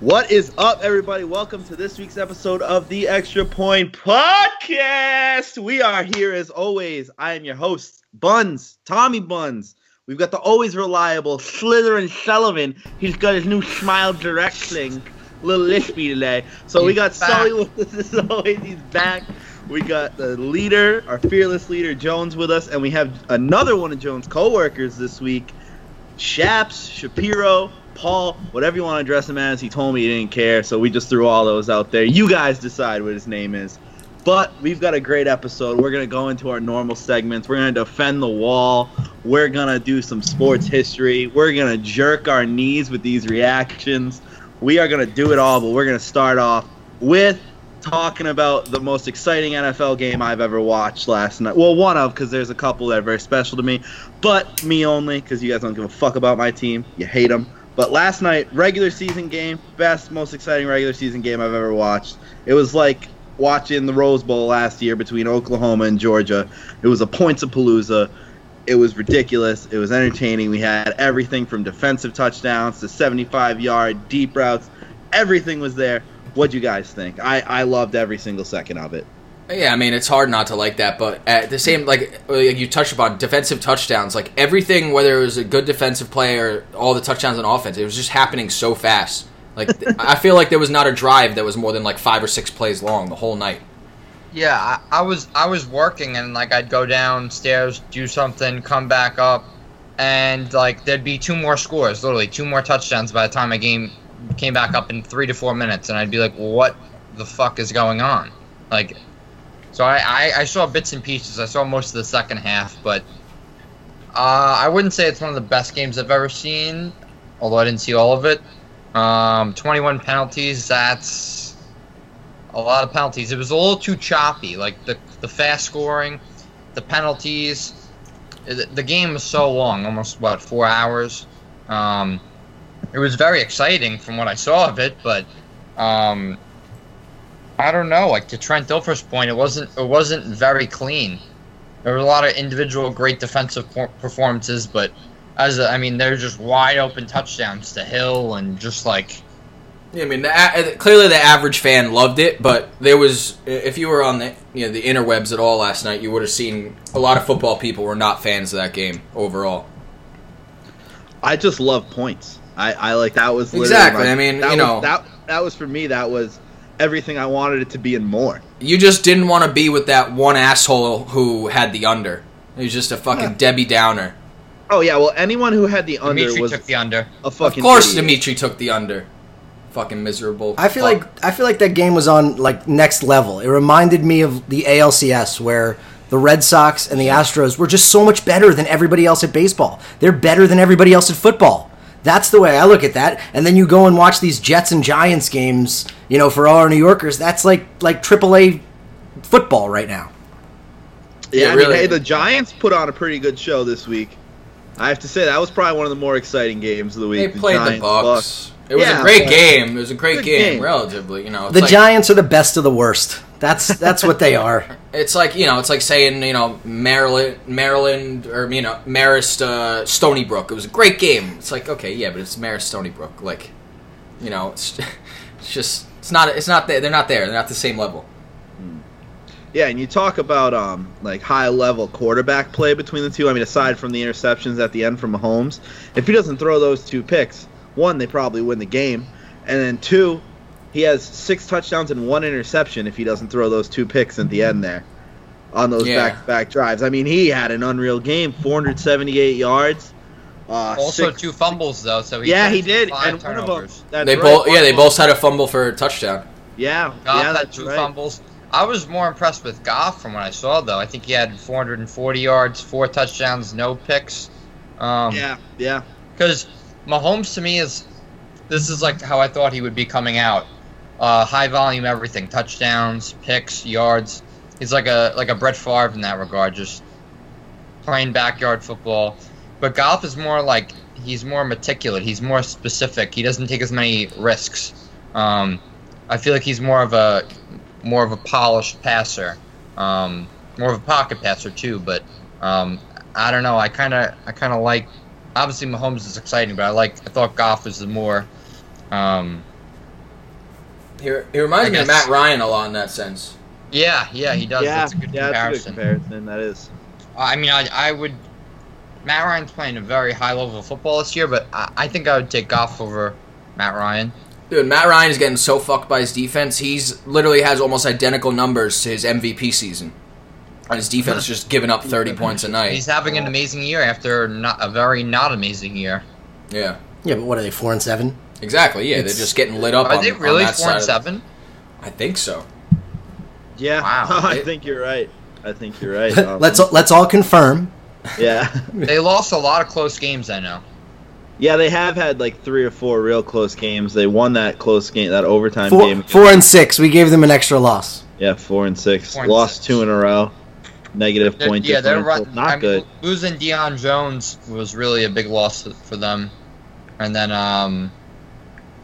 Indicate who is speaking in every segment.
Speaker 1: What is up, everybody? Welcome to this week's episode of the Extra Point Podcast. We are here as always. I am your host, Buns, Tommy Buns. We've got the always reliable Slytherin Sullivan. He's got his new smile direct thing. Little lispy today. So we
Speaker 2: He's
Speaker 1: got
Speaker 2: back.
Speaker 1: Sully with us as always. He's back. We got the leader, our fearless leader, Jones, with us. And we have another one of Jones' co workers this week, Shaps, Shapiro, Paul, whatever you want to address him as. He told me he didn't care, so we just threw all those out there. You guys decide what his name is. But we've got a great episode. We're going to go into our normal segments. We're going to defend the wall. We're going to do some sports history. We're going to jerk our knees with these reactions. We are going to do it all, but we're going to start off with talking about the most exciting NFL game I've ever watched last night. Well, one of, because there's a couple that are very special to me but me only because you guys don't give a fuck about my team. You hate them. But last night, regular season game, best, most exciting regular season game I've ever watched. It was like watching the Rose Bowl last year between Oklahoma and Georgia. It was a points of palooza. It was ridiculous. It was entertaining. We had everything from defensive touchdowns to 75 yard deep routes. Everything was there. What'd you guys think? I, I loved every single second of it.
Speaker 2: Yeah, I mean it's hard not to like that, but at the same like uh, you touched upon defensive touchdowns, like everything, whether it was a good defensive play or all the touchdowns on offense, it was just happening so fast. Like th- I feel like there was not a drive that was more than like five or six plays long the whole night.
Speaker 3: Yeah, I, I was I was working and like I'd go downstairs, do something, come back up, and like there'd be two more scores, literally two more touchdowns by the time I game came back up in three to four minutes, and I'd be like, what the fuck is going on? Like, so I I, I saw bits and pieces. I saw most of the second half, but uh, I wouldn't say it's one of the best games I've ever seen, although I didn't see all of it. Um, 21 penalties. That's a lot of penalties. It was a little too choppy. Like the the fast scoring, the penalties. The, the game was so long, almost what four hours. Um, it was very exciting from what I saw of it, but um, I don't know. Like to Trent Dilfer's point, it wasn't it wasn't very clean. There were a lot of individual great defensive por- performances, but as a, I mean, they're just wide open touchdowns to Hill and just like
Speaker 2: Yeah, I mean, the, a- clearly the average fan loved it, but there was if you were on the you know the interwebs at all last night, you would have seen a lot of football people were not fans of that game overall.
Speaker 1: I just love points. I, I like that was literally
Speaker 2: Exactly,
Speaker 1: my-
Speaker 2: I mean,
Speaker 1: that
Speaker 2: you
Speaker 1: was-
Speaker 2: know.
Speaker 1: that that was for me. That was everything I wanted it to be and more.
Speaker 2: You just didn't want to be with that one asshole who had the under. He was just a fucking Debbie Downer.
Speaker 1: Oh yeah, well anyone who had the under
Speaker 3: Dimitri
Speaker 1: was
Speaker 3: took the under.
Speaker 1: a fucking.
Speaker 2: Of course,
Speaker 1: idiot.
Speaker 2: Dimitri took the under. Fucking miserable.
Speaker 4: I feel
Speaker 2: fuck.
Speaker 4: like I feel like that game was on like next level. It reminded me of the ALCS where the Red Sox and the Astros were just so much better than everybody else at baseball. They're better than everybody else at football. That's the way I look at that. And then you go and watch these Jets and Giants games, you know, for all our New Yorkers, that's like like AAA football right now.
Speaker 1: Yeah,
Speaker 2: Yeah,
Speaker 1: I
Speaker 2: really.
Speaker 1: mean, hey, the Giants put on a pretty good show this week. I have to say that was probably one of the more exciting games of the week.
Speaker 2: they played the
Speaker 1: Giants,
Speaker 2: Bucks. It was
Speaker 1: Yeah,
Speaker 2: a great
Speaker 1: but-
Speaker 2: game. It was a great
Speaker 1: Good
Speaker 2: game,
Speaker 1: game.
Speaker 2: relatively. You know, it's
Speaker 4: The
Speaker 2: like,
Speaker 4: Giants are the best of the worst. That's that's what they are.
Speaker 2: It's like you know, it's like saying you know Maryland, Maryland, or you know Marist uh, Stony Brook. It was a great game. It's like okay, yeah, but it's Marist Stony Brook. Like, you know, it's, it's just it's not it's not there. They're not there. They're not the same level.
Speaker 1: Yeah, and you talk about um like high level quarterback play between the two. I mean, aside from the interceptions at the end from Mahomes, if he doesn't throw those two picks, one they probably win the game, and then two, he has six touchdowns and one interception if he doesn't throw those two picks at the end there on those
Speaker 2: Yeah.
Speaker 1: back back drives. I mean, he had an unreal game, 478 yards. Uh,
Speaker 3: Also,
Speaker 1: six-
Speaker 3: two fumbles though. So he
Speaker 1: yeah,
Speaker 3: took
Speaker 1: he did,
Speaker 3: Five
Speaker 1: and one of
Speaker 3: turnovers.
Speaker 1: them. That's
Speaker 2: they
Speaker 1: right,
Speaker 2: both
Speaker 1: one
Speaker 2: yeah, they
Speaker 1: of them-
Speaker 2: both had a fumble for a touchdown.
Speaker 1: Yeah,
Speaker 3: Goff
Speaker 1: yeah,
Speaker 3: had
Speaker 1: that's
Speaker 3: two
Speaker 1: right.
Speaker 3: fumbles. I was more impressed with Goff from what I saw, though. I think he had 440 yards, four touchdowns, no picks. Um,
Speaker 1: Yeah, yeah.
Speaker 3: Because Mahomes to me is, this is like how I thought he would be coming out. Uh, high volume, everything, touchdowns, picks, yards. He's like a like a Brett Favre in that regard, just playing backyard football. But Goff is more like he's more meticulous. He's more specific. He doesn't take as many risks. Um, I feel like he's more of a more of a polished passer, um, more of a pocket passer too. But um, I don't know. I kind of I kind of like obviously Mahomes is exciting, but I like I thought Goff was the more um,
Speaker 2: He, he reminds
Speaker 3: I
Speaker 2: me of
Speaker 3: guess.
Speaker 2: Matt Ryan a lot in that sense.
Speaker 3: Yeah, yeah, he does.
Speaker 1: yeah,
Speaker 3: That's a good
Speaker 1: yeah, that's a
Speaker 3: comparison.
Speaker 1: good comparison. That is.
Speaker 3: I mean, I, I would. Matt Ryan's playing a very high level of football this year, but I, I think I would take Goff over Matt Ryan.
Speaker 2: Dude, Matt Ryan is getting so fucked by his defense. He's literally has almost identical numbers to his MVP season. And his defense is just giving up 30 points a night.
Speaker 3: He's having an amazing year after not, a very not amazing year.
Speaker 2: Yeah.
Speaker 4: Yeah, but what are they four and seven?
Speaker 2: Exactly. Yeah,
Speaker 4: It's-
Speaker 2: they're just getting lit up
Speaker 3: Are
Speaker 2: on,
Speaker 3: they
Speaker 2: on
Speaker 3: really
Speaker 2: that
Speaker 3: four and
Speaker 2: side of-
Speaker 3: seven?
Speaker 2: I think so.
Speaker 1: Yeah.
Speaker 3: Wow.
Speaker 1: I think you're right. I think you're right. Um,
Speaker 4: let's let's all confirm.
Speaker 1: Yeah.
Speaker 3: They lost a lot of close games. I know.
Speaker 1: Yeah, they have had like three or four real close games. They won that close game, that overtime
Speaker 4: Four,
Speaker 1: game.
Speaker 4: four and six. We gave them an extra loss.
Speaker 1: Yeah, four and six.
Speaker 3: Four and
Speaker 1: Lost
Speaker 3: six.
Speaker 1: two in a row. Negative
Speaker 3: They're-
Speaker 1: point
Speaker 3: yeah, they're
Speaker 1: differential.
Speaker 3: run,
Speaker 1: Not
Speaker 3: I mean,
Speaker 1: good.
Speaker 3: Losing Deion Jones was really a big loss for them. And then, um,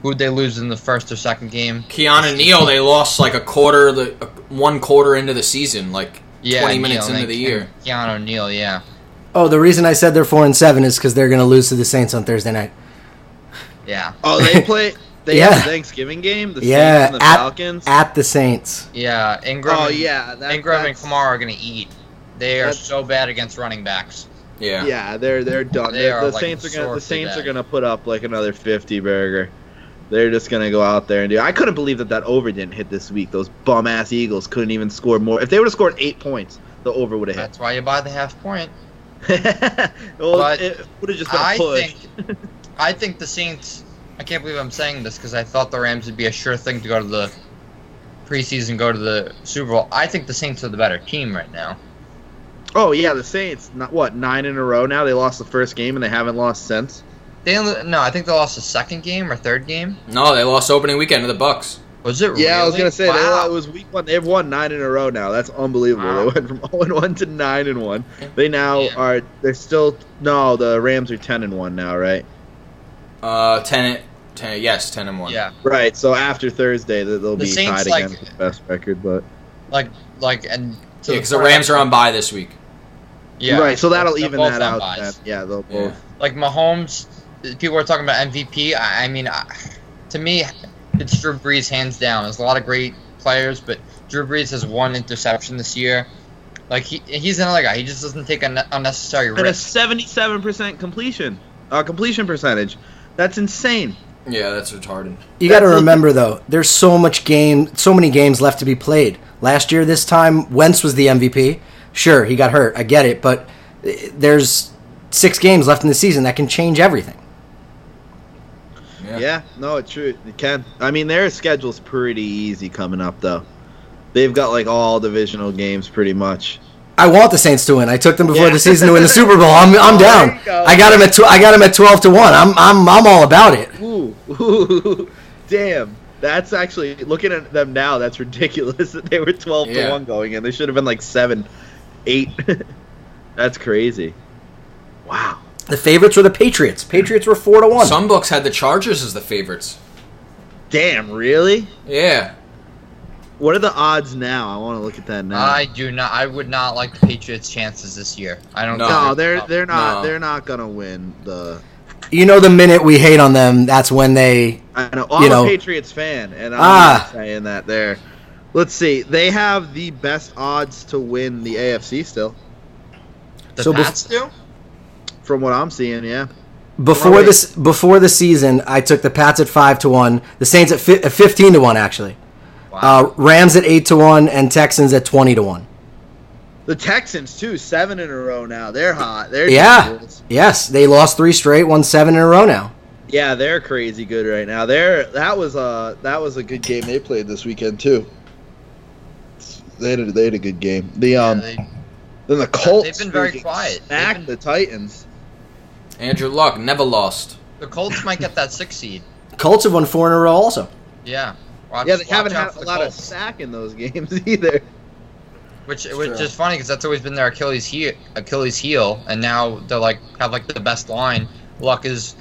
Speaker 3: who'd they lose in the first or second game?
Speaker 2: Keanu Neal, they lost like a quarter, of the uh, one quarter into the season, like 20
Speaker 3: Neal,
Speaker 2: minutes into
Speaker 3: and-
Speaker 2: the year.
Speaker 3: and Keanu O'Neill, yeah,
Speaker 4: Oh, the reason I said they're four and seven is because they're going to lose to the Saints on Thursday night.
Speaker 3: yeah,
Speaker 1: Oh, they play. They
Speaker 4: Yeah.
Speaker 1: have a Thanksgiving game. The
Speaker 4: Yeah,
Speaker 1: Saints and the
Speaker 4: at-
Speaker 1: Falcons.
Speaker 4: At the Saints.
Speaker 3: yeah. Ingram,
Speaker 1: oh
Speaker 3: and-
Speaker 1: yeah, that,
Speaker 3: Ingram and
Speaker 1: that's-
Speaker 3: Kamara are gonna eat. They are
Speaker 1: That's-
Speaker 3: so bad against running backs.
Speaker 2: Yeah.
Speaker 1: Yeah, they're they're done.
Speaker 3: They
Speaker 1: They're-
Speaker 3: are,
Speaker 1: the
Speaker 3: like,
Speaker 1: Saints are gonna the
Speaker 3: historically
Speaker 1: Saints are
Speaker 3: bad.
Speaker 1: gonna put up like another fifty burger. They're just gonna go out there and do. I couldn't believe that that over didn't hit this week. Those bum ass Eagles couldn't even score more. If they would have scored eight points, the over would have hit.
Speaker 3: That's why you buy the half point.
Speaker 1: well,
Speaker 3: But
Speaker 1: it would have just been a
Speaker 3: I
Speaker 1: push.
Speaker 3: think, I think the Saints. I can't believe I'm saying this because I thought the Rams would be a sure thing to go to the preseason, go to the Super Bowl. I think the Saints are the better team right now.
Speaker 1: oh yeah, the Saints. Not what nine in a row now. They lost the first game and they haven't lost since.
Speaker 3: They only, no, I think they lost the second game or third game.
Speaker 2: No, they lost opening weekend to the Bucks.
Speaker 3: Was it?
Speaker 1: Yeah, I was
Speaker 3: really?
Speaker 1: gonna say they-
Speaker 3: wow.
Speaker 1: it was week one. They've won nine in a row now. That's unbelievable.
Speaker 3: Wow.
Speaker 1: They went from zero and one to nine and one. They now
Speaker 3: Yeah.
Speaker 1: are. They're still no. The Rams are ten and one now, right?
Speaker 2: Uh, 10, 10 yes, 10 and 1.
Speaker 3: Yeah,
Speaker 1: Right. So after Thursday, th- they'll
Speaker 3: The
Speaker 1: be
Speaker 3: Saints,
Speaker 1: tied
Speaker 3: like-
Speaker 1: again for the best record. But
Speaker 3: like like and. to
Speaker 2: because the
Speaker 3: point-
Speaker 2: Rams are on bye this week.
Speaker 3: Yeah,
Speaker 1: right. So that'll
Speaker 3: they're
Speaker 1: even
Speaker 3: both
Speaker 1: that
Speaker 3: on
Speaker 1: out.
Speaker 3: buys.
Speaker 1: then. Yeah, they'll
Speaker 2: Yeah.
Speaker 1: both.
Speaker 3: Like Mahomes, people are talking about MVP. I, I mean, I, to me, it's Drew Brees hands down. There's a lot of great players, but Drew Brees has one interception this year. Like he, he's another guy. He just doesn't take an unnecessary
Speaker 1: And a
Speaker 3: risk.
Speaker 1: seventy-seven percent completion. Uh, completion percentage. That's insane.
Speaker 2: Yeah, that's retarded.
Speaker 4: You got to
Speaker 1: That's-
Speaker 4: remember though, there's so much game, so many games left to be played. Last year, this time, Wentz was the MVP. Sure, he got hurt. I get it, but uh, there's six games left in the season that can change everything.
Speaker 2: Yeah.
Speaker 1: Yeah, no, it's true. It can. I mean, their schedule's pretty easy coming up, though. They've got like all divisional games pretty much.
Speaker 4: I want the Saints to win. I took them before
Speaker 1: Yeah.
Speaker 4: the season to win the Super Bowl. I'm, I'm
Speaker 1: Oh,
Speaker 4: down.
Speaker 1: there you go.
Speaker 4: I got him at tw- I got him at twelve to one. I'm I'm I'm all about it.
Speaker 1: Ooh, ooh, damn. That's actually looking at them now. That's ridiculous that they were twelve
Speaker 2: Yeah.
Speaker 1: to one going in. They should have been like seven, eight. that's crazy. Wow.
Speaker 4: The favorites were the Patriots. Patriots were four to one.
Speaker 2: Some books had the Chargers as the favorites.
Speaker 1: Damn. Really?
Speaker 2: Yeah.
Speaker 1: What are the odds now? I want to look at that now.
Speaker 3: I do not. I would not like the Patriots' chances this year. I don't.
Speaker 2: No.
Speaker 3: think-
Speaker 1: no, they're they're not
Speaker 2: No.
Speaker 1: they're not gonna win the.
Speaker 4: You know, the minute we hate on them, that's when they.
Speaker 1: I know. I'm
Speaker 4: You know.
Speaker 1: a Patriots fan, and I'm
Speaker 4: Ah.
Speaker 1: not saying that there. Let's see. They have the best odds to win the AFC still,
Speaker 3: The
Speaker 4: So bef-
Speaker 3: Pats do.
Speaker 1: from what I'm seeing. Yeah.
Speaker 4: Before
Speaker 1: Right.
Speaker 4: this, before the season, I took the Pats at five to one, the Saints at, fi- at fifteen to one, actually,
Speaker 3: Wow.
Speaker 4: uh, Rams at eight to one, and Texans at twenty to one.
Speaker 1: The Texans too, seven in a row now. They're hot. They're
Speaker 4: Yeah,
Speaker 1: dangerous.
Speaker 4: yes, they lost three straight, won seven in a row now.
Speaker 1: yeah, they're crazy good right now. They're that was a that was a good game they played this weekend too. They had a, they had a good game. The
Speaker 3: Yeah,
Speaker 1: um
Speaker 3: they-
Speaker 1: then the Colts
Speaker 3: they've been very
Speaker 1: freaking
Speaker 3: quiet. They've
Speaker 1: smacked
Speaker 3: been-
Speaker 1: the Titans.
Speaker 2: Andrew Luck never lost.
Speaker 3: the Colts might get that six seed.
Speaker 4: Colts have won four in a row, also.
Speaker 3: Yeah. Watch-
Speaker 1: Yeah, they
Speaker 3: watch
Speaker 1: haven't
Speaker 3: out
Speaker 1: had
Speaker 3: for
Speaker 1: a
Speaker 3: the
Speaker 1: lot of
Speaker 3: Colts.
Speaker 1: sack in those games either.
Speaker 3: Which
Speaker 2: It's
Speaker 3: which
Speaker 2: true.
Speaker 3: is funny because that's always been their Achilles heel, Achilles heel, and now they're like have like the best line. Luck has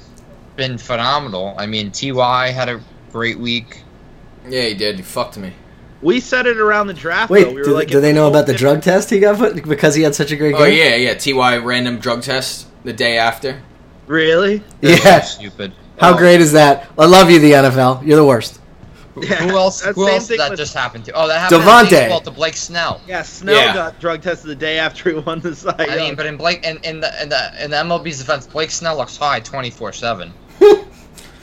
Speaker 3: been phenomenal. I mean, Ty had a great week.
Speaker 2: Yeah, he did. He fucked me.
Speaker 1: We said it around the draft.
Speaker 4: Wait,
Speaker 1: though. We
Speaker 4: do,
Speaker 1: like,
Speaker 4: do
Speaker 1: if
Speaker 4: they know about the
Speaker 1: Colts-
Speaker 4: drug test he got put because he had such a great game?
Speaker 2: Oh yeah, yeah. Ty random drug test the day after.
Speaker 1: Really?
Speaker 3: They're so
Speaker 4: Yeah.
Speaker 3: stupid.
Speaker 4: How
Speaker 2: Oh.
Speaker 4: great is that? I love you, the NFL. You're the worst.
Speaker 1: Yeah,
Speaker 3: Who else?
Speaker 1: that
Speaker 3: Who
Speaker 1: same
Speaker 3: else
Speaker 1: thing
Speaker 3: did that
Speaker 1: with-
Speaker 3: just happened to? Oh, that happened
Speaker 4: Devontae.
Speaker 3: in baseball to Blake Snell.
Speaker 1: Yeah, Snell
Speaker 2: Yeah.
Speaker 1: got drug tested the day after he won the Cy
Speaker 3: I mean,
Speaker 1: Young.
Speaker 3: but in Blake in, in the in the in the MLB's defense, Blake Snell looks high twenty four seven.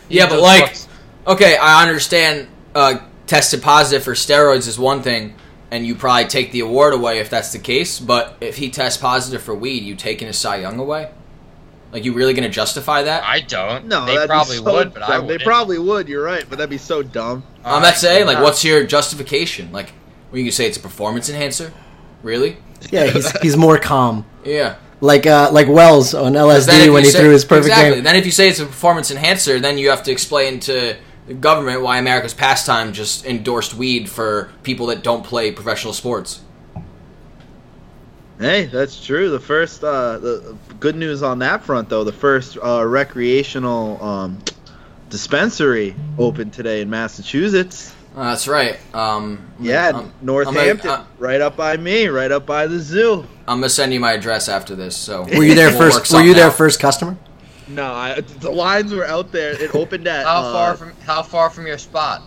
Speaker 2: Yeah, but like, okay, I understand uh, tested positive for steroids is one thing, and you probably take the award away if that's the case. But if he tests positive for weed, you taking his Cy Young away? Like, you really gonna justify that?
Speaker 3: I don't.
Speaker 1: no,
Speaker 3: they
Speaker 1: that'd
Speaker 3: probably
Speaker 1: be so
Speaker 3: would, but I
Speaker 1: dumb.
Speaker 3: would.
Speaker 1: They probably would. You're right, but that'd be so dumb.
Speaker 2: I'm not saying like, what's your justification? Like, well, you can say it's a performance enhancer. Really?
Speaker 4: Yeah, he's he's more calm.
Speaker 2: Yeah.
Speaker 4: Like uh, like Wells on
Speaker 2: 'Cause then if
Speaker 4: LSD when
Speaker 2: you
Speaker 4: he
Speaker 2: say-
Speaker 4: threw his perfect
Speaker 2: exactly.
Speaker 4: game.
Speaker 2: Then if you say it's a performance enhancer, then you have to explain to the government why America's pastime just endorsed weed for people that don't play professional sports.
Speaker 1: Hey, that's true. The first, uh, the good news on that front though, the first uh, recreational um, dispensary opened today in Massachusetts.
Speaker 2: Uh, that's right. Um, I'm
Speaker 1: Yeah,
Speaker 2: gonna- uh, I'm-
Speaker 1: Northampton,
Speaker 2: I'm gonna,
Speaker 1: right up by me, right up by the zoo.
Speaker 2: I- I'm gonna send you my address after this. So
Speaker 4: Were you there
Speaker 2: we'll work
Speaker 4: first? Were
Speaker 2: something
Speaker 4: you there
Speaker 2: out.
Speaker 4: first customer?
Speaker 1: No, I, the lines were out there. It opened at
Speaker 3: How
Speaker 1: uh,
Speaker 3: far from how far from your spot?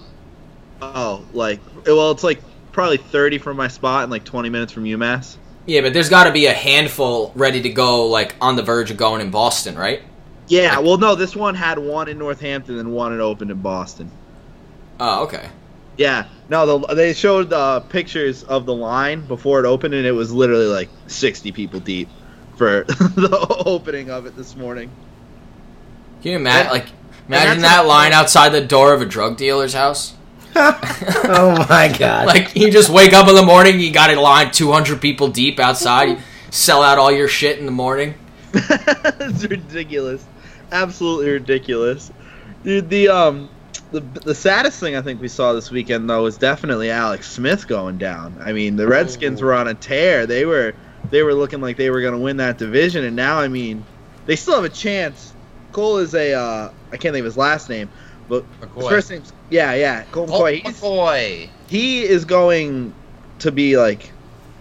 Speaker 1: Oh, like well, it's like probably thirty from my spot and like twenty minutes from UMass.
Speaker 2: Yeah, but there's got to be a handful ready to go, like on the verge of going in Boston, right?
Speaker 1: Yeah, well, no, this one had one in Northampton and one had opened in Boston.
Speaker 2: Oh, okay.
Speaker 1: Yeah, no, the, they showed uh, pictures of the line before it opened, and it was literally like sixty people deep for the opening of it this morning.
Speaker 2: Can you imagine?
Speaker 1: Yeah.
Speaker 2: Like,
Speaker 1: that's
Speaker 2: imagine
Speaker 1: what
Speaker 2: that
Speaker 1: I'm
Speaker 2: line
Speaker 1: saying.
Speaker 2: outside the door of a drug dealer's house.
Speaker 4: Oh my god!
Speaker 2: Like, you just wake up in the morning, you got a line 200 people deep outside, you sell out all your shit in the morning.
Speaker 1: it's ridiculous, absolutely ridiculous, dude. The um, the the saddest thing I think we saw this weekend though was definitely Alex Smith going down. I mean, the Redskins were on a tear. They were they were looking like they were going to win that division, and now I mean, they still have a chance. Cole is a uh, I can't think of his last name, but his
Speaker 3: McCoy.
Speaker 1: first name's yeah, yeah, Cole
Speaker 3: Colt
Speaker 1: McCoy. He's,
Speaker 3: McCoy.
Speaker 1: he is going to be like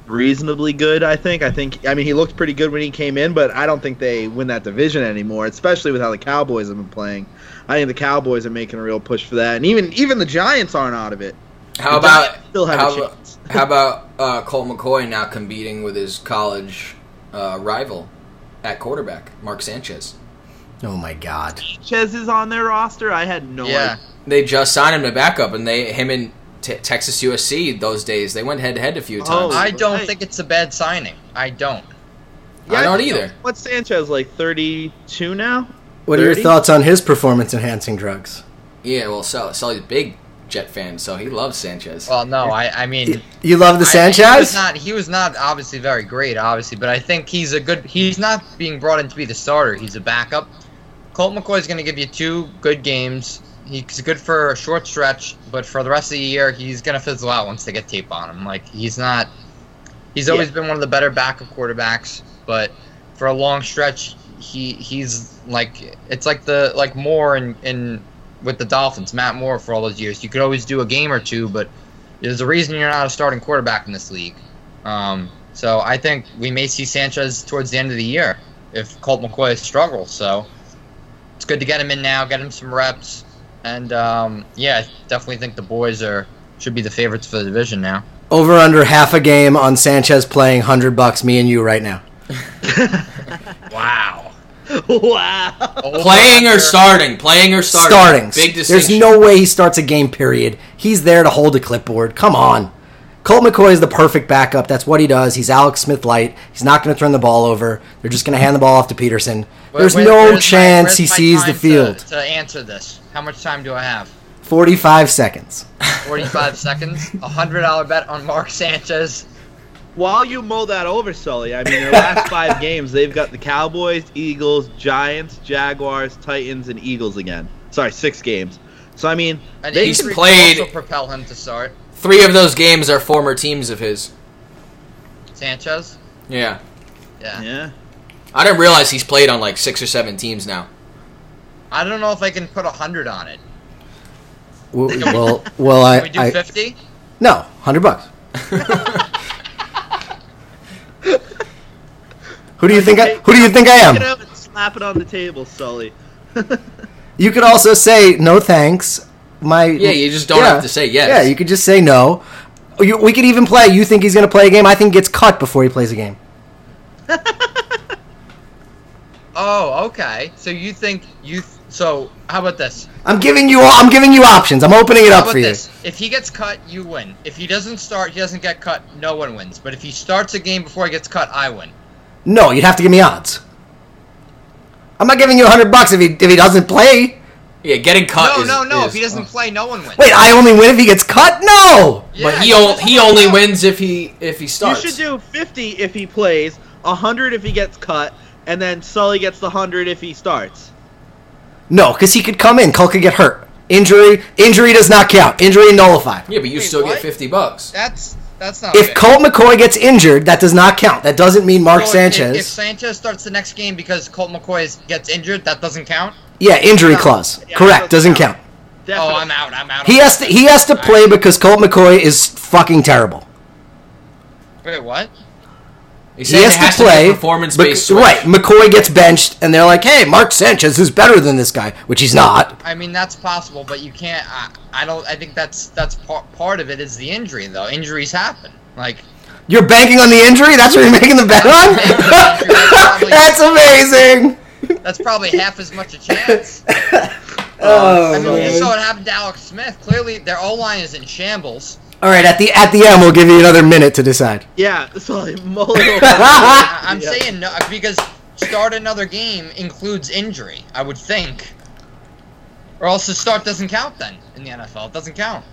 Speaker 1: reasonably good i think i think i mean he looked pretty good when he came in but i don't think they win that division anymore especially with how the cowboys have been playing i think the cowboys are making a real push for that and even even the giants aren't out of it
Speaker 2: How
Speaker 1: The
Speaker 2: about
Speaker 1: Giants still have
Speaker 2: how,
Speaker 1: a chance.
Speaker 2: how about uh, Colt McCoy now competing with his college uh, rival at quarterback, Mark Sanchez?
Speaker 4: oh my god!
Speaker 1: Chez is on their roster i had no
Speaker 3: yeah.
Speaker 2: They just signed him to backup, and they him and Te- Texas USC those days they went head to head a few
Speaker 1: Oh,
Speaker 2: times.
Speaker 3: I don't
Speaker 1: Right.
Speaker 3: think it's a bad signing. I don't.
Speaker 1: idea
Speaker 2: I don't either.
Speaker 1: what's sanchez like 32 now
Speaker 4: What are your
Speaker 1: 30?
Speaker 4: thoughts on his performance enhancing drugs?
Speaker 2: Yeah, well, Sully, Sully's a big Jet fan, so he loves Sanchez.
Speaker 3: Well, no, I, I mean,
Speaker 4: You love the
Speaker 3: I, he was
Speaker 4: Sanchez?
Speaker 3: not. He was not obviously very great, obviously, but I think he's a good. He's not being brought in to be the starter. He's a backup. Colt McCoy's going to give you two good games. He's good for a short stretch, but for the rest of the year, he's going to fizzle out once they get tape on him. Like he's not. He's always been one of the better backup quarterbacks, but for a long stretch, he he's like it's like the like Moore in in with the Dolphins, Matt Moore for all those years. You could always do a game or two, but there's a reason you're not a starting quarterback in this league. Um, so I think we may see Sanchez towards the end of the year if Colt McCoy struggles. So it's good to get him in now, get him some reps, and um, yeah, I definitely think the boys are should be the favorites for the division now.
Speaker 4: Over under half a game on Sanchez playing hundred bucks. Me and you right now.
Speaker 3: Wow.
Speaker 1: wow
Speaker 2: playing or starting? Playing or starting?
Speaker 4: Starting.
Speaker 2: Big
Speaker 4: There's
Speaker 2: distinction.
Speaker 4: no way he starts a game. Period. He's there to hold a clipboard. Come on. Colt McCoy is the perfect backup. That's what he does. He's Alex Smith light. He's not going to turn the ball over. They're just going to hand the ball off to Peterson.
Speaker 3: Where-
Speaker 4: There's
Speaker 3: where-
Speaker 4: no
Speaker 3: where's my-
Speaker 4: chance
Speaker 3: where's
Speaker 4: he
Speaker 3: my
Speaker 4: sees
Speaker 3: time
Speaker 4: the
Speaker 3: to-
Speaker 4: field.
Speaker 3: To, answer this, how much time do I have?
Speaker 4: 45 seconds.
Speaker 3: Forty-five seconds. A hundred-dollar bet on Mark Sanchez.
Speaker 1: While you mull that over, Sully, I mean, their last five games, they've got the Cowboys, Eagles, Giants, Jaguars, Titans, and Eagles again. Sorry, six games. So, I mean,
Speaker 3: And
Speaker 1: they,
Speaker 2: he's
Speaker 3: injury could
Speaker 2: played-
Speaker 3: Also propel him to start
Speaker 2: Three of those games are former teams of his.
Speaker 3: Sanchez.
Speaker 2: Yeah.
Speaker 3: Yeah.
Speaker 1: yeah.
Speaker 2: I didn't realize he's played on like six or seven teams now.
Speaker 3: I don't know if I can put a hundred on it.
Speaker 4: Well, well, well
Speaker 3: Can we
Speaker 4: I,
Speaker 3: do
Speaker 4: I
Speaker 3: fifty?
Speaker 4: no, 100 bucks. who do you think I who do you think I
Speaker 1: Get
Speaker 4: am?
Speaker 1: out and slap it on the table, Sully.
Speaker 4: You could also say no thanks. my
Speaker 2: Yeah, you just don't have to say yes.
Speaker 4: Yeah, you could just say no. You, we could even play. You think he's going to play a game? I think gets cut before he plays a game.
Speaker 3: Oh, okay. So you think you? Th- so how about this?
Speaker 4: I'm giving you. I'm giving you options. I'm opening it
Speaker 3: How
Speaker 4: up
Speaker 3: about
Speaker 4: for you.
Speaker 3: this? If he gets cut, you win. If he doesn't start, he doesn't get cut. No one wins. But if he starts a game before he gets cut, I win.
Speaker 4: No, you'd have to give me odds. I'm not giving you hundred bucks if he if he doesn't play.
Speaker 2: Yeah, getting cut.
Speaker 3: no,
Speaker 2: is-
Speaker 3: no, no.
Speaker 2: is-
Speaker 3: if he doesn't play, no one wins.
Speaker 4: Wait, I only win if he gets cut. No.
Speaker 3: Yeah,
Speaker 2: but he o- he
Speaker 3: doesn't
Speaker 2: only
Speaker 3: count.
Speaker 2: wins if he if he
Speaker 1: You
Speaker 2: starts.
Speaker 1: should do 50 if he plays, 100 if he gets cut, and then Sully gets the 100 if he starts.
Speaker 4: No, because he could come in. Cole could get hurt. Injury. Injury does not count. Injury nullified.
Speaker 2: Yeah, but you
Speaker 3: Wait,
Speaker 2: still
Speaker 3: what?
Speaker 2: get fifty bucks.
Speaker 3: That's that's not.
Speaker 4: If
Speaker 3: fair.
Speaker 4: Colt McCoy gets injured, that does not count. That doesn't mean Mark
Speaker 3: So if-
Speaker 4: Sanchez.
Speaker 3: If, Sanchez starts the next game because Colt McCoy is, gets injured, that doesn't count.
Speaker 4: yeah, injury
Speaker 1: No.
Speaker 4: clause.
Speaker 1: Yeah,
Speaker 4: Correct.
Speaker 1: that doesn't
Speaker 4: Doesn't count.
Speaker 1: Definitely.
Speaker 3: Oh, I'm out. I'm out.
Speaker 4: He has to. He has to play because Colt McCoy is fucking terrible.
Speaker 3: Wait, what?
Speaker 2: He,
Speaker 4: He
Speaker 2: said
Speaker 4: has,
Speaker 2: it has
Speaker 4: to play
Speaker 2: performance
Speaker 4: bec-
Speaker 2: based.
Speaker 4: Right. McCoy gets benched, and they're like, "Hey, Mark Sanchez is better than this guy," which he's not.
Speaker 3: I mean, that's possible, but you can't. I, I don't. I think that's that's part part of it is the injury, though. Injuries happen. Like
Speaker 4: You're banking on the injury. That's what you're making the bet on. That's amazing.
Speaker 3: that's probably half as much a chance.
Speaker 4: Oh,
Speaker 3: I mean, we
Speaker 4: man.
Speaker 3: saw what happened to Alex Smith. Clearly, their O line is in shambles.
Speaker 4: All right. At the at the end, we'll give you another minute to decide.
Speaker 1: Yeah, Sully, mull it over.
Speaker 3: I, I'm
Speaker 1: Yeah.
Speaker 3: saying no because start another game includes injury. I would think, or else the start doesn't count then in the NFL. It doesn't count.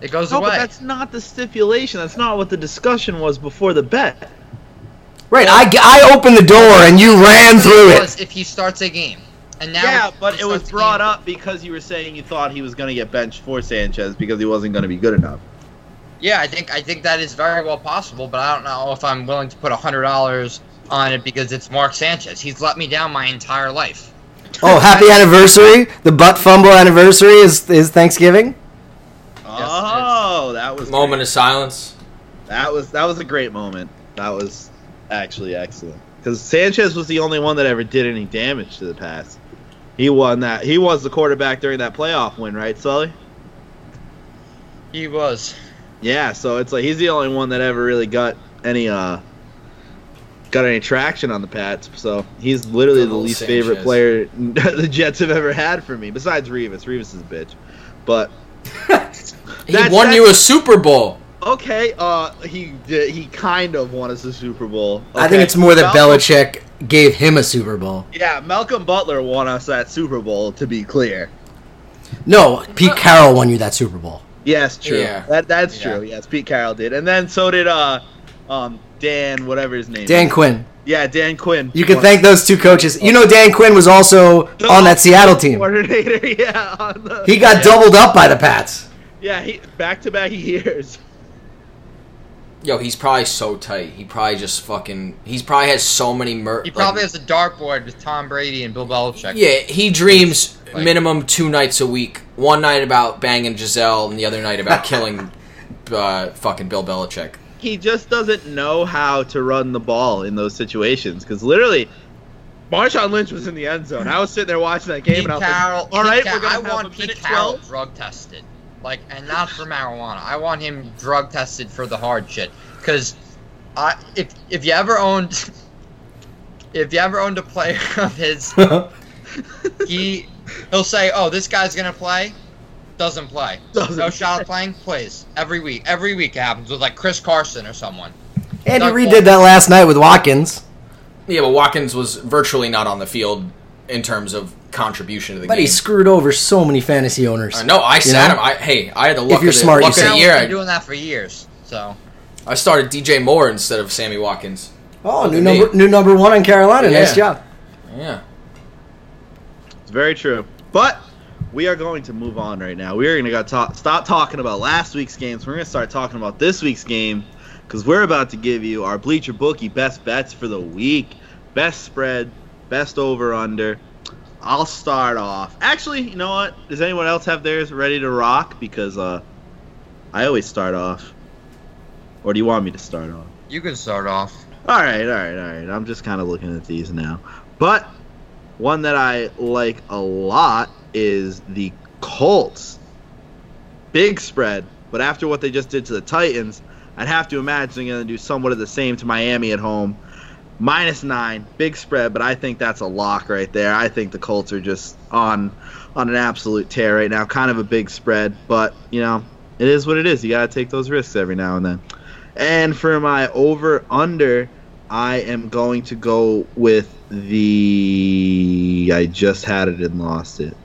Speaker 3: It goes
Speaker 1: No, but
Speaker 3: away.
Speaker 1: that's not the stipulation. That's not what the discussion was before the bet.
Speaker 4: Right. I g- I opened the door, and you ran through
Speaker 3: It
Speaker 4: it.
Speaker 3: was if he starts a game, and now
Speaker 1: yeah,
Speaker 3: if
Speaker 1: but
Speaker 3: he
Speaker 1: it was
Speaker 3: starts a
Speaker 1: brought
Speaker 3: game-
Speaker 1: up because you were saying you thought he was going to get benched for Sanchez because he wasn't going to be good enough.
Speaker 3: Yeah, I think I think that is very well possible, but I don't know if I'm willing to put hundred dollars on it because it's Mark Sanchez. He's let me down my entire life.
Speaker 4: Oh, happy anniversary! The butt fumble anniversary is is Thanksgiving.
Speaker 1: Oh, that was
Speaker 2: Moment of silence.
Speaker 1: That was that was a great moment. That was actually excellent because Sanchez was the only one that ever did any damage to the pass. He won that. He was the quarterback during that playoff win, right, Sully?
Speaker 3: He was.
Speaker 1: Yeah. So it's like he's the only one that ever really got any uh got any traction on the Pats. So he's literally
Speaker 2: Good
Speaker 1: the
Speaker 2: old
Speaker 1: least favorite
Speaker 2: Sanchez.
Speaker 1: player the Jets have ever had for me, besides Revis. Revis is a bitch, but.
Speaker 2: He
Speaker 1: That's-
Speaker 2: won
Speaker 1: that's-
Speaker 2: you a Super Bowl.
Speaker 1: Okay, uh, he did, he kind of won us the Super Bowl.
Speaker 4: I think
Speaker 1: Okay.
Speaker 4: it's more that
Speaker 1: Malcolm-
Speaker 4: Belichick gave him a Super Bowl.
Speaker 1: Yeah, Malcolm Butler won us that Super Bowl. To be clear,
Speaker 4: No, Pete Carroll won you that Super Bowl.
Speaker 1: yes, true.
Speaker 2: Yeah.
Speaker 1: That that's
Speaker 3: Yeah.
Speaker 1: true. Yes, Pete Carroll did, and then so did uh, um, Dan, whatever his name.
Speaker 4: Dan
Speaker 1: is.
Speaker 4: Quinn.
Speaker 1: Yeah, Dan Quinn.
Speaker 4: You can
Speaker 1: Won-
Speaker 4: thank those two coaches. You know, Dan Quinn was also
Speaker 1: The
Speaker 4: on that Seattle team.
Speaker 1: Coordinator, yeah. On the,
Speaker 4: He got doubled up by the Pats.
Speaker 1: Yeah, he back to back years.
Speaker 2: Yo, he's probably so tight. He probably just fucking. He's probably has so many. Mer-
Speaker 3: He probably
Speaker 2: like-
Speaker 3: has a dartboard with Tom Brady and Bill Belichick.
Speaker 2: Yeah, he dreams
Speaker 3: Like-
Speaker 2: minimum two nights a week. One night about banging Giselle, and the other night about killing uh, fucking Bill Belichick.
Speaker 1: He just doesn't know how to run the ball in those situations because literally. Marshawn Lynch was in the end zone. I was sitting there watching that game,
Speaker 3: Pete
Speaker 1: and I was
Speaker 3: Carroll.
Speaker 1: like, "All right,
Speaker 3: Pete
Speaker 1: we're
Speaker 3: Car-
Speaker 1: gonna
Speaker 3: I
Speaker 1: have
Speaker 3: want
Speaker 1: a
Speaker 3: Pete
Speaker 1: minute
Speaker 3: Carroll
Speaker 1: 12.
Speaker 3: drug tested, like, and not for marijuana. I want him drug tested for the hard shit. Cause, I if if you ever owned, if you ever owned a player of his, he he'll say, "Oh, this guy's gonna play." Doesn't play.
Speaker 1: Doesn't
Speaker 3: no shot of playing. Plays every week. Every week it happens with like Chris Carson or someone.
Speaker 4: Andy
Speaker 3: Doug
Speaker 4: Reid
Speaker 3: Baldwin.
Speaker 4: did that last night with Watkins,
Speaker 2: Yeah, but Watkins was virtually not on the field in terms of contribution to the
Speaker 4: but
Speaker 2: game.
Speaker 4: he screwed over so many fantasy owners.
Speaker 2: I know. I sat
Speaker 4: know?
Speaker 2: him. I, hey, I had the luck
Speaker 4: you're
Speaker 2: of the,
Speaker 4: smart, you
Speaker 2: luck of the
Speaker 4: sat
Speaker 2: year.
Speaker 3: Carroll's been
Speaker 2: I,
Speaker 3: doing that for years. So
Speaker 2: I started DJ Moore instead of Sammy Watkins.
Speaker 4: Oh, new
Speaker 2: at
Speaker 4: number,
Speaker 2: me.
Speaker 4: new number one on Carolina.
Speaker 2: Yeah.
Speaker 4: Nice job.
Speaker 2: Yeah.
Speaker 1: It's very true. But we are going to move on right now. We are going to got talk, stop talking about last week's games. We're going to start talking about this week's game because we're about to give you our Bleacher Bookie best bets for the week, best spread, best over under. I'll start off. Actually, you know what? Does anyone else have theirs ready to rock? Because uh, I always start off. Or do you want me to start off?
Speaker 3: you can start off.
Speaker 1: All right, all right, all right. I'm just kind of looking at these now. But one that I like a lot is the Colts. Big spread, but after what they just did to the Titans, I'd have to imagine they're going to do somewhat of the same to Miami at home. Minus nine, big spread, but I think that's a lock right there. I think the Colts are just on on an absolute tear right now. Kind of a big spread, but you know it is what it is. You got to take those risks every now and then. And for my over under, I am going to go with the. I just had it and lost it.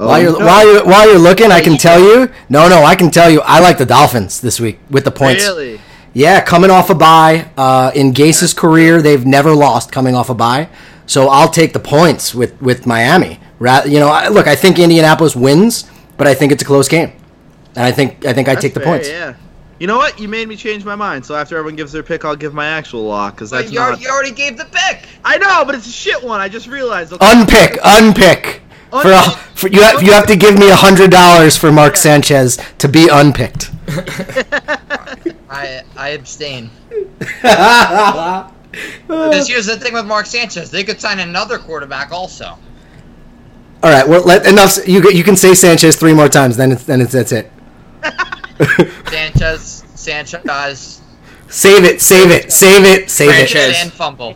Speaker 1: Oh,
Speaker 4: While you're
Speaker 1: no.
Speaker 4: while you're while you're looking, I can tell you. No, no, I can tell you. I like the Dolphins this week with the points.
Speaker 1: really?
Speaker 4: Yeah, coming off a bye. Uh, in Gase's career, they've never lost coming off a bye. So I'll take the points with with Miami. Ra- You know, I, look, I think Indianapolis wins, but I think it's a close game, and I think I think I take the
Speaker 1: Fair,
Speaker 4: points.
Speaker 1: Yeah. You know what? You made me change my mind. So after everyone gives their pick, I'll give my actual lock because
Speaker 3: But
Speaker 1: that's
Speaker 3: you,
Speaker 1: not.
Speaker 3: already, you already gave the pick.
Speaker 1: I know, but it's a shit one. I just realized. Okay.
Speaker 4: Unpick, unpick. For, a,
Speaker 1: Unpick.
Speaker 4: for you, have, you have to give me a hundred dollars for Mark Sanchez to be unpicked.
Speaker 3: I I abstain. Because here's the thing with Mark Sanchez, they could sign another quarterback also.
Speaker 4: All right, well, let, enough. You you can say Sanchez three more times, then it's then it's that's it.
Speaker 3: Sanchez, Sanchez,
Speaker 4: Save it, save it, save it, save it.
Speaker 2: Sanchez.
Speaker 3: and fumble.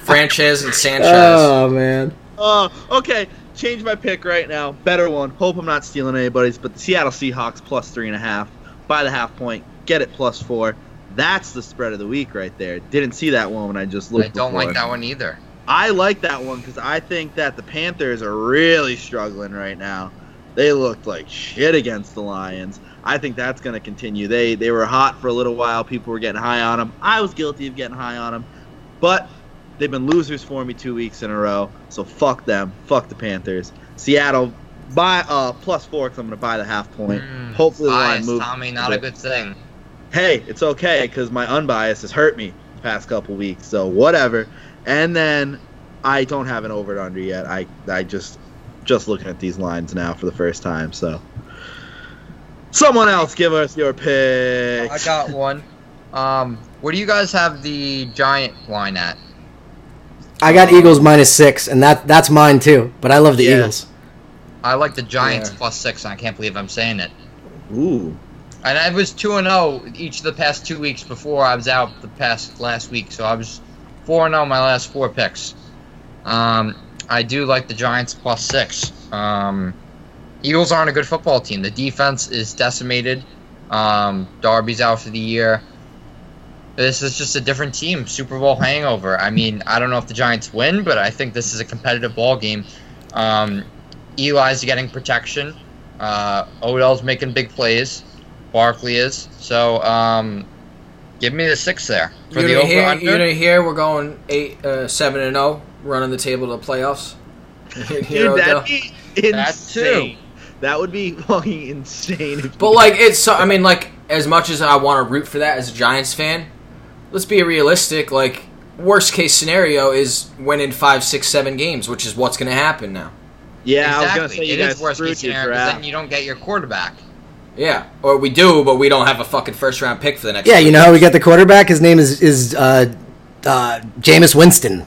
Speaker 2: Franchise and Sanchez.
Speaker 4: Oh man.
Speaker 1: Uh, okay, change my pick right now. Better one. Hope I'm not stealing anybody's. But the Seattle Seahawks plus three and a half by the half point. Get it plus four. That's the spread of the week right there. Didn't see that one when I just looked.
Speaker 3: I don't
Speaker 1: before.
Speaker 3: like that one either.
Speaker 1: I like that one because I think that the Panthers are really struggling right now. They looked like shit against the Lions. I think that's going to continue. They they were hot for a little while. People were getting high on them. I was guilty of getting high on them, but they've been losers for me two weeks in a row. So fuck them. Fuck the Panthers. Seattle buy uh plus four because I'm going to buy the half point.
Speaker 3: Mm,
Speaker 1: Hopefully the line
Speaker 3: Bias,
Speaker 1: moves.
Speaker 3: Tommy, not a good thing.
Speaker 1: hey, it's okay because my unbias has hurt me the past couple weeks, so whatever. And then I don't have an over and under yet. I I just just looking at these lines now for the first time. So someone else give us your pick.
Speaker 3: I got one. Um, what do you guys have the Giant line at?
Speaker 4: I got Eagles minus six, and that that's mine too. But I love the
Speaker 1: Yeah.
Speaker 4: Eagles.
Speaker 3: I like the Giants
Speaker 2: Yeah.
Speaker 3: plus six, and I can't believe I'm saying it.
Speaker 1: Ooh,
Speaker 3: And I was two and zero each of the past two weeks before I was out the past last week, so I was four and zero my last four picks. Um, I do like the Giants plus six. Um, Eagles aren't a good football team. The defense is decimated. Um, Darby's out for the year. This is just a different team. Super Bowl hangover. I mean, I don't know if the Giants win, but I think this is a competitive ball game. Um, Eli's getting protection. Uh, Odell's making big plays. Barkley is. So um, give me the six there for the
Speaker 2: you didn't
Speaker 3: over
Speaker 2: hear? You
Speaker 3: under.
Speaker 2: didn't hear? We're going eight, uh, seven and zero, running the table to the playoffs. Hero
Speaker 1: dude,
Speaker 2: Dell.
Speaker 1: that'd be insane.
Speaker 3: That too.
Speaker 1: That would be fucking insane. If
Speaker 2: But like it's so I mean like as much as I want to root for that as a Giants fan, let's be realistic. Like worst case scenario is winning five, six, seven games, which is what's going to happen now.
Speaker 1: yeah, I was
Speaker 3: exactly.
Speaker 1: gonna say you
Speaker 3: It is
Speaker 1: guys
Speaker 3: worst
Speaker 1: screwed
Speaker 3: case
Speaker 1: your
Speaker 3: scenario, 'cause
Speaker 1: draft.
Speaker 3: then you don't get your quarterback.
Speaker 2: Yeah, or we do, but we don't have a fucking first round pick for the next.
Speaker 4: Yeah, you know how we got the quarterback. His name is is uh, uh, Jameis Winston.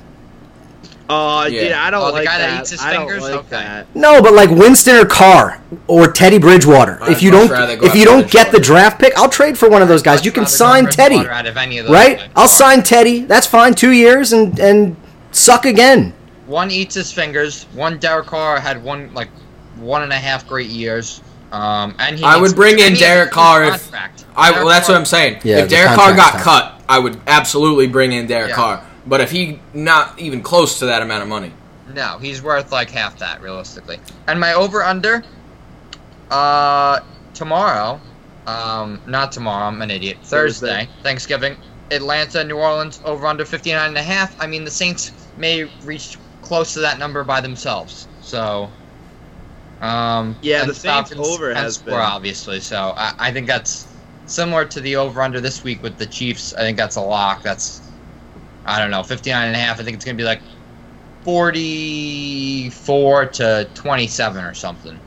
Speaker 1: Oh, yeah.
Speaker 2: Yeah.
Speaker 1: I don't
Speaker 3: Oh, the
Speaker 1: like
Speaker 3: guy that
Speaker 1: that.
Speaker 3: eats his
Speaker 1: I don't
Speaker 3: fingers?
Speaker 1: like
Speaker 3: Okay.
Speaker 1: that.
Speaker 4: No, but like Winston or Carr or Teddy Bridgewater.
Speaker 2: I'd
Speaker 4: if you
Speaker 2: much
Speaker 4: don't
Speaker 2: rather go
Speaker 4: if you
Speaker 2: after
Speaker 4: don't get the
Speaker 2: Bridgewater.
Speaker 4: draft pick, I'll trade for one of those guys. You
Speaker 3: I'd
Speaker 4: can
Speaker 3: rather go
Speaker 4: sign
Speaker 3: Bridgewater
Speaker 4: Teddy,
Speaker 3: Out of any of those
Speaker 4: right?
Speaker 3: guys.
Speaker 4: I'll sign Teddy. That's fine. Two years and and suck again.
Speaker 3: One eats his fingers. One Derek Carr had one like one and a half great years. Um, and he
Speaker 2: I would
Speaker 3: needs-
Speaker 2: bring in
Speaker 3: and he has
Speaker 2: Derek
Speaker 3: a huge
Speaker 2: Carr if-
Speaker 3: contract.
Speaker 2: I,
Speaker 3: Derek
Speaker 2: well, that's
Speaker 3: Carr-
Speaker 2: what I'm saying.
Speaker 4: Yeah,
Speaker 2: if
Speaker 4: the
Speaker 2: Derek Carr got
Speaker 4: contract's
Speaker 2: cut, I would absolutely bring in Derek
Speaker 3: Yeah.
Speaker 2: Carr. But if he not even close to that amount of money,
Speaker 3: No, he's worth like half that realistically. And my over under, uh, tomorrow, um, not tomorrow. I'm an idiot. Thursday,
Speaker 1: Thursday.
Speaker 3: Thanksgiving, Atlanta, New Orleans, over under 59 and a half. I mean, the Saints may reach close to that number by themselves. So, um,
Speaker 1: Yeah,
Speaker 3: and
Speaker 1: the Saints
Speaker 3: Falcons
Speaker 1: over
Speaker 3: can
Speaker 1: has
Speaker 3: score,
Speaker 1: been-
Speaker 3: obviously. So I, I think that's similar to the over under this week with the Chiefs. I think that's a lock. That's I don't know, 59 and a half. I think it's going to be like 44 to 27 or something.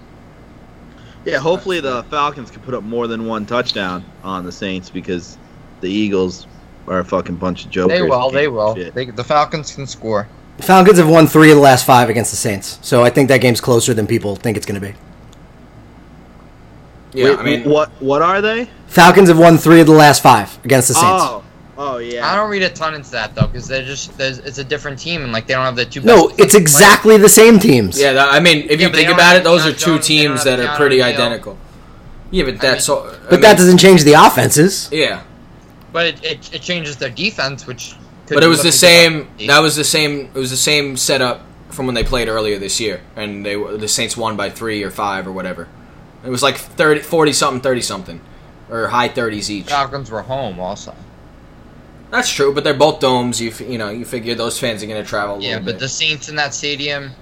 Speaker 1: Yeah, hopefully the Falcons can put up more than one touchdown on the Saints because the Eagles are a fucking bunch of jokers.
Speaker 3: They will,
Speaker 1: and
Speaker 3: they
Speaker 1: can't
Speaker 3: will.
Speaker 1: do shit.
Speaker 3: They, the Falcons can score.
Speaker 4: Falcons have won three of the last five against the Saints, so I think that game's closer than people think it's going to be.
Speaker 2: Yeah,
Speaker 1: Wait,
Speaker 2: I mean,
Speaker 1: what what are they?
Speaker 4: Falcons have won three of the last five against the Saints.
Speaker 1: Oh, oh yeah.
Speaker 3: I don't read a ton into that though, because they're just there's it's a different team and like they don't have the two. Best
Speaker 4: no, it's exactly the same teams.
Speaker 2: yeah. That, I mean, if
Speaker 3: Yeah,
Speaker 2: you
Speaker 3: but they
Speaker 2: think
Speaker 3: don't
Speaker 2: about
Speaker 3: have
Speaker 2: it, those are
Speaker 3: Jones,
Speaker 2: two
Speaker 3: they don't
Speaker 2: teams
Speaker 3: have
Speaker 2: that are
Speaker 3: Keanu
Speaker 2: pretty
Speaker 3: Neal.
Speaker 2: identical. Yeah, but that's all. I
Speaker 4: but that
Speaker 2: mean-
Speaker 4: doesn't change the offenses.
Speaker 2: Yeah,
Speaker 3: But it, it, it changes their defense, which. Could
Speaker 2: but it was
Speaker 3: look
Speaker 2: the
Speaker 3: at
Speaker 2: same.
Speaker 3: defense.
Speaker 2: That was the same. It was the same setup from when they played earlier this year, and they were- the Saints won by three or five or whatever. It was like 30, 40 something, thirty something, or high thirties each.
Speaker 3: Falcons were home also.
Speaker 2: That's true, but they're both domes. You f- you know you figure those fans are gonna travel. A
Speaker 3: Yeah,
Speaker 2: little
Speaker 3: but
Speaker 2: bit.
Speaker 3: the Saints in that stadium.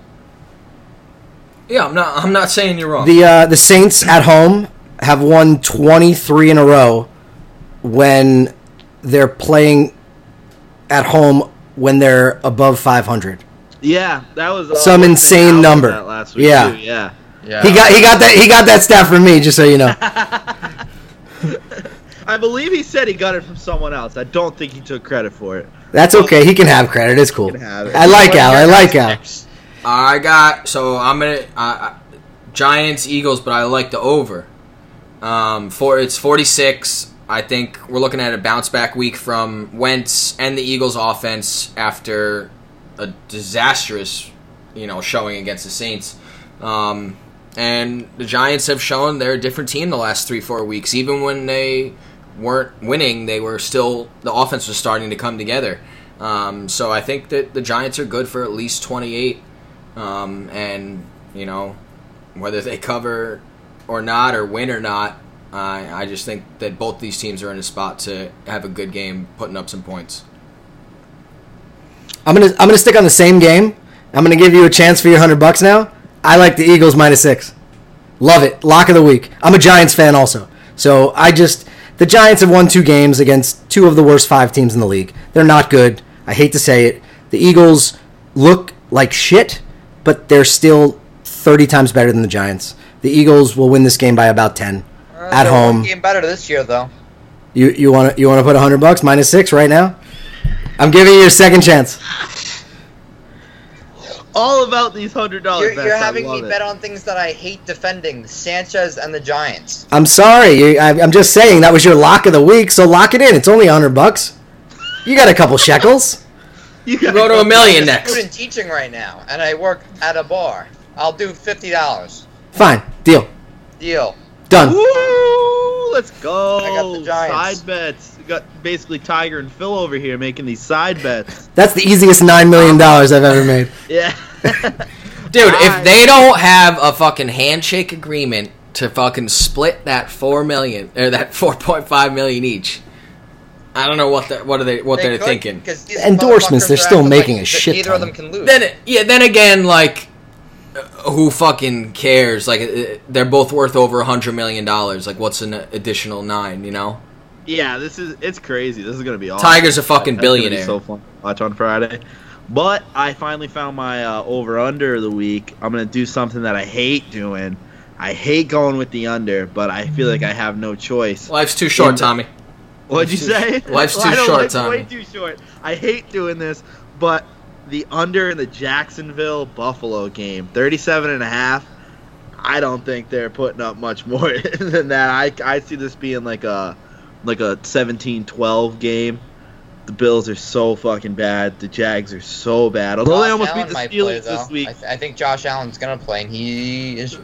Speaker 2: yeah, I'm not. I'm not saying you're wrong.
Speaker 4: The uh, the Saints at home have won 23 in a row when they're playing at home when they're above 500.
Speaker 1: Yeah, that was uh,
Speaker 4: Some insane
Speaker 1: Allen
Speaker 4: number.
Speaker 1: that last week
Speaker 4: Yeah.
Speaker 1: too, yeah.
Speaker 3: Yeah.
Speaker 4: He got he got that he got that stat from me just so you know.
Speaker 1: I believe he said he got it from someone else. I don't think he took credit for it.
Speaker 4: That's okay. He can have credit. It's cool.
Speaker 1: He can have it.
Speaker 4: I like
Speaker 3: What are
Speaker 4: Al.
Speaker 3: your
Speaker 4: I like
Speaker 3: guys'
Speaker 4: Al.
Speaker 3: picks?
Speaker 2: I got so I'm gonna I, I, Giants Eagles, but I like the over. Um, for it's 46. I think we're looking at a bounce back week from Wentz and the Eagles offense after a disastrous, you know, showing against the Saints. Um, and the Giants have shown they're a different team the last three four weeks. Even when they weren't winning, they were still the offense was starting to come together. Um, so I think that the Giants are good for at least 28 um, and you know whether they cover or not or win or not I I just think that both these teams are in a spot to have a good game putting up some points
Speaker 4: I'm gonna I'm gonna stick on the same game. I'm gonna give you a chance for your hundred bucks now. I like the Eagles minus six. Love it. Lock of the week. I'm a Giants fan also. So I just the Giants have won two games against two of the worst five teams in the league. They're not good. I hate to say it. The Eagles look like shit, but they're still thirty times better than the Giants. The Eagles will win this game by about ten.
Speaker 3: Uh,
Speaker 4: At
Speaker 3: They're one
Speaker 4: home.
Speaker 3: Game better this year though.
Speaker 4: You you wanna you wanna put hundred bucks minus six right now? I'm giving you your second chance.
Speaker 1: All about these hundred dollars.
Speaker 3: You're, you're having me bet on things that I hate defending: Sanchez and the Giants.
Speaker 4: I'm sorry. You, I, I'm just saying that was your lock of the week, so lock it in. It's only hundred bucks. You got a couple shekels.
Speaker 1: You
Speaker 2: go to a million
Speaker 3: I'm a student
Speaker 2: next
Speaker 3: teaching right now, and I work at a bar. I'll do fifty dollars.
Speaker 4: Fine, deal,
Speaker 3: Deal.
Speaker 4: done.
Speaker 1: Woo! Let's go.
Speaker 3: I got the Giants.
Speaker 1: Side bets. We got basically Tiger and Phil over here making these side bets.
Speaker 4: That's the easiest nine million dollars I've ever made.
Speaker 1: Yeah.
Speaker 2: dude if they don't have a fucking handshake agreement to fucking split that 4 million or that 4.5 million each I don't know what the, what are they what they are thinking
Speaker 4: Endorsements, they're still making a
Speaker 3: a
Speaker 4: shit
Speaker 3: Either of
Speaker 4: ton.
Speaker 3: them can lose.
Speaker 2: then it- yeah then again like uh, who fucking cares like uh, they're both worth over a hundred million dollars like what's an additional nine you know
Speaker 1: yeah, this is it's crazy. This is gonna be awesome.
Speaker 2: tiger's a fucking
Speaker 1: That's gonna be
Speaker 2: billionaire
Speaker 1: So fun. to Watch on Friday. But I finally found my uh, over under of the week. I'm gonna do something that I hate doing. I hate going with the under, but I feel like I have no choice.
Speaker 2: life's too short tommy
Speaker 1: What'd you say?
Speaker 2: Life's too
Speaker 1: I know,
Speaker 2: short,
Speaker 1: life's
Speaker 2: Tommy.
Speaker 1: Way too short. I hate doing this, but the under in the Jacksonville Buffalo game, 37 and a half. I don't think they're putting up much more than that. I, I see this being like a like a 17-12 game. The Bills are so fucking bad. The Jags are so bad. Although they
Speaker 3: Josh
Speaker 1: almost
Speaker 3: Allen
Speaker 1: beat the
Speaker 3: might
Speaker 1: Steelers
Speaker 3: play,
Speaker 1: this
Speaker 3: though.
Speaker 1: week.
Speaker 3: I, th- I think Josh Allen's gonna play, and he is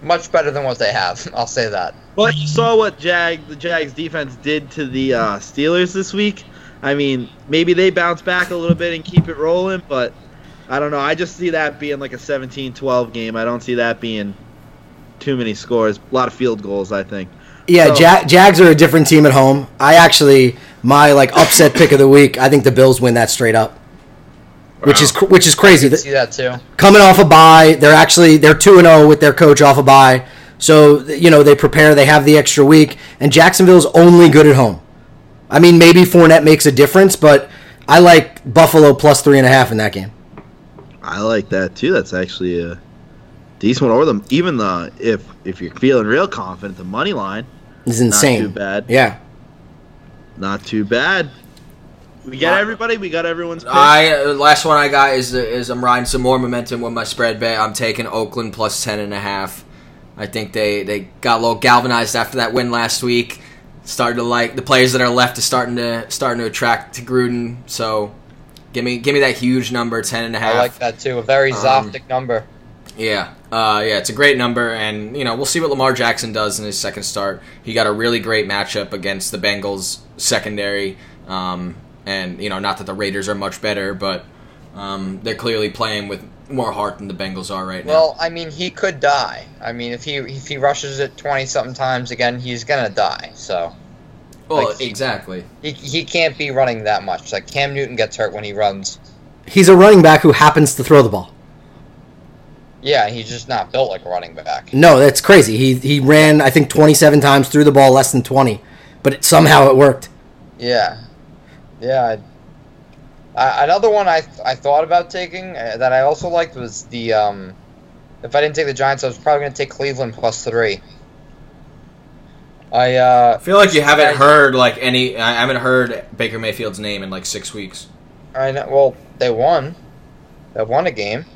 Speaker 3: much better than what they have. I'll say that.
Speaker 1: But you saw what Jag the Jags defense did to the uh, Steelers this week. I mean, maybe they bounce back a little bit and keep it rolling, but I don't know. I just see that being like a 17-12 game. I don't see that being too many scores. A lot of field goals, I think.
Speaker 4: Yeah,
Speaker 1: So-
Speaker 4: Ja- Jags are a different team at home. I actually my like upset pick of the week. I think the Bills win that straight up, which is cr- which is crazy.
Speaker 3: You see that too.
Speaker 4: coming off a bye. They're actually they're two and zero with their coach off a bye. So you know they prepare. They have the extra week, and Jacksonville's only good at home. I mean, maybe Fournette makes a difference, but I like Buffalo plus three and a half in that game.
Speaker 1: I like that too. That's actually a decent one. Or the even the if if you're feeling real confident, the money line
Speaker 4: It's insane.
Speaker 1: too bad.
Speaker 4: Yeah.
Speaker 1: not too bad. We got everybody. We got everyone's. Pick.
Speaker 2: I uh, last one I got is is I'm riding some more momentum with my spread bet. I'm taking Oakland plus ten and a half. I think they they got a little galvanized after that win last week. Started to like the players that are left is starting to starting to attract to Gruden. So give me give me that huge number ten and a half.
Speaker 3: I like that too. A very
Speaker 2: Um,
Speaker 3: Zoptic number.
Speaker 2: Yeah, uh, yeah, it's a great number, and you know we'll see what Lamar Jackson does in his second start. He got a really great matchup against the Bengals secondary, um, and you know not that the Raiders are much better, but um, they're clearly playing with more heart than the Bengals are right
Speaker 3: Well, I mean, he could die. I mean, if he if he rushes it twenty something times again, he's gonna die. So
Speaker 2: now. Well,
Speaker 3: like-
Speaker 2: exactly.
Speaker 3: he, he can't be running that much. Like Cam Newton gets hurt when he runs.
Speaker 4: He's a running back who happens to throw the ball.
Speaker 3: Yeah, he's just not built like a running back.
Speaker 4: No, that's crazy. He he ran I think 27 times, threw the ball less than 20, but it, somehow it worked.
Speaker 3: Yeah, yeah. I, I- another one I I thought about taking uh, that I also liked was the um, if I didn't take the Giants, I was probably gonna take Cleveland plus three. I uh,
Speaker 2: I feel like you haven't
Speaker 3: haven't
Speaker 2: heard like any. I haven't heard Baker Mayfield's name in like six weeks.
Speaker 3: I know, well they won, they won a game.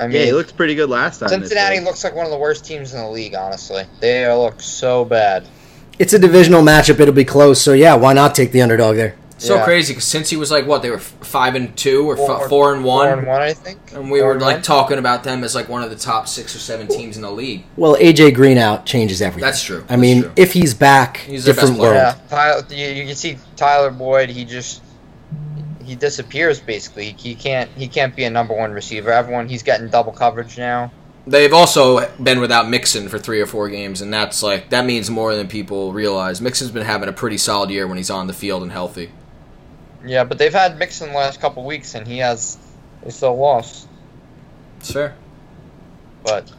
Speaker 3: I mean,
Speaker 1: yeah, he looked pretty good last time. they
Speaker 3: Cincinnati
Speaker 1: played.
Speaker 3: looks like one of the worst teams in the league. Honestly, they look so bad.
Speaker 4: It's a divisional matchup. It'll be close. So yeah, why not take the underdog there?
Speaker 2: So
Speaker 3: Yeah.
Speaker 2: crazy because since he was like what they were f- five and two or
Speaker 3: Four-
Speaker 2: f- four and one,
Speaker 3: Four and one, I think.
Speaker 2: and we
Speaker 3: Four
Speaker 2: were like
Speaker 3: one.
Speaker 2: talking about them as like one of the top six or seven teams in the league.
Speaker 4: Well, AJ Green out changes everything.
Speaker 2: That's true.
Speaker 4: I
Speaker 2: That's
Speaker 4: mean,
Speaker 2: true.
Speaker 4: if he's back,
Speaker 2: He's their
Speaker 4: different
Speaker 2: best player.
Speaker 4: world.
Speaker 3: Yeah, Tyler, you, you can see Tyler Boyd. He just he disappears basically. He can't he can't be a number one receiver. Everyone he's getting double coverage now.
Speaker 2: They've also been without Mixon for three or four games, and that's like that means more than people realize. Mixon's been having a pretty solid year when he's on the field and healthy.
Speaker 3: Yeah, but they've had Mixon the last couple weeks, and he has they still lost.
Speaker 2: It's fair.
Speaker 3: But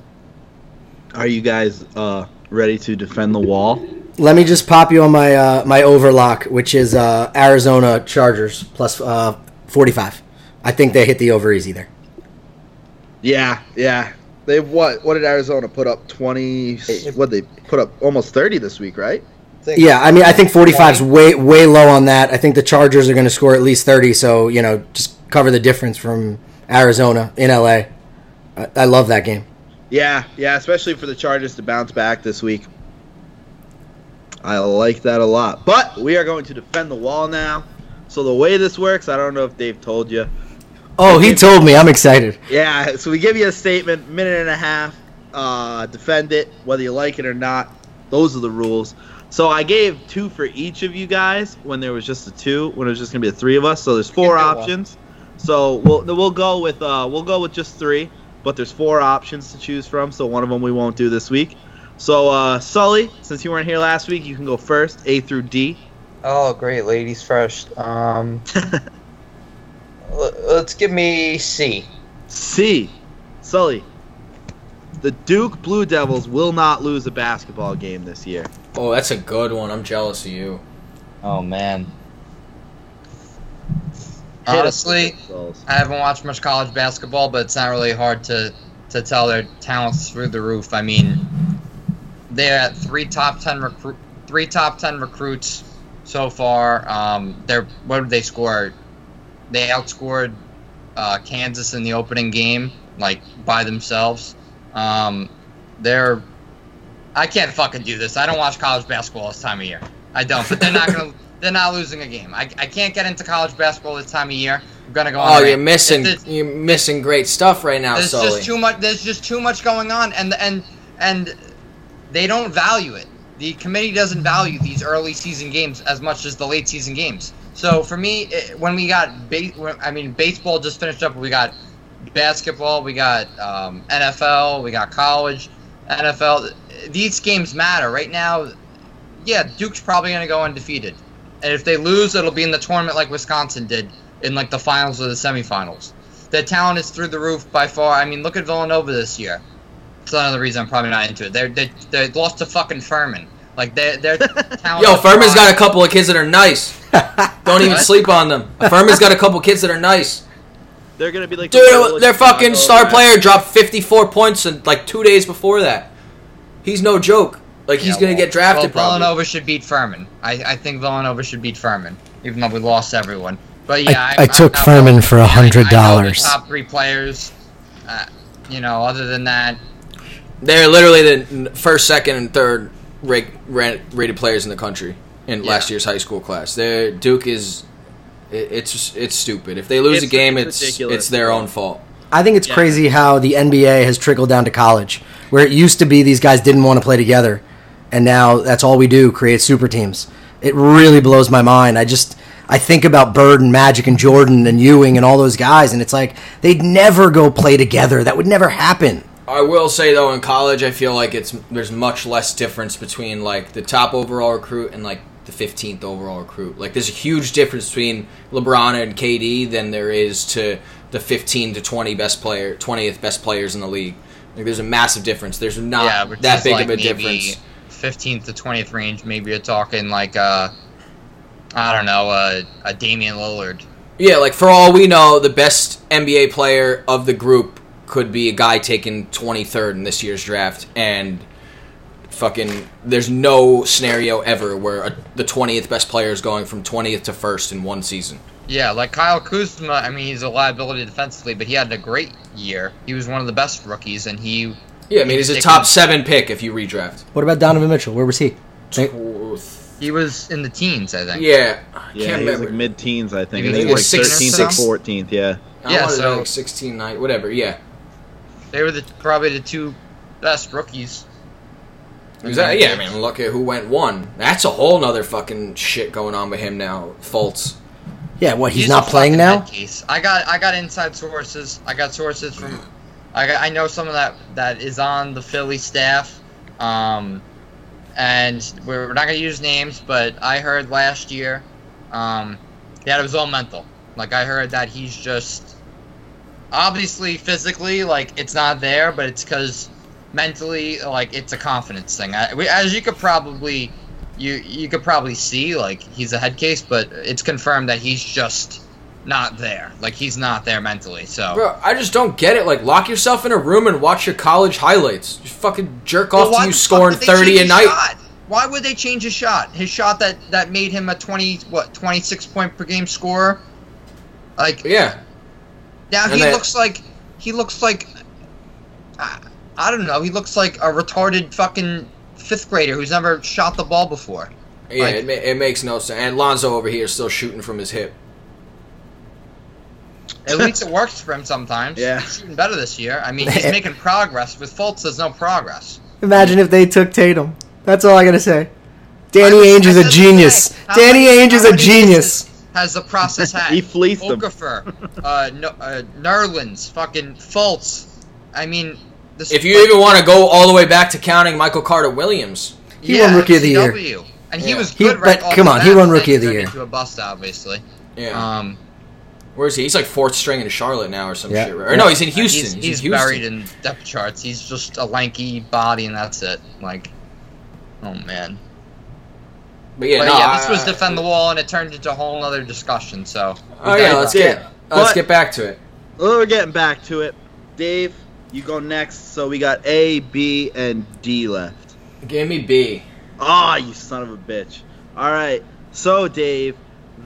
Speaker 1: Are you guys uh, ready to defend the wall?
Speaker 4: Let me just pop you on my uh, my overlock, which is uh, Arizona Chargers plus uh, 45. I think they hit the over easy there.
Speaker 1: Yeah, yeah. They what? What did Arizona put up? Twenty? What they put up? Almost thirty this week, right?
Speaker 3: I think-
Speaker 4: Yeah, I mean, I think 45 is way way low on that. I think the Chargers are going to score at least 30, so you know, just cover the difference from Arizona in LA. I, I love that game.
Speaker 1: Yeah, yeah. Especially for the Chargers to bounce back this week. I like that a lot. But we are going to defend the wall now. So the way this works, I don't know if Dave told you.
Speaker 4: Oh, he told me. I'm excited.
Speaker 1: Yeah, so we give you a statement, minute and a half, uh, defend it, whether you like it or not. Those are the rules. So I gave two for each of you guys when there was just the two, when it was just gonna be the three of us. So there's four
Speaker 3: do one.
Speaker 1: options. So we'll we'll go with uh, we'll go with just three, but there's four options to choose from. So one of them we won't do this week. So uh, Sully, since you weren't here last week, you can go first, A through D.
Speaker 3: Oh, great, ladies first. Um, l- let's give me C.
Speaker 1: C. Sully. The Duke Blue Devils will not lose a basketball game this year.
Speaker 2: Oh, that's a good one. I'm jealous of you.
Speaker 3: Oh man.
Speaker 1: Hit us
Speaker 3: Honestly,
Speaker 1: with those.
Speaker 3: I haven't watched much college basketball, but it's not really hard to to tell their talents through the roof. I mean, they are three top ten recruit, three top ten recruits so far. Um, they're what did they score? They outscored uh, Kansas in the opening game, like by themselves. Um, they're I can't fucking do this. I don't watch college basketball this time of year. I don't. But they're not gonna. They're not losing a game. I, I can't get into college basketball this time of year. I'm gonna go. on a
Speaker 2: Oh,
Speaker 3: rant.
Speaker 2: you're missing
Speaker 3: There's-
Speaker 2: you're missing great stuff right now,
Speaker 3: there's
Speaker 2: Sully.
Speaker 3: just too much. There's just too much going on, and and and they don't value it. The committee doesn't value these early season games as much as the late season games. So for me, it, when we got, ba- when- I mean, baseball just finished up. We got basketball. We got um, NFL. We got college, NFL. These games matter right now. Yeah, Duke's probably going to go undefeated, and if they lose, it'll be in the tournament like Wisconsin did in like the finals or the semifinals. Their talent is through the roof by far. I mean, look at Villanova this year. It's another reason I'm probably not into it. They're, they they lost to fucking Furman. Like they they're talent.
Speaker 2: Yo, Furman's got a couple of kids that are nice. Don't even
Speaker 3: What?
Speaker 2: sleep on them. Furman's got a couple kids that are nice.
Speaker 1: They're gonna be like the Royals
Speaker 2: Dude,
Speaker 1: of
Speaker 2: their fucking
Speaker 1: Chicago,
Speaker 2: star
Speaker 1: right?
Speaker 2: player dropped 54 points in like two days before that. He's no joke. Like he's
Speaker 3: Yeah,
Speaker 2: gonna
Speaker 3: well-
Speaker 2: get drafted
Speaker 3: Well,
Speaker 2: probably.
Speaker 3: Villanova should beat Furman. I, I think Villanova should beat Furman, even though we lost everyone. But yeah,
Speaker 5: I took
Speaker 3: that
Speaker 5: Furman
Speaker 3: was-
Speaker 5: for
Speaker 3: I know the
Speaker 5: $100.
Speaker 3: Top three players. Uh, you know, other than that,
Speaker 2: They're literally the n- first, second, and third ra- ra- rated players in the country in
Speaker 3: Yeah.
Speaker 2: last year's high school class. Their Duke is i- it's it's stupid. If they lose
Speaker 1: It's
Speaker 2: a game, it's
Speaker 1: ridiculous.
Speaker 2: it's their own fault.
Speaker 4: I think it's
Speaker 1: Yeah.
Speaker 4: crazy how the NBA has trickled down to college, where it used to be these guys didn't want to play together, and now that's all we do create super teams. It really blows my mind. I just I think about Bird and Magic and Jordan and Ewing and all those guys, and it's like they'd never go play together. That would never happen.
Speaker 2: I will say though, in college, I feel like it's there's much less difference between like the top overall recruit and like the 15th overall recruit. Like there's a huge difference between LeBron and KD than there is to the 15 to 20 best player, 20th best players in the league. Like there's a massive difference. There's not
Speaker 3: yeah, which
Speaker 2: that
Speaker 3: is
Speaker 2: big
Speaker 3: like
Speaker 2: of a
Speaker 3: maybe
Speaker 2: difference.
Speaker 3: 15th to 20th range. Maybe you're talking like uh, I don't know, uh, a Damian Lillard.
Speaker 2: Yeah, like for all we know, the best NBA player of the group could be a guy taken 23rd in this year's draft, and fucking, there's no scenario ever where a, the 20th best player is going from 20th to 1st in one season.
Speaker 3: Yeah, like Kyle Kuzma. I mean, he's a liability defensively, but he had a great year. He was one of the best rookies, and he
Speaker 2: Yeah, I mean, he's a top seven pick if you redraft.
Speaker 4: What about Donovan Mitchell? Where was he? They-
Speaker 3: he was in the teens, I think.
Speaker 2: Yeah, I
Speaker 1: Yeah,
Speaker 2: can't
Speaker 1: he was
Speaker 2: remember.
Speaker 1: like mid-teens, I think.
Speaker 3: Maybe
Speaker 1: I
Speaker 3: he
Speaker 1: think it
Speaker 2: was
Speaker 1: was like
Speaker 2: 16
Speaker 1: 13th
Speaker 2: six.
Speaker 1: or 14th. Yeah.
Speaker 2: I
Speaker 3: yeah,
Speaker 2: wanted to
Speaker 3: so-
Speaker 2: like 16, nine- whatever. Yeah,
Speaker 3: They were the, probably the two best rookies.
Speaker 1: Mm-hmm.
Speaker 2: Exactly. Yeah, I mean, look at who went one. That's a whole nother fucking shit going on with him now. Fultz.
Speaker 4: yeah, what he's,
Speaker 3: He's
Speaker 4: not
Speaker 3: a
Speaker 4: playing
Speaker 3: fucking
Speaker 4: now.
Speaker 3: nutcase. I got I got inside sources. I got sources from I got, I know someone that that is on the Philly staff. Um, and we're, we're not gonna use names, but I heard last year, um, that it was all mental. Like I heard that he's just obviously physically like it's not there, but it's because mentally like it's a confidence thing. I, we, as you could probably you you could probably see like he's a head case, but it's confirmed that he's just not there. Like he's not there mentally. So
Speaker 2: Bro, I just don't get it. Like, lock yourself in a room and watch your college highlights. Just fucking jerk
Speaker 3: Well,
Speaker 2: off
Speaker 3: why
Speaker 2: to you
Speaker 3: the fuck
Speaker 2: scoring
Speaker 3: did they
Speaker 2: 30 a
Speaker 3: change
Speaker 2: night.
Speaker 3: his shot? Why would they change his shot? His shot that that made him a twenty what twenty six point per game scorer. Like
Speaker 2: Yeah.
Speaker 3: now
Speaker 2: And
Speaker 3: he
Speaker 2: they-
Speaker 3: looks like he looks like I, I don't know. He looks like a retarded fucking fifth grader who's never shot the ball before.
Speaker 2: Yeah,
Speaker 3: Like-
Speaker 2: it, ma- it makes no sense. And Lonzo over here is still shooting from his hip.
Speaker 3: At least it works for him sometimes.
Speaker 1: Yeah.
Speaker 3: He's shooting better this year. I mean, he's making progress. With Fultz, there's no progress.
Speaker 4: Imagine if they took Tatum. That's all I gotta say. Danny
Speaker 3: I-
Speaker 4: Ainge
Speaker 3: I
Speaker 4: is a
Speaker 3: said
Speaker 4: genius.
Speaker 3: today, how
Speaker 4: Danny
Speaker 3: many-
Speaker 4: Ainge
Speaker 3: how
Speaker 4: is a
Speaker 3: many
Speaker 4: genius.
Speaker 3: misses Has the process had?
Speaker 1: He fleeced them.
Speaker 3: Okafor, uh, no, uh, Nerlens, fucking Fultz. I mean, this
Speaker 2: If you even want to go all the way back to counting Michael Carter Williams,
Speaker 4: He won Rookie of the Year.
Speaker 3: CW. and he
Speaker 2: Yeah.
Speaker 3: was
Speaker 4: He-
Speaker 3: good. right
Speaker 4: but
Speaker 3: off
Speaker 4: come
Speaker 3: the
Speaker 4: on,
Speaker 3: bat,
Speaker 4: he won
Speaker 3: but then
Speaker 4: Rookie of the
Speaker 3: turned
Speaker 4: Year.
Speaker 3: Into a bust, obviously.
Speaker 2: yeah.
Speaker 3: Um,
Speaker 2: Where is he? He's like fourth string in Charlotte now or some
Speaker 4: Yeah.
Speaker 2: shit. Right? Or no, he's in Houston.
Speaker 3: he's,
Speaker 2: in
Speaker 3: he's
Speaker 2: Houston.
Speaker 3: buried in depth charts. He's just a lanky body, and that's it. Like, oh man.
Speaker 2: But yeah,
Speaker 3: but
Speaker 2: no,
Speaker 3: yeah, this
Speaker 2: I-
Speaker 3: was
Speaker 2: I-
Speaker 3: defend the wall, and it turned into a whole other discussion. So.
Speaker 2: Oh yeah, let's
Speaker 1: Yeah.
Speaker 2: get let's
Speaker 1: But-
Speaker 2: get back to it.
Speaker 1: Well, we're getting back to it. Dave, you go next. So we got A, B, and D left.
Speaker 2: Give me B.
Speaker 1: Ah, you son of a bitch. All right. So, Dave,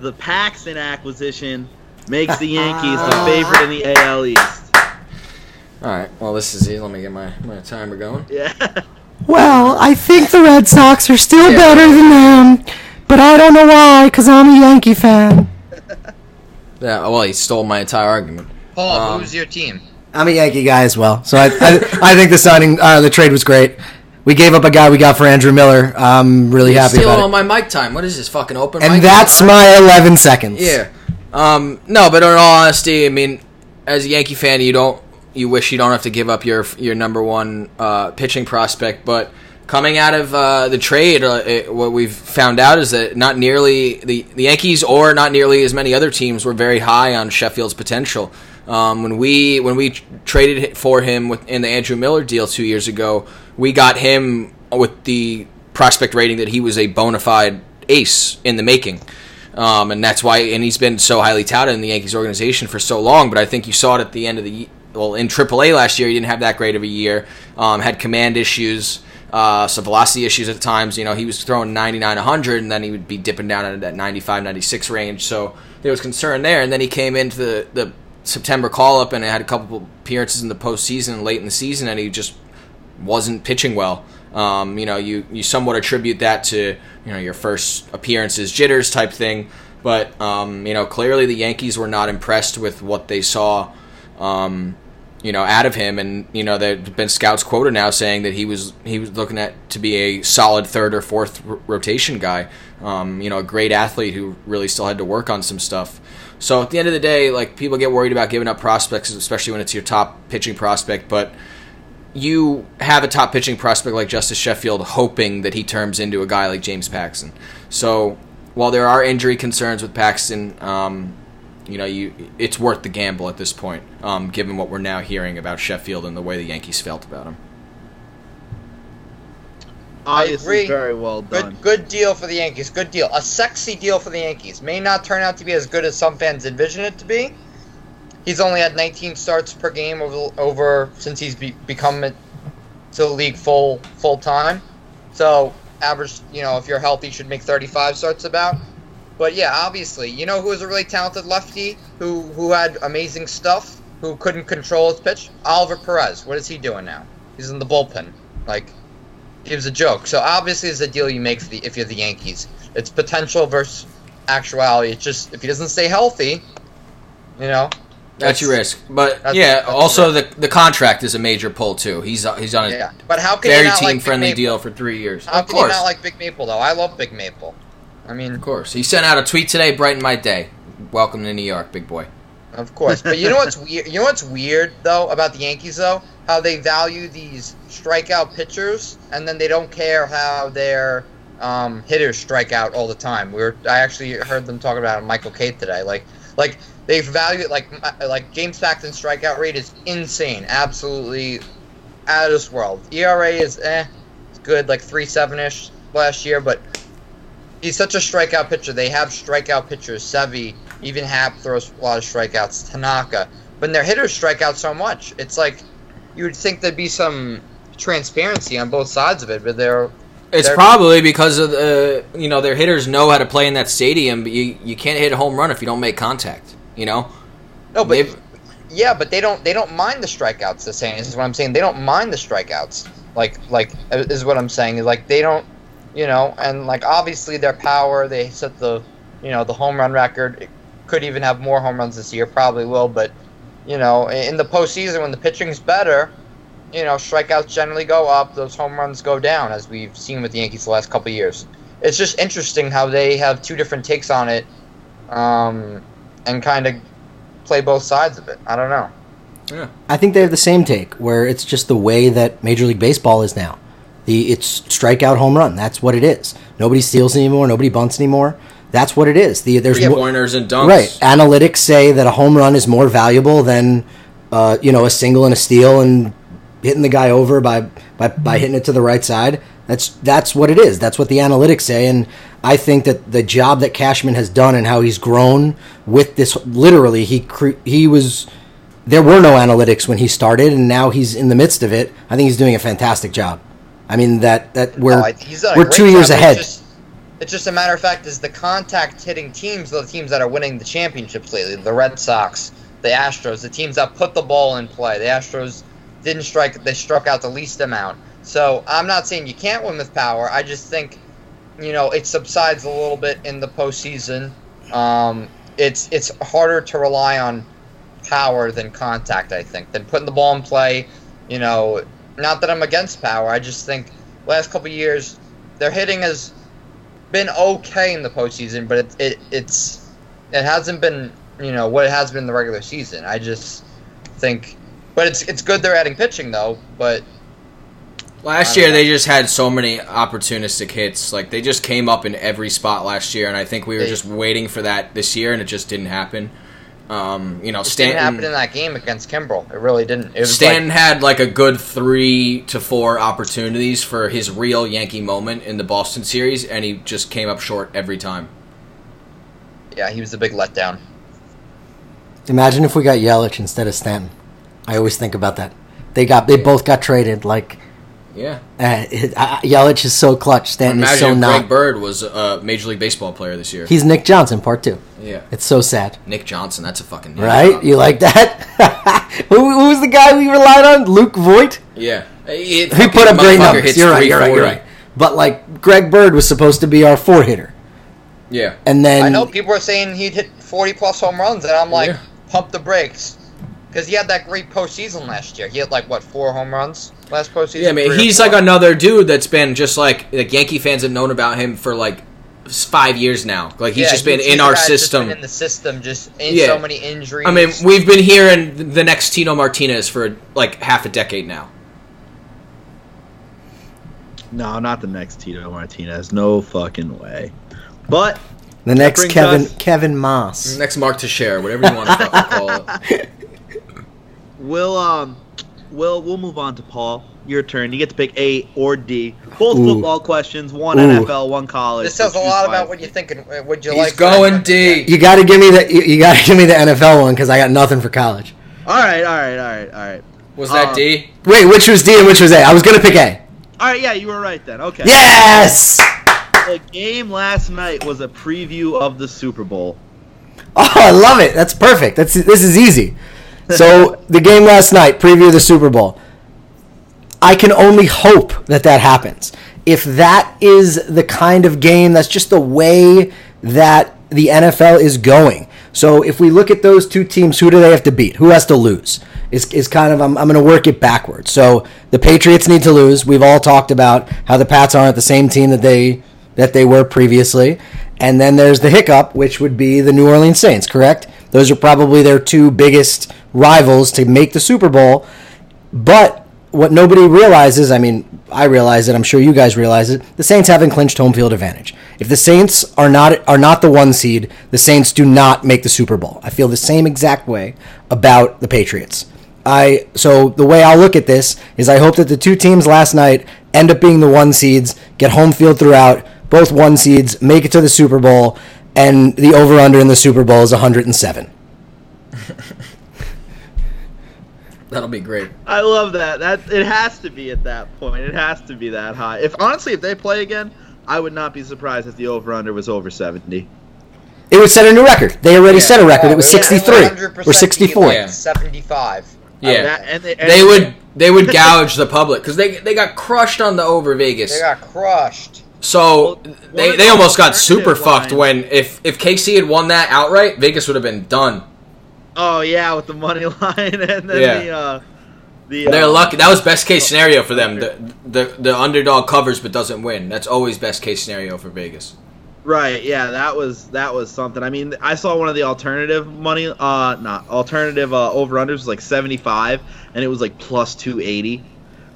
Speaker 1: the Paxton acquisition makes the Yankees the favorite in the AL East.
Speaker 2: All right. Well, this is easy. Let me get my my timer going.
Speaker 1: Yeah.
Speaker 6: Well, I think the Red Sox are still better than them, but I don't know why, because I'm a Yankee fan.
Speaker 2: Yeah. Well, he stole my entire argument.
Speaker 3: Paul,
Speaker 2: Um,
Speaker 3: who's your team?
Speaker 4: I'm a Yankee guy as well, so I I, I think the signing, uh, the trade was great. We gave up a guy we got for Andrew Miller. I'm really happy
Speaker 2: Steal all
Speaker 4: about it.
Speaker 2: my mic time. What is this fucking open? mic?
Speaker 4: And that's my 11 seconds.
Speaker 2: yeah. Um, no, but in all honesty, I mean, as a Yankee fan, you don't you wish you don't have to give up your your number one uh, pitching prospect, but coming out of uh, the trade, uh, it, what we've found out is that not nearly the the Yankees or not nearly as many other teams were very high on Sheffield's potential. Um, when we when we tr- traded hi- for him with, in the Andrew Miller deal two years ago, we got him with the prospect rating that he was a bona fide ace in the making. Um, and that's why, and he's been so highly touted in the Yankees organization for so long. But I think you saw it at the end of the ye- well in AAA last year. He didn't have that great of a year. Um, had command issues. uh, some velocity issues at times. You know, he was throwing 99, 100, and then he would be dipping down at that 95, 96 range. So there was concern there. And then he came into the, the September call up and had a couple appearances in the postseason late in the season, and he just wasn't pitching well. Um, you know, you, you somewhat attribute that to you know your first appearances, jitters type thing. But um, you know, clearly the Yankees were not impressed with what they saw. Um, you know, out of him, and you know, there's been scouts quoted now saying that he was he was looking at to be a solid third or fourth r- rotation guy. Um, you know, a great athlete who really still had to work on some stuff. So at the end of the day, like people get worried about giving up prospects, especially when it's your top pitching prospect, but you have a top pitching prospect like Justice Sheffield hoping that he turns into a guy like James Paxton. So while there are injury concerns with Paxton, um, you know, you it's worth the gamble at this point, um, given what we're now hearing about Sheffield and the way the Yankees felt about him.
Speaker 3: I
Speaker 1: Obviously,
Speaker 3: agree.
Speaker 1: very well done.
Speaker 3: Good, good deal for the Yankees. Good deal. A sexy deal for the Yankees. May not turn out to be as good as some fans envision it to be. He's only had 19 starts per game over, over since he's be, become it to the league full full time. So average, you know, if you're healthy, should make 35 starts about. But yeah, obviously, you know who was a really talented lefty who who had amazing stuff, who couldn't control his pitch. Oliver Perez. What is he doing now? He's in the bullpen. Like it was a joke. So obviously, it's a deal you make for the if you're the Yankees. It's potential versus actuality. It's just if he doesn't stay healthy, you know.
Speaker 2: That's, your risk, but
Speaker 3: that's-
Speaker 2: yeah.
Speaker 3: that's
Speaker 2: also, the the contract is a major pull too. He's uh, he's on a
Speaker 3: Yeah, but how can you
Speaker 2: very
Speaker 3: not like
Speaker 2: team
Speaker 3: Big
Speaker 2: friendly
Speaker 3: Maple?
Speaker 2: deal for three years.
Speaker 3: How
Speaker 2: of
Speaker 3: can you
Speaker 2: course,
Speaker 3: not like Big Maple though? I love Big Maple. I mean,
Speaker 2: of course. He sent out a tweet today, brighten my day. Welcome to New York, big boy.
Speaker 3: Of course, but you know what's weird? You know what's weird though about the Yankees though? How they value these strikeout pitchers, and then they don't care how their um, hitters strike out all the time. We were I actually heard them talking about it on Michael Kate today. Like, like they value it like uh, like James Paxton's strikeout rate is insane, absolutely out of this world. ERA is eh, it's good like three seven ish last year, but he's such a strikeout pitcher. They have strikeout pitchers. Sevy, even Hap throws a lot of strikeouts. Tanaka, but their hitters strike out so much. It's like you would think there'd be some transparency on both sides of it, but they're
Speaker 2: It's
Speaker 3: They're-
Speaker 2: probably because of the you know their hitters know how to play in that stadium, but you you can't hit a home run if you don't make contact. You know,
Speaker 3: no, but
Speaker 2: They've-
Speaker 3: yeah, but they don't they don't mind the strikeouts. The same this is what I'm saying. They don't mind the strikeouts. Like like is what I'm saying. Like they don't, you know, and like obviously their power. They set the, you know, the home run record. It could even have more home runs this year. Probably will, but you know, i- in the postseason when the pitching's better, you know, strikeouts generally go up, those home runs go down, as we've seen with the Yankees the last couple of years. It's just interesting how they have two different takes on it, um, and kind of play both sides of it. I don't know.
Speaker 4: I think they have the same take, where it's just the way that Major League Baseball is now. The it's strikeout home run. That's what it is. Nobody steals anymore. Nobody bunts anymore. That's what it is. The there's
Speaker 2: three
Speaker 4: mo-
Speaker 2: pointers and dunks.
Speaker 4: right. Analytics say that a home run is more valuable than uh, you know a single and a steal and hitting the guy over by, by by hitting it to the right side. That's that's what it is. That's what the analytics say. And I think that the job that Cashman has done and how he's grown with this literally he cre- he was there were no analytics when he started and now he's in the midst of it. I think he's doing a fantastic job. I mean that that we're
Speaker 3: No, I- he's done a
Speaker 4: we're
Speaker 3: great
Speaker 4: two
Speaker 3: job.
Speaker 4: years
Speaker 3: It's
Speaker 4: ahead.
Speaker 3: just- it's just a matter of fact is the contact hitting teams are the teams that are winning the championships lately. The Red Sox, the Astros, the teams that put the ball in play. The Astros didn't strike; they struck out the least amount. So I'm not saying you can't win with power. I just think, you know, it subsides a little bit in the postseason. Um, it's it's harder to rely on power than contact. I think than putting the ball in play. You know, not that I'm against power. I just think last couple years their hitting has been okay in the postseason, but it, it it's it hasn't been you know what it has been in the regular season. I just think, but it's it's good they're adding pitching though. But
Speaker 2: Last
Speaker 3: I
Speaker 2: year
Speaker 3: don't
Speaker 2: they just had so many opportunistic hits. Like they just came up in every spot last year, and I think we were
Speaker 3: They-
Speaker 2: just waiting for that this year, and it just didn't happen. Um, you know,
Speaker 3: it didn't happen in
Speaker 2: Stanton.
Speaker 3: that game against Kimbrel. It really didn't. It was
Speaker 2: Stanton
Speaker 3: like,
Speaker 2: had like a good three to four opportunities for his real Yankee moment in the Boston series, and he just came up short every time.
Speaker 3: yeah, he was a big letdown.
Speaker 4: Imagine if we got Yelich instead of Stanton. I always think about that. They got they both got traded like
Speaker 2: Yeah.
Speaker 4: Uh, it, I, Yelich is so clutch. Stanton
Speaker 2: Imagine
Speaker 4: is so
Speaker 2: if
Speaker 4: not.
Speaker 2: Greg Bird was a Major League Baseball player this year.
Speaker 4: He's Nick Johnson, part two.
Speaker 2: yeah.
Speaker 4: It's so sad,
Speaker 2: Nick Johnson, that's a fucking name.
Speaker 4: right? You like that? who, who was the guy we relied on? Luke Voigt.
Speaker 2: Yeah. He
Speaker 4: He put up great numbers. You're right. You're right. You're right. But like Greg Bird was supposed to be our four hitter,
Speaker 2: Yeah.
Speaker 4: and then
Speaker 3: I know people are saying he'd hit 40 plus home runs, and I'm like,
Speaker 2: Yeah.
Speaker 3: pump the brakes. Because he had that great postseason last year. He hit like what four home runs last postseason.
Speaker 2: Yeah, I mean,
Speaker 3: Three or
Speaker 2: he's
Speaker 3: four?
Speaker 2: like another dude that's been just like like Yankee fans have known about him for like s- five years now. Like he's
Speaker 3: Yeah,
Speaker 2: just been
Speaker 3: he's
Speaker 2: in
Speaker 3: the
Speaker 2: our
Speaker 3: guy that's just
Speaker 2: system.
Speaker 3: been in the system, just in
Speaker 2: Yeah.
Speaker 3: so many injuries.
Speaker 2: I mean, we've been hearing th- the next Tino Martinez for like half a decade now.
Speaker 1: No, not the next Tito Martinez. No fucking way. But
Speaker 4: the next
Speaker 1: brings
Speaker 4: Kevin
Speaker 1: us-
Speaker 4: Kevin Moss.
Speaker 2: Next Mark to share, whatever you want to fucking call it.
Speaker 1: we'll um, we'll we'll move on to Paul. Your turn. You get to pick A or D. Both
Speaker 4: Ooh.
Speaker 1: football questions. One
Speaker 4: Ooh.
Speaker 1: NFL. One college.
Speaker 3: this says a
Speaker 1: So choose
Speaker 3: lot
Speaker 1: wisely.
Speaker 3: about what you're thinking. Uh, Would you
Speaker 2: He's
Speaker 3: like? for
Speaker 2: going
Speaker 3: that?
Speaker 2: D.
Speaker 4: You got to give me the you, you got to give me the NFL one because I got nothing for college.
Speaker 1: All right. All right. All right. All right.
Speaker 2: Was that
Speaker 1: Um,
Speaker 2: D?
Speaker 4: Wait, which was D and which was A? I was gonna pick A.
Speaker 1: All right. Yeah, you were right then. Okay.
Speaker 4: Yes.
Speaker 1: The game last night was a preview of the Super Bowl.
Speaker 4: Oh, I love it. That's perfect. That's this is easy. So the game last night, preview of the Super Bowl. I can only hope that that happens. If that is the kind of game, that's just the way that the NFL is going. So if we look at those two teams, who do they have to beat? Who has to lose? Is, is kind of I'm, I'm going to work it backwards. So the Patriots need to lose. We've all talked about how the Pats aren't the same team that they that they were previously. And then there's the hiccup, which would be the New Orleans Saints, correct? Those are probably their two biggest rivals to make the Super Bowl. But what nobody realizes, I mean, I realize it, I'm sure you guys realize it, the Saints haven't clinched home field advantage. If the Saints are not are not the one seed, the Saints do not make the Super Bowl. I feel the same exact way about the Patriots. I so the way I'll look at this is I hope that the two teams last night end up being the one seeds, get home field throughout, both one seeds, make it to the Super Bowl, and the over under in the Super Bowl is 107.
Speaker 2: That'll be great.
Speaker 1: I love that. That it has to be at that point. It has to be that high. If honestly, if they play again, I would not be surprised if the over under was over seventy.
Speaker 4: It would set a new record. They already
Speaker 2: Yeah.
Speaker 4: set a record. it was
Speaker 3: Yeah, it would
Speaker 4: 63
Speaker 3: 100%
Speaker 4: or 64.
Speaker 3: be,
Speaker 2: Yeah.
Speaker 3: like, 75.
Speaker 2: Yeah.
Speaker 1: That- and they, and
Speaker 2: they would they would gouge the public because they they got crushed on the over Vegas.
Speaker 3: They got crushed.
Speaker 2: So
Speaker 1: Well, one
Speaker 2: they
Speaker 1: of
Speaker 2: they
Speaker 1: the
Speaker 2: almost got super
Speaker 1: alternative
Speaker 2: fucked
Speaker 1: lines-
Speaker 2: when if if KC had won that outright, Vegas would have been done.
Speaker 1: Oh yeah, with the money line and then
Speaker 2: Yeah.
Speaker 1: the uh, the.
Speaker 2: They're
Speaker 1: uh,
Speaker 2: lucky. That was best case scenario for them. The, the the underdog covers but doesn't win. That's always best case scenario for Vegas.
Speaker 1: Right. Yeah. That was that was something. I mean, I saw one of the alternative money, uh, not alternative uh, over unders was like seventy five, and it was like plus two eighty.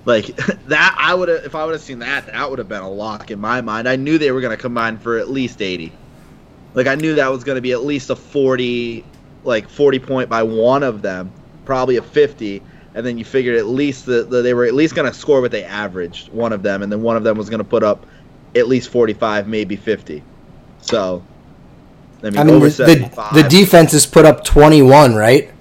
Speaker 1: Like that, I would have if I would have seen that, that would have been a lock in my mind. I knew they were going to combine for at least eighty. Like I knew that was going to be at least a forty, like forty point by one of them, probably a fifty. And then you figured at least that the, they were at least going to score what they averaged, one of them, and then one of them was going to put up at least 45, maybe 50. So, I mean,
Speaker 4: I mean,
Speaker 1: over
Speaker 4: the, the,
Speaker 1: 75.
Speaker 4: the defense has put up 21, right?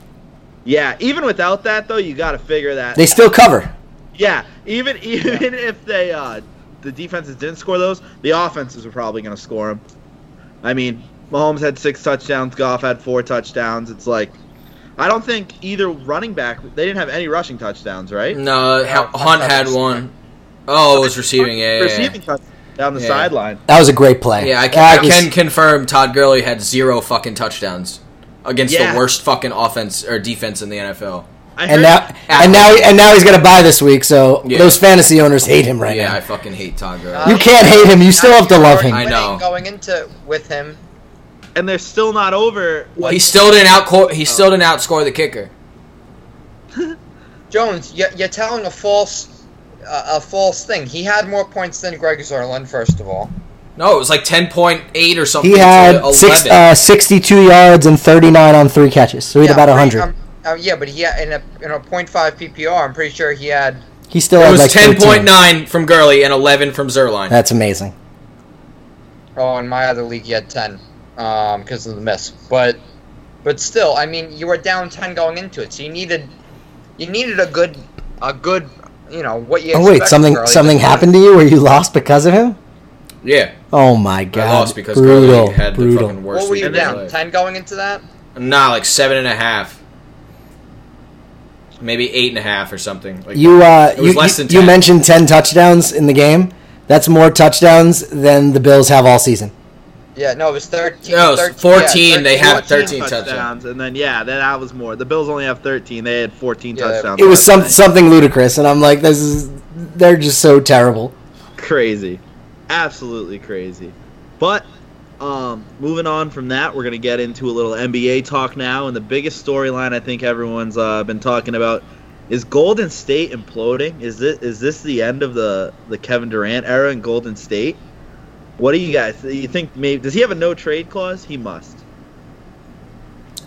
Speaker 1: yeah, even without that, though, you got to figure that.
Speaker 4: They still cover.
Speaker 1: yeah, even even if they uh, the defenses didn't score those, the offenses were probably going to score them. I mean, Mahomes had six touchdowns, Goff had four touchdowns. It's like, I don't think either running back, they didn't have any rushing touchdowns, right?
Speaker 2: No,
Speaker 3: Yeah,
Speaker 2: Hunt
Speaker 3: that's
Speaker 2: had
Speaker 3: not-
Speaker 2: one. Oh, it was receiving. Yeah, yeah, yeah.
Speaker 1: Receiving touchdowns down the
Speaker 2: Yeah.
Speaker 1: sideline.
Speaker 4: That was a great play.
Speaker 2: Yeah, I can,
Speaker 4: That
Speaker 2: I
Speaker 4: was-
Speaker 2: can confirm Todd Gurley had zero fucking touchdowns against
Speaker 1: Yeah.
Speaker 2: the worst fucking offense or defense in the NFL.
Speaker 1: I
Speaker 4: and
Speaker 1: heard-
Speaker 4: now, and now, and now he's got to buy this week. So
Speaker 2: Yeah.
Speaker 4: those fantasy owners hate him right
Speaker 2: yeah, I
Speaker 4: now.
Speaker 2: fucking hate Todd Gurley.
Speaker 1: Uh,
Speaker 4: You can't hate him. You still have to love him.
Speaker 2: I know.
Speaker 3: Winning Going into with him,
Speaker 1: and they're still not over what
Speaker 2: he still didn't out he still didn't outscore the kicker.
Speaker 3: Jones, you're, you're telling a false, uh, a false thing. He had more points than Greg Zerlin, first of all.
Speaker 2: No, it was like ten point eight or something.
Speaker 4: He
Speaker 2: to
Speaker 4: had
Speaker 2: 11.
Speaker 4: six, uh, 62 yards and 39 on three catches. So he had
Speaker 3: Yeah,
Speaker 4: about
Speaker 3: I'm
Speaker 4: 100.
Speaker 3: pretty- I'm- uh, yeah, but he had in a in a .5 PPR. I'm pretty sure he had.
Speaker 4: he still
Speaker 2: it
Speaker 4: had
Speaker 2: was
Speaker 4: like
Speaker 2: ten
Speaker 4: 13.
Speaker 2: point nine from Gurley and eleven from Zerline.
Speaker 4: That's amazing.
Speaker 3: Oh, in my other league, he had ten because of the miss. But but still, I mean, you were down ten going into it, so you needed you needed a good a good you know what you.
Speaker 6: Oh wait,
Speaker 3: expect
Speaker 6: something
Speaker 3: Gurley to
Speaker 6: something
Speaker 3: do.
Speaker 6: happened to you where you lost because of him?
Speaker 2: Yeah,
Speaker 6: Oh my god!
Speaker 2: I lost because
Speaker 6: brutal,
Speaker 2: Gurley had the
Speaker 6: brutal.
Speaker 2: fucking worst.
Speaker 3: What were you
Speaker 1: And then-
Speaker 3: down? Ten going into that?
Speaker 2: Nah, like seven and a half, maybe eight and a half or something. Like
Speaker 6: you uh,
Speaker 2: It was
Speaker 6: you,
Speaker 2: less than
Speaker 6: you
Speaker 2: 10.
Speaker 6: mentioned ten touchdowns in the game. That's more touchdowns than the Bills have all season.
Speaker 3: Yeah, no, it was thirteen.
Speaker 2: No, it
Speaker 3: 13
Speaker 2: was 14,
Speaker 3: yeah,
Speaker 2: they had
Speaker 1: 13
Speaker 2: 13
Speaker 1: touchdowns,
Speaker 2: touchdowns.
Speaker 1: and then yeah, then that was more. The Bills only have 13. They had 14
Speaker 3: Yeah.
Speaker 1: touchdowns.
Speaker 6: It was
Speaker 1: last
Speaker 6: some,
Speaker 1: night.
Speaker 6: something ludicrous, and I'm like, this is they're just so terrible.
Speaker 1: crazy, absolutely crazy. But um, moving on from that, we're gonna get into a little NBA talk now. And the biggest storyline I think everyone's uh, been talking about is Golden State imploding. Is this is this the end of the the Kevin Durant era in Golden State? What do you guys? Do you think maybe does he have a no trade clause? He must.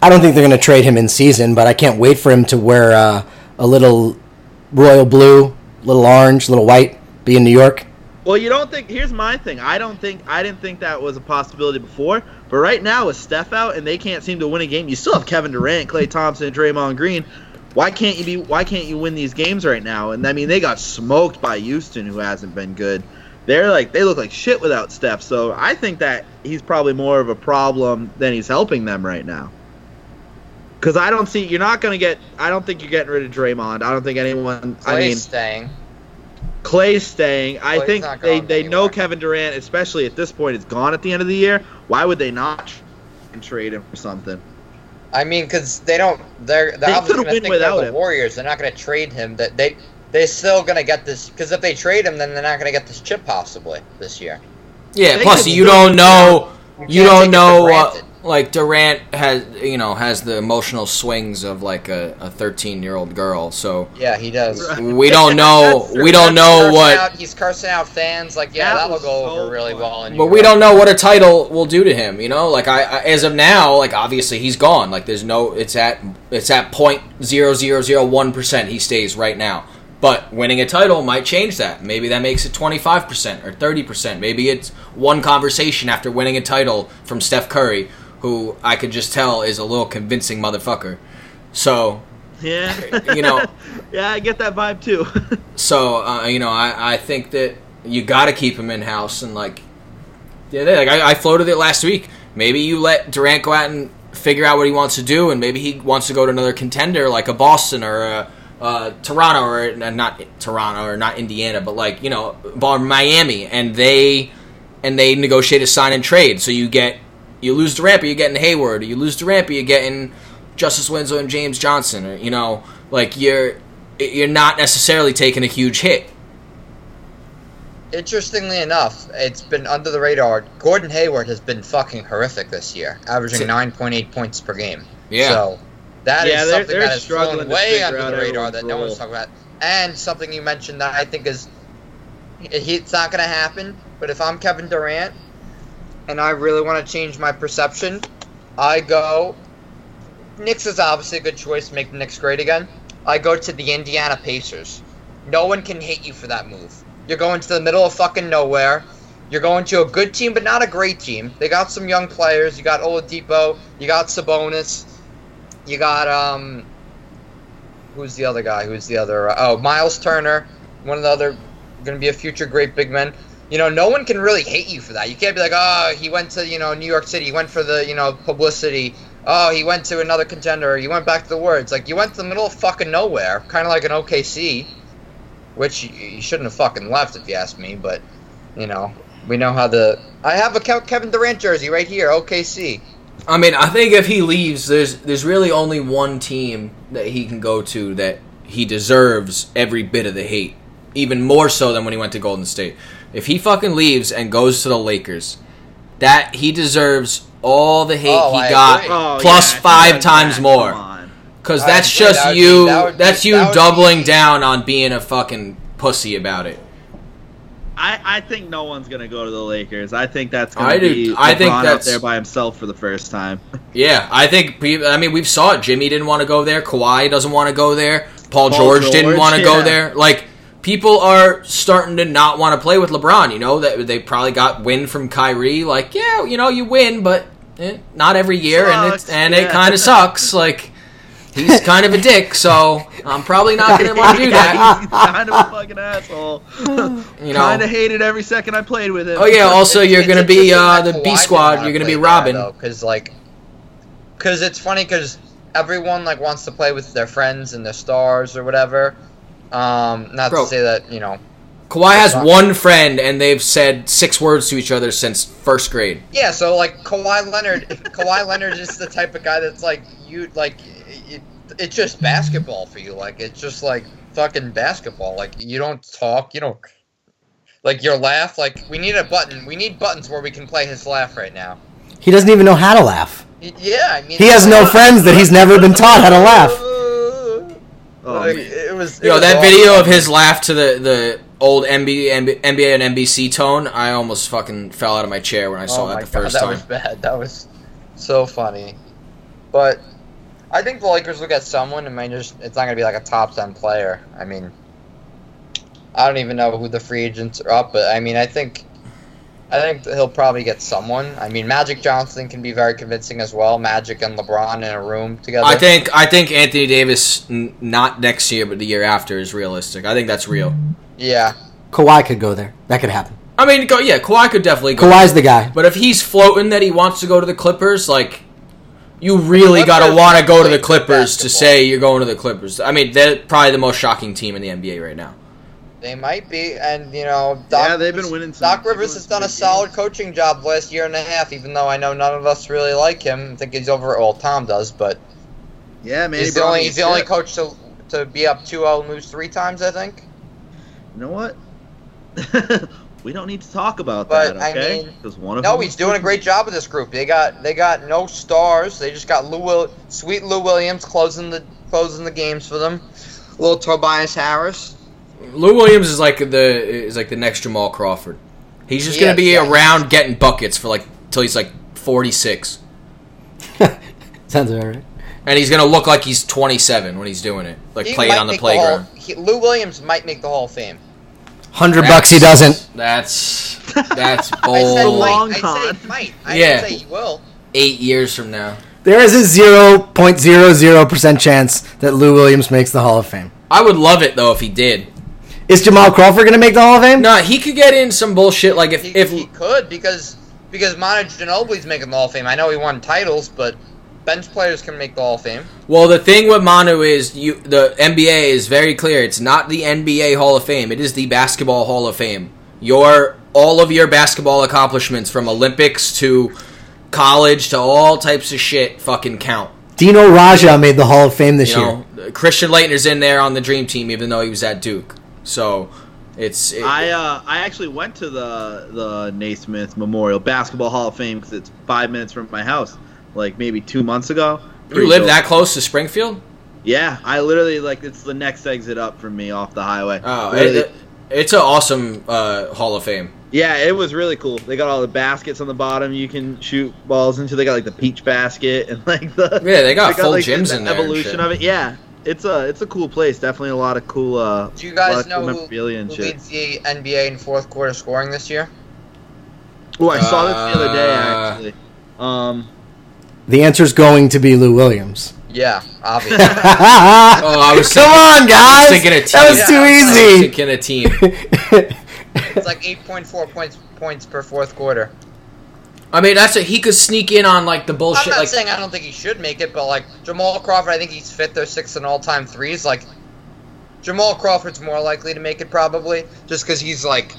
Speaker 6: I don't think they're going to trade him in season, but I can't wait for him to wear uh, a little royal blue, little orange, little white, be in New York.
Speaker 1: Well, you don't think. Here's my thing. I don't think. I didn't think that was a possibility before. But right now, with Steph out and they can't seem to win a game, you still have Kevin Durant, Clay Thompson, Draymond Green. Why can't you be? Why can't you win these games right now? And I mean, they got smoked by Houston, who hasn't been good. They're like they look like shit without Steph. So I think that he's probably more of a problem than he's helping them right now. Because I don't see you're not gonna get. I don't think you're getting rid of Draymond. I don't think anyone. I
Speaker 3: Clay's
Speaker 1: mean,
Speaker 3: staying.
Speaker 1: Clay's staying. I
Speaker 3: Clay's
Speaker 1: think
Speaker 3: not
Speaker 1: they,
Speaker 3: going
Speaker 1: they know
Speaker 3: anywhere.
Speaker 1: Kevin Durant, especially at this point, is gone at the end of the year. Why would they not tr- and trade him for something?
Speaker 3: I mean, because they don't. They're they're
Speaker 1: They
Speaker 3: obviously
Speaker 1: could've
Speaker 3: going to
Speaker 1: win
Speaker 3: think they're
Speaker 1: without
Speaker 3: the
Speaker 1: him.
Speaker 3: Warriors. They're not going to trade him. That they they're still going to get this. Because if they trade him, then they're not going to get this chip possibly this year.
Speaker 2: Yeah.
Speaker 1: They
Speaker 2: Plus,
Speaker 1: could
Speaker 2: you
Speaker 1: do
Speaker 2: don't know. You
Speaker 3: can't take it
Speaker 2: don't
Speaker 3: for
Speaker 2: know. Uh,
Speaker 3: granted.
Speaker 2: like Durant has, you know, has the emotional swings of like a a thirteen year old girl. So
Speaker 3: Yeah, he does.
Speaker 1: Right.
Speaker 2: we don't know.
Speaker 1: That's true.
Speaker 2: We don't
Speaker 3: He's
Speaker 2: know
Speaker 3: cursing
Speaker 2: what.
Speaker 3: out- he's cursing out fans. Like, yeah,
Speaker 1: That
Speaker 3: that will
Speaker 1: was
Speaker 3: go
Speaker 1: so
Speaker 3: over really
Speaker 1: fun.
Speaker 3: well. in
Speaker 2: But
Speaker 3: Europe.
Speaker 2: we don't know what a title will do to him. You know, like I, I as of now, like obviously he's gone. Like there's no. It's at it's at point zero zero zero one percent. He stays right now. But winning a title might change that. Maybe that makes it 25% or 30%. Maybe it's one conversation after winning a title from Steph Curry, who I could just tell is a little convincing motherfucker. So
Speaker 1: Yeah,
Speaker 2: You know-
Speaker 1: yeah, I get that vibe too.
Speaker 2: So uh, you know, I, I think that you got to keep him in house and like, yeah, they- like I, I floated it last week. Maybe you let Durant go out and figure out what he wants to do, and maybe he wants to go to another contender like a Boston or a, uh Toronto or uh, not Toronto or not Indiana, but like you know, or Miami, and they and they negotiate a sign and trade. So you get you lose Durant, but you're getting Hayward. You lose Durant, but you're getting Justice Winslow and James Johnson. Or, you know, like you're you're not necessarily taking a huge hit.
Speaker 3: Interestingly enough, it's been under the radar. Gordon Hayward has been fucking horrific this year, averaging
Speaker 2: Ti-
Speaker 3: nine point eight points per game.
Speaker 2: Yeah.
Speaker 3: So that is
Speaker 1: Yeah, they're-
Speaker 3: something
Speaker 1: they're
Speaker 3: that is
Speaker 1: struggling
Speaker 3: flown
Speaker 1: to
Speaker 3: way
Speaker 1: figure
Speaker 3: under
Speaker 1: out
Speaker 3: the radar
Speaker 1: everyone's
Speaker 3: that no one's
Speaker 1: role.
Speaker 3: talking about. And something you mentioned that I think is he- it's not going to happen. But if I'm Kevin Durant and I really want to change my perception, I go. Knicks is obviously a good choice to make the Knicks great again. I go to the Indiana Pacers. No one can hate you for that move. You're going to the middle of fucking nowhere. You're going to a good team, but not a great team. They got some young players. You got Oladipo. You got Sabonis. You got um, who's the other guy? Who's the other? Oh, Miles Turner, one of the other, going to be a future great big man. You know, no one can really hate you for that. You can't be like, oh, he went to you know New York City. He went for the you know publicity. Oh, he went to another contender. He went back to the words. Like you went to the middle of fucking nowhere, kind of like an OKC, which you, you shouldn't have fucking left if you ask me. But you know, we know how the. I have a Kev- Kevin Durant jersey right here, OKC.
Speaker 2: I mean, I think if he leaves, there's there's really only one team that he can go to that he deserves every bit of the hate, even more so than when he went to Golden State. If he fucking leaves and goes to the Lakers, that he deserves all the hate
Speaker 3: Oh,
Speaker 2: he
Speaker 3: I
Speaker 2: got
Speaker 3: agree.
Speaker 1: Oh, yeah,
Speaker 2: plus
Speaker 1: if you
Speaker 2: five
Speaker 1: done
Speaker 2: times
Speaker 1: that,
Speaker 2: more.
Speaker 1: come on.
Speaker 2: Because
Speaker 3: I
Speaker 2: that's
Speaker 3: agree,
Speaker 2: just
Speaker 3: that would be-
Speaker 2: you.
Speaker 3: that would be-
Speaker 2: that's you
Speaker 3: that would be-
Speaker 2: doubling down on being a fucking pussy about it.
Speaker 1: I, I think no one's gonna go to the Lakers. I think that's gonna
Speaker 2: I do-
Speaker 1: be
Speaker 2: I think
Speaker 1: LeBron out
Speaker 2: that's-
Speaker 1: there by himself for the first time.
Speaker 2: Yeah, I think. pe- I mean, we saw it. Jimmy didn't want to go there. Kawhi doesn't want to go there. Paul,
Speaker 1: Paul
Speaker 2: George, didn't
Speaker 1: George,
Speaker 2: want to go
Speaker 1: yeah.
Speaker 2: there. Like people are starting to not want to play with LeBron. You know that they probably got wind from Kyrie. Like, yeah, you know, you win, but eh, not every year, and
Speaker 1: Sucks,
Speaker 2: it's and it
Speaker 1: yeah.
Speaker 2: kind of sucks. Like, He's kind of a dick, so I'm probably not going to want to do that.
Speaker 1: He's kind of a fucking asshole.
Speaker 2: You know.
Speaker 1: kind of hated every second I played with him.
Speaker 2: Oh yeah. Also,
Speaker 3: It's-
Speaker 2: you're
Speaker 3: it's
Speaker 2: going to be
Speaker 3: interesting
Speaker 2: uh,
Speaker 3: that's
Speaker 2: the
Speaker 3: why
Speaker 2: B
Speaker 3: I did
Speaker 2: squad.
Speaker 3: wanna
Speaker 2: You're going to
Speaker 3: play
Speaker 2: be
Speaker 3: that,
Speaker 2: Robin.
Speaker 3: though, Cause like, cause it's funny because everyone like wants to play with their friends and their stars or whatever. Um, not
Speaker 2: Bro.
Speaker 3: to say that you know.
Speaker 2: Kawhi has one friend, and they've said six words to each other since first grade.
Speaker 3: Yeah, so like Kawhi Leonard, Kawhi Leonard is the type of guy that's like you like. It, it's just basketball for you. Like it's just like fucking basketball. Like you don't talk. You don't. Like your laugh. Like we need a button. We need buttons where we can play his laugh right now.
Speaker 6: He doesn't even know how to laugh.
Speaker 3: Y- Yeah, I mean
Speaker 6: He has no friends that he's never been taught how to laugh.
Speaker 1: Oh,
Speaker 3: Like,
Speaker 1: man.
Speaker 3: it was. it
Speaker 2: Yo,
Speaker 3: was
Speaker 2: that
Speaker 3: awful.
Speaker 2: video of his laugh to the the old NBA, NBA and NBC tone. I almost fucking fell out of my chair when I saw
Speaker 3: oh
Speaker 2: that
Speaker 3: my
Speaker 2: the first
Speaker 3: God, that
Speaker 2: time.
Speaker 3: was bad. That was so funny. But I think the Lakers will get someone. and might just it's not gonna be like a top ten player. I mean, I don't even know who the free agents are up, but I mean, I think. I think that he'll probably get someone. I mean, Magic Johnson can be very convincing as well. Magic and LeBron in a room together.
Speaker 2: I think I think Anthony Davis n- not next year but the year after is realistic. I think that's real.
Speaker 3: Yeah.
Speaker 6: Kawhi could go there. That could happen.
Speaker 2: I mean, go yeah, Kawhi could definitely go.
Speaker 6: Kawhi's the guy.
Speaker 2: but if he's floating that he wants to go to the Clippers, like you really got to
Speaker 3: Clippers
Speaker 2: want to go to
Speaker 3: play
Speaker 2: the Clippers to
Speaker 3: basketball.
Speaker 2: say you're going to the Clippers. I mean, they're probably the most shocking team in the NBA right now.
Speaker 3: They might be, and you know,
Speaker 1: Yeah, they've been winning some-
Speaker 3: Doc
Speaker 1: they've been
Speaker 3: Rivers
Speaker 1: winning
Speaker 3: has
Speaker 1: some
Speaker 3: done a
Speaker 1: big
Speaker 3: solid
Speaker 1: games.
Speaker 3: coaching job the last year and a half. Even though I know none of us really like him, I think he's over. Well, Tom does, but
Speaker 1: yeah, man.
Speaker 3: he's the only he's the only coach to to be up 2-0 and lose three times. I think.
Speaker 1: You know what? we don't need to talk about
Speaker 3: But, I
Speaker 1: that, okay?
Speaker 3: mean,
Speaker 1: Because one of
Speaker 3: No,
Speaker 1: them-
Speaker 3: he's doing a great job with this group. They got they got no stars. They just got Lou Will, sweet Lou Williams closing the closing the games for them. Little Tobias Harris.
Speaker 2: Lou Williams is like the is like the next Jamal Crawford. He's just
Speaker 3: He
Speaker 2: gonna
Speaker 3: is,
Speaker 2: be
Speaker 3: yeah.
Speaker 2: around getting buckets for like till he's like 46,
Speaker 6: Sounds about right.
Speaker 2: and he's gonna look like he's 27 when he's doing it, like
Speaker 3: He
Speaker 2: playing
Speaker 3: might
Speaker 2: on the
Speaker 3: make Hall-
Speaker 2: playground.
Speaker 3: he- Lou Williams might make the Hall of Fame.
Speaker 6: Hundred bucks he doesn't.
Speaker 2: That's that's
Speaker 3: I said
Speaker 2: bold.
Speaker 1: Long
Speaker 3: might. I
Speaker 1: con.
Speaker 3: said might. I
Speaker 2: Oh. Yeah.
Speaker 3: didn't say he will.
Speaker 2: Eight years from now,
Speaker 6: There is a zero point zero zero percent chance that Lou Williams makes the Hall of Fame.
Speaker 2: I would love it though if he did.
Speaker 6: Is Jamal Crawford gonna make the Hall of Fame?
Speaker 2: No, he could get in some bullshit like if
Speaker 3: He,
Speaker 2: if
Speaker 3: he could because because Monta Ginobili's making the Hall of Fame. I know he won titles, but bench players can make the Hall of Fame.
Speaker 2: well the thing with Manu is you the NBA is very clear. It's not the NBA Hall of Fame. It is the Basketball Hall of Fame. Your all of your basketball accomplishments from Olympics to college to all types of shit fucking count.
Speaker 6: Dino Raja made the Hall of Fame this
Speaker 2: You
Speaker 6: year.
Speaker 2: know, Christian Leitner's in there on the dream team even though he was at Duke. So it's it-
Speaker 1: I uh, I actually went to the the Naismith Memorial Basketball Hall of Fame because it's five minutes from my house, like maybe two months ago.
Speaker 2: you
Speaker 1: Pretty
Speaker 2: live
Speaker 1: dope.
Speaker 2: that close to Springfield?
Speaker 1: Yeah, I literally like it's the next exit up from me off the highway.
Speaker 2: Oh, it,
Speaker 1: Really-
Speaker 2: it- it's an awesome uh, Hall of Fame.
Speaker 1: yeah, it was really cool. They got all the baskets on the bottom you can shoot balls into. They got like the peach basket and like the
Speaker 2: Yeah, they got full
Speaker 1: like, the-
Speaker 2: gyms
Speaker 1: the
Speaker 2: in there. and
Speaker 1: Evolution
Speaker 2: shit.
Speaker 1: of it, yeah. It's a it's a cool place. Definitely a lot of cool. Uh,
Speaker 3: Do you
Speaker 1: lot
Speaker 3: guys
Speaker 1: of
Speaker 3: know
Speaker 1: cool
Speaker 3: who,
Speaker 1: memorabilia and
Speaker 3: who
Speaker 1: shit.
Speaker 3: leads the NBA in fourth quarter scoring this year?
Speaker 1: Oh, I saw this the other day
Speaker 2: Uh,
Speaker 1: actually. Um,
Speaker 6: The answer's going to be Lou Williams.
Speaker 3: Yeah, obviously.
Speaker 2: Oh, I was
Speaker 6: Come on,
Speaker 2: thinking- I
Speaker 6: guys!
Speaker 2: was thinking a team.
Speaker 6: That was
Speaker 3: Yeah,
Speaker 2: I was
Speaker 6: too
Speaker 2: thinking a team.
Speaker 6: easy.
Speaker 3: it's like 8.4 points points per fourth quarter.
Speaker 2: I mean, that's a, he could sneak in on like the
Speaker 3: I'm
Speaker 2: bullshit.
Speaker 3: not
Speaker 2: Like,
Speaker 3: saying I don't think he should make it, but like Jamal Crawford, I think he's fifth or sixth in all time threes. Like Jamal Crawford's more likely to make it probably, just because he's like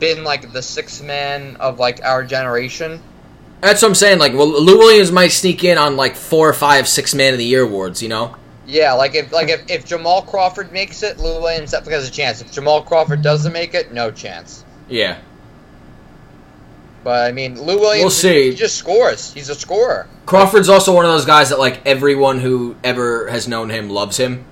Speaker 3: been like the sixth man of like our generation.
Speaker 2: that's what I'm saying. Like, well, Lou Williams might sneak in on like four, five, six man of the year awards. You know,
Speaker 3: Yeah, like if like if, if Jamal Crawford makes it, Lou Williams definitely has a chance. If Jamal Crawford doesn't make it, no chance.
Speaker 2: yeah.
Speaker 3: But I mean, Lou Williams,
Speaker 2: We'll see.
Speaker 3: he just scores. He's a scorer.
Speaker 2: Crawford's also one of those guys that like everyone who ever has known him loves him.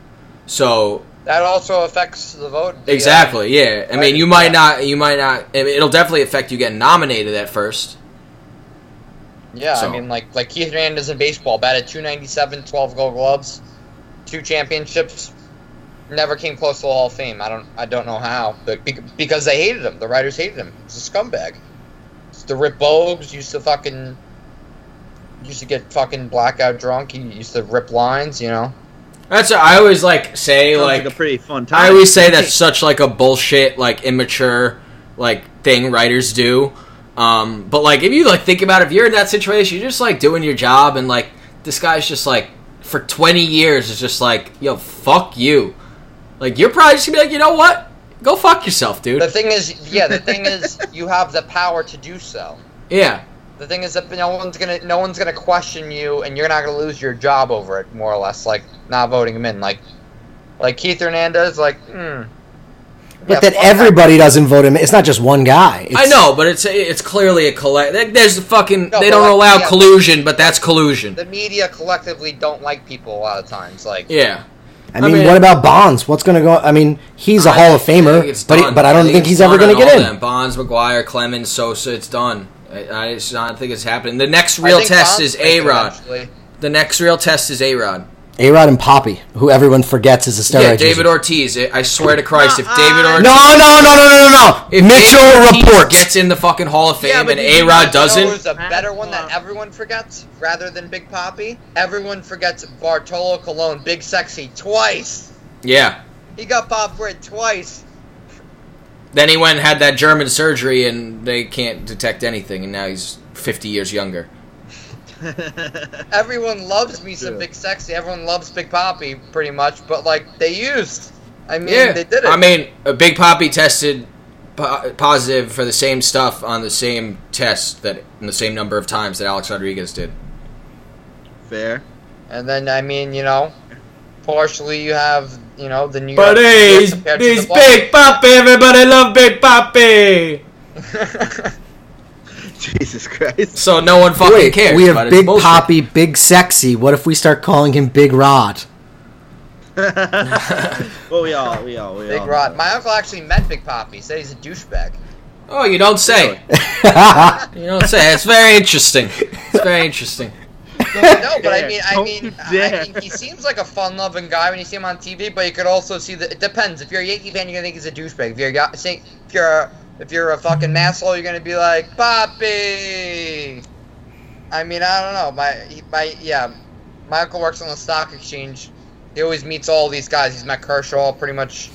Speaker 2: So
Speaker 3: That also affects the vote. the, uh,
Speaker 2: exactly, yeah. I mean,
Speaker 3: Right,
Speaker 2: you might
Speaker 3: yeah.
Speaker 2: not, you might not. I mean, it'll definitely affect you getting nominated at first.
Speaker 3: Yeah,
Speaker 2: So-
Speaker 3: I mean, like like Keith Hernandez in baseball, batted 297, 12 Gold Gloves, two championships, never came close to the Hall of Fame. I don't I don't know how, but bec- because they hated him, the writers hated him. He's a scumbag. It's the Rip Bogues used to fucking used to get fucking blackout drunk. He used to rip lines, you know.
Speaker 2: That's what I always like say
Speaker 1: Sounds
Speaker 2: like,
Speaker 1: like a pretty fun time.
Speaker 2: I always say that's such like a bullshit like immature like thing writers do. Um, but like if you like think about it, if you're in that situation, you're just like doing your job and like this guy's just like for 20 years is just like yo fuck you. Like you're probably just gonna be like you know what go fuck yourself, dude.
Speaker 3: The thing is, yeah, the thing is, you have the power to do so.
Speaker 2: yeah.
Speaker 3: The thing is that no one's gonna, no one's gonna question you, and you're not gonna lose your job over it, more or less. Like not voting him in, like, like Keith Hernandez, like, hmm.
Speaker 6: But that everybody doesn't vote him. It's not just one guy. It's,
Speaker 2: I know, but it's it's clearly a collect. There's the fucking
Speaker 3: No,
Speaker 2: they
Speaker 3: but,
Speaker 2: don't
Speaker 3: like,
Speaker 2: allow
Speaker 3: yeah.
Speaker 2: collusion, but that's collusion.
Speaker 3: The media collectively don't like people a lot of times. Like,
Speaker 2: Yeah,
Speaker 6: I mean,
Speaker 2: I mean-
Speaker 6: what about Bonds? What's going to go? I mean, he's a
Speaker 2: I
Speaker 6: Hall of
Speaker 2: think
Speaker 6: Famer,
Speaker 2: it's
Speaker 6: but he-
Speaker 2: done.
Speaker 6: but I don't think
Speaker 2: it's
Speaker 6: he's ever
Speaker 2: done
Speaker 6: going
Speaker 2: on
Speaker 6: to get
Speaker 2: all
Speaker 6: in.
Speaker 2: them. Bonds, McGuire, Clemens, Sosa. It's done. I, I just don't think it's happening. The next real
Speaker 3: I think
Speaker 2: test
Speaker 3: Bonds
Speaker 2: is
Speaker 3: breaks
Speaker 2: A
Speaker 3: it
Speaker 2: Rod.
Speaker 3: eventually.
Speaker 2: The next real test is A Rod.
Speaker 6: A Rod and Poppy, who everyone forgets is a steroid.
Speaker 2: Yeah,
Speaker 6: user.
Speaker 2: David Ortiz. I I swear to Christ, if
Speaker 1: Uh-uh.
Speaker 3: Uh,
Speaker 2: David Ortiz,
Speaker 6: No, no, no, no, no, no, no.
Speaker 2: if
Speaker 6: Mitchell
Speaker 2: David Ortiz
Speaker 6: reports.
Speaker 2: gets in the fucking Hall of Fame
Speaker 1: Yeah, but
Speaker 2: and
Speaker 1: did you
Speaker 2: A Rod
Speaker 1: not know
Speaker 3: You know
Speaker 2: doesn't,
Speaker 3: who's a better one that
Speaker 1: Wow.
Speaker 3: everyone forgets rather than Big Poppy? Everyone forgets Bartolo Colon, Big Sexy, twice.
Speaker 2: yeah.
Speaker 3: He got popped for it twice.
Speaker 2: Then he went and had that German surgery, and they can't detect anything, and now he's fifty years younger.
Speaker 3: Everyone loves me some
Speaker 1: true.
Speaker 3: Big Sexy. Everyone loves Big Poppy pretty much, but like they used. I mean,
Speaker 2: Yeah,
Speaker 3: they did it.
Speaker 2: I mean, uh, Big Poppy tested po- positive for the same stuff on the same test that in the same number of times that Alex Rodriguez did.
Speaker 1: Fair.
Speaker 3: and then I mean, you know, partially you have you know the New York.
Speaker 2: But hey, he's,
Speaker 3: compared to the
Speaker 2: he's
Speaker 3: Bucks.
Speaker 2: Big Poppy. Everybody love Big Poppy.
Speaker 1: Jesus Christ.
Speaker 2: So no one fucking
Speaker 6: Wait,
Speaker 2: cares.
Speaker 6: we
Speaker 2: but
Speaker 6: have
Speaker 2: it's
Speaker 6: Big
Speaker 2: bullshit.
Speaker 6: Poppy, Big Sexy. What if we start calling him Big Rod?
Speaker 1: Well, we all, we all, we
Speaker 3: Big
Speaker 1: all.
Speaker 3: Rod. My uncle actually met Big Poppy. Said he's a douchebag.
Speaker 2: Oh, you don't say. you don't say. It's very interesting. It's very interesting.
Speaker 3: No, but I
Speaker 1: dare.
Speaker 3: mean, I
Speaker 1: Don't
Speaker 3: mean,
Speaker 1: you
Speaker 3: I
Speaker 1: dare.
Speaker 3: mean, he seems like a fun-loving guy when you see him on TV. But you could also see that it depends. If you're a Yankee fan, you're gonna think he's a douchebag. If you're a, Ya- say- if you're a, if you're a fucking asshole, you're gonna be like Poppy. I mean, I don't know. My he- my yeah, my uncle works on the stock exchange. He always meets all these guys. He's met Kershaw pretty much,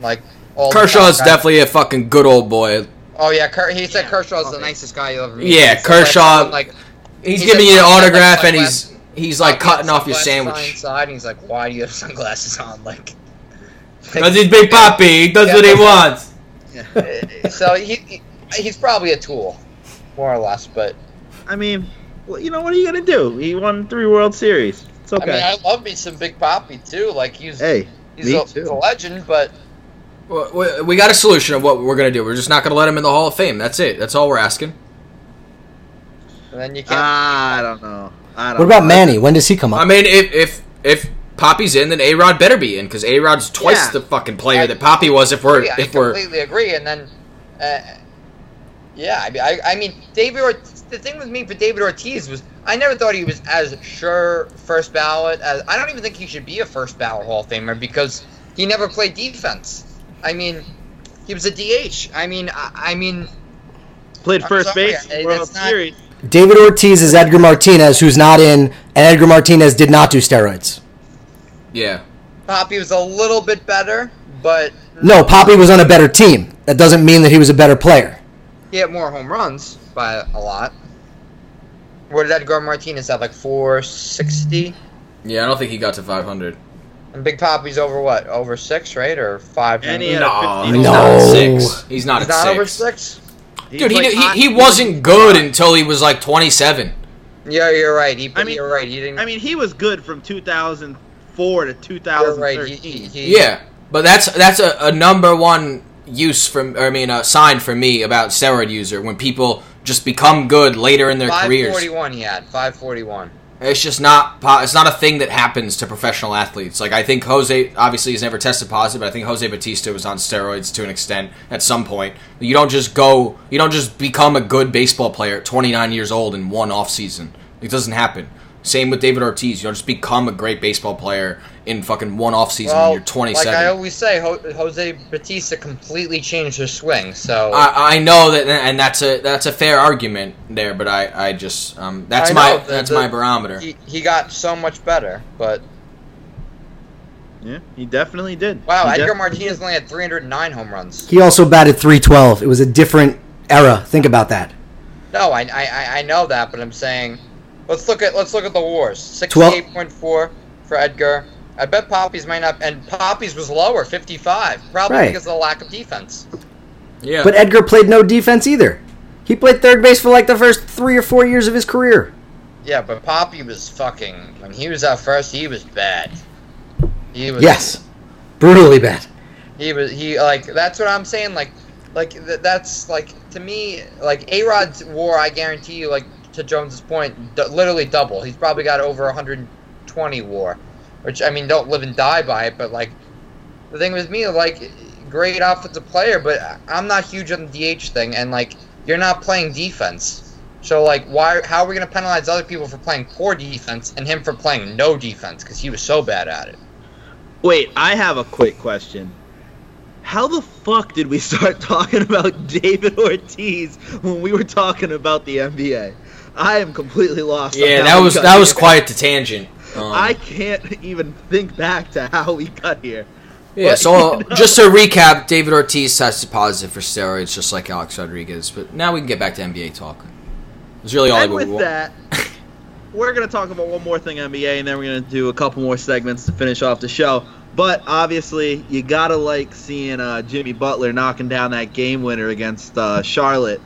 Speaker 3: like all. the top guys.
Speaker 2: Kershaw's definitely a fucking good old boy.
Speaker 3: Oh yeah, Ker- he said
Speaker 1: Yeah,
Speaker 3: Kershaw's the
Speaker 1: okay.
Speaker 3: nicest guy you'll ever meet.
Speaker 2: Yeah,
Speaker 3: He said, like,
Speaker 2: Kershaw-
Speaker 3: I'm Like
Speaker 2: He's,
Speaker 3: He's
Speaker 2: giving
Speaker 3: a-
Speaker 2: you
Speaker 3: he's
Speaker 2: an
Speaker 3: like
Speaker 2: autograph, and
Speaker 3: sunglasses-
Speaker 2: he's he's like cutting off your
Speaker 3: sunglasses On
Speaker 2: sandwich.
Speaker 3: inside, and he's like, "Why do you have sunglasses on?" Like,
Speaker 2: Because he's Big Poppy. He does
Speaker 3: Yeah,
Speaker 2: what he
Speaker 3: but-
Speaker 2: wants.
Speaker 3: so he, he he's probably a tool, more or less. But
Speaker 1: I mean, well, you know what are you gonna do? He won three World Series. It's okay.
Speaker 3: I mean, I love me some Big Poppy too. Like he's
Speaker 1: hey,
Speaker 3: he's,
Speaker 1: me
Speaker 3: a,
Speaker 1: too.
Speaker 3: he's a legend, but
Speaker 2: Well, we- We got a solution of what we're gonna do. We're just not gonna let him in the Hall of Fame. That's it. That's all we're asking.
Speaker 3: and then you can't.
Speaker 1: I don't know. I don't
Speaker 6: What about
Speaker 1: know.
Speaker 6: Manny? When does he come
Speaker 2: I
Speaker 6: up?
Speaker 2: mean, if if if Poppy's in, then A Rod better be in because A Rod's twice
Speaker 1: Yeah.
Speaker 2: the fucking player that Poppy was. If we're
Speaker 3: agree, Oh, I
Speaker 2: if we're
Speaker 3: completely agree. And then, uh, yeah, I mean, I, I mean, David. Ortiz, the thing with me for David Ortiz was I never thought he was as sure first ballot as I don't even think he should be a first ballot Hall of Famer because he never played defense. I mean, he was a DH. I mean, I, I mean,
Speaker 1: Played
Speaker 3: I'm
Speaker 1: first
Speaker 3: sorry,
Speaker 1: base
Speaker 3: I-
Speaker 1: in World
Speaker 3: that's not-
Speaker 1: Series.
Speaker 6: David Ortiz is Edgar Martinez, who's not in, and Edgar Martinez did not do steroids.
Speaker 2: yeah,
Speaker 3: Poppy was a little bit better, but
Speaker 6: No, Poppy was on a better team. That doesn't mean that he was a better player.
Speaker 3: he had more home runs by a lot. Where did Edgar Martinez have like 460?
Speaker 2: yeah, I don't think he got to 500.
Speaker 3: And Big Poppy's over what? Over six, right? Or five?
Speaker 1: And he
Speaker 3: He's
Speaker 1: had
Speaker 2: no,
Speaker 1: a
Speaker 2: he's
Speaker 1: 50
Speaker 2: not
Speaker 6: No.
Speaker 2: at six. He's not
Speaker 3: not
Speaker 2: at six.
Speaker 3: over six.
Speaker 2: Dude, he,
Speaker 1: played
Speaker 2: he
Speaker 1: hot.
Speaker 2: he wasn't good until he was like 27.
Speaker 3: Yeah, you're right. He,
Speaker 1: I mean-
Speaker 3: you're right. He didn't.
Speaker 1: I mean, he was good from 2004 to
Speaker 3: you're right. He,
Speaker 1: 2013.
Speaker 3: he, he,
Speaker 2: Yeah, but that's that's a, a number one use from or I mean a sign for me about steroid user when people just become good later in their careers.
Speaker 3: 541 he had. 541.
Speaker 2: It's just not. po- It's not a thing that happens to professional athletes. Like I think Jose obviously has never tested positive. But I think Jose Batista was on steroids to an extent at some point. You don't just go. You don't just become a good baseball player at 29 years old in one off season. It doesn't happen. Same with David Ortiz. You don't just become a great baseball player in fucking one off season
Speaker 3: Well,
Speaker 2: when you're 27.
Speaker 3: like I always say, Ho- Jose Batista completely changed his swing. So
Speaker 2: I, I know that, and that's a that's a fair argument there. But I, I just um, that's
Speaker 3: I
Speaker 2: my
Speaker 3: know, the-
Speaker 2: that's
Speaker 3: the-
Speaker 2: my barometer.
Speaker 3: he, he got so much better. But
Speaker 1: Yeah, he definitely did.
Speaker 3: Wow,
Speaker 1: He
Speaker 3: Edgar
Speaker 1: def-
Speaker 3: Martinez only had 309 home runs.
Speaker 4: He also batted 312. It was a different era. Think about that.
Speaker 3: No, I, I- I I know that, but I'm saying, let's look at let's look at the WARs.
Speaker 4: Twelve-
Speaker 3: 68.4 for Edgar. I bet Poppies might not, and Poppies was lower, 55, probably
Speaker 4: Right.
Speaker 3: because of the lack of defense.
Speaker 2: Yeah.
Speaker 4: But Edgar played no defense either. He played third base for like the first three or four years of his career.
Speaker 3: Yeah, but Poppy was fucking when he was out first, he was bad. He was
Speaker 4: Yes. Brutally bad.
Speaker 3: He was he like that's what I'm saying like like th- that's like to me like A Rod's WAR I guarantee you like to Jones's point d- literally double. He's probably got over 120 WAR, which I mean don't live and die by it, but like the thing with me like great offensive player, but I- I'm not huge on the DH thing and like you're not playing defense. So like why how are we going to penalize other people for playing poor defense and him for playing no defense cuz he was so bad at it.
Speaker 1: Wait, I have a quick question. How the fuck did we start talking about David Ortiz when we were talking about the NBA? I am completely lost. on
Speaker 2: yeah,
Speaker 1: how
Speaker 2: that
Speaker 1: we
Speaker 2: was
Speaker 1: got
Speaker 2: that was
Speaker 1: here.
Speaker 2: quite the tangent. Um,
Speaker 1: I can't even think back to how we got here.
Speaker 2: yeah.
Speaker 1: but,
Speaker 2: So uh,
Speaker 1: you know.
Speaker 2: just to recap, David Ortiz tested positive for steroids, just like Alex Rodriguez. But now we can get back to NBA talk. It's really all
Speaker 1: and
Speaker 2: we
Speaker 1: with
Speaker 2: want.
Speaker 1: that, we're going to talk about one more thing NBA, and then we're going to do a couple more segments to finish off the show. But obviously, you gotta like seeing uh, Jimmy Butler knocking down that game winner against uh, Charlotte.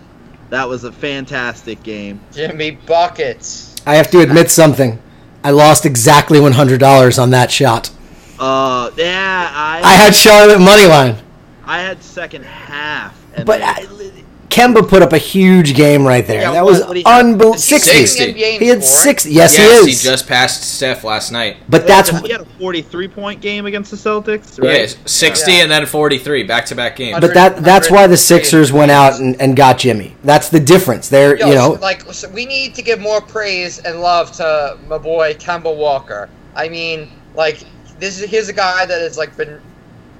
Speaker 1: That was a fantastic game.
Speaker 3: Jimmy buckets.
Speaker 4: I have to admit something. I lost exactly $100 on that shot.
Speaker 1: Uh, yeah, I
Speaker 4: I had Charlotte moneyline.
Speaker 1: I had second half, and
Speaker 4: But uh,
Speaker 1: then-
Speaker 4: I, Kemba put up a huge game right there.
Speaker 1: Yeah,
Speaker 4: that
Speaker 1: what-
Speaker 4: was
Speaker 1: what do you have?
Speaker 4: unbelievable.
Speaker 3: Is he
Speaker 4: 60.
Speaker 3: second in the NBA in
Speaker 4: He had
Speaker 3: scoring?
Speaker 4: six. Yes,
Speaker 2: yes,
Speaker 4: he
Speaker 2: he
Speaker 4: is.
Speaker 2: just passed Steph last night.
Speaker 4: but that's
Speaker 1: he had a 43 point game against the Celtics, right?
Speaker 2: Yeah, sixty
Speaker 3: Yeah.
Speaker 2: and then forty-three back-to-back games.
Speaker 4: but that that's why the Sixers went out and, and got Jimmy. That's the difference. They're
Speaker 3: Yo,
Speaker 4: you know
Speaker 3: so, like so we need to give more praise and love to my boy Kemba Walker. I mean, like this is here's a guy that has like been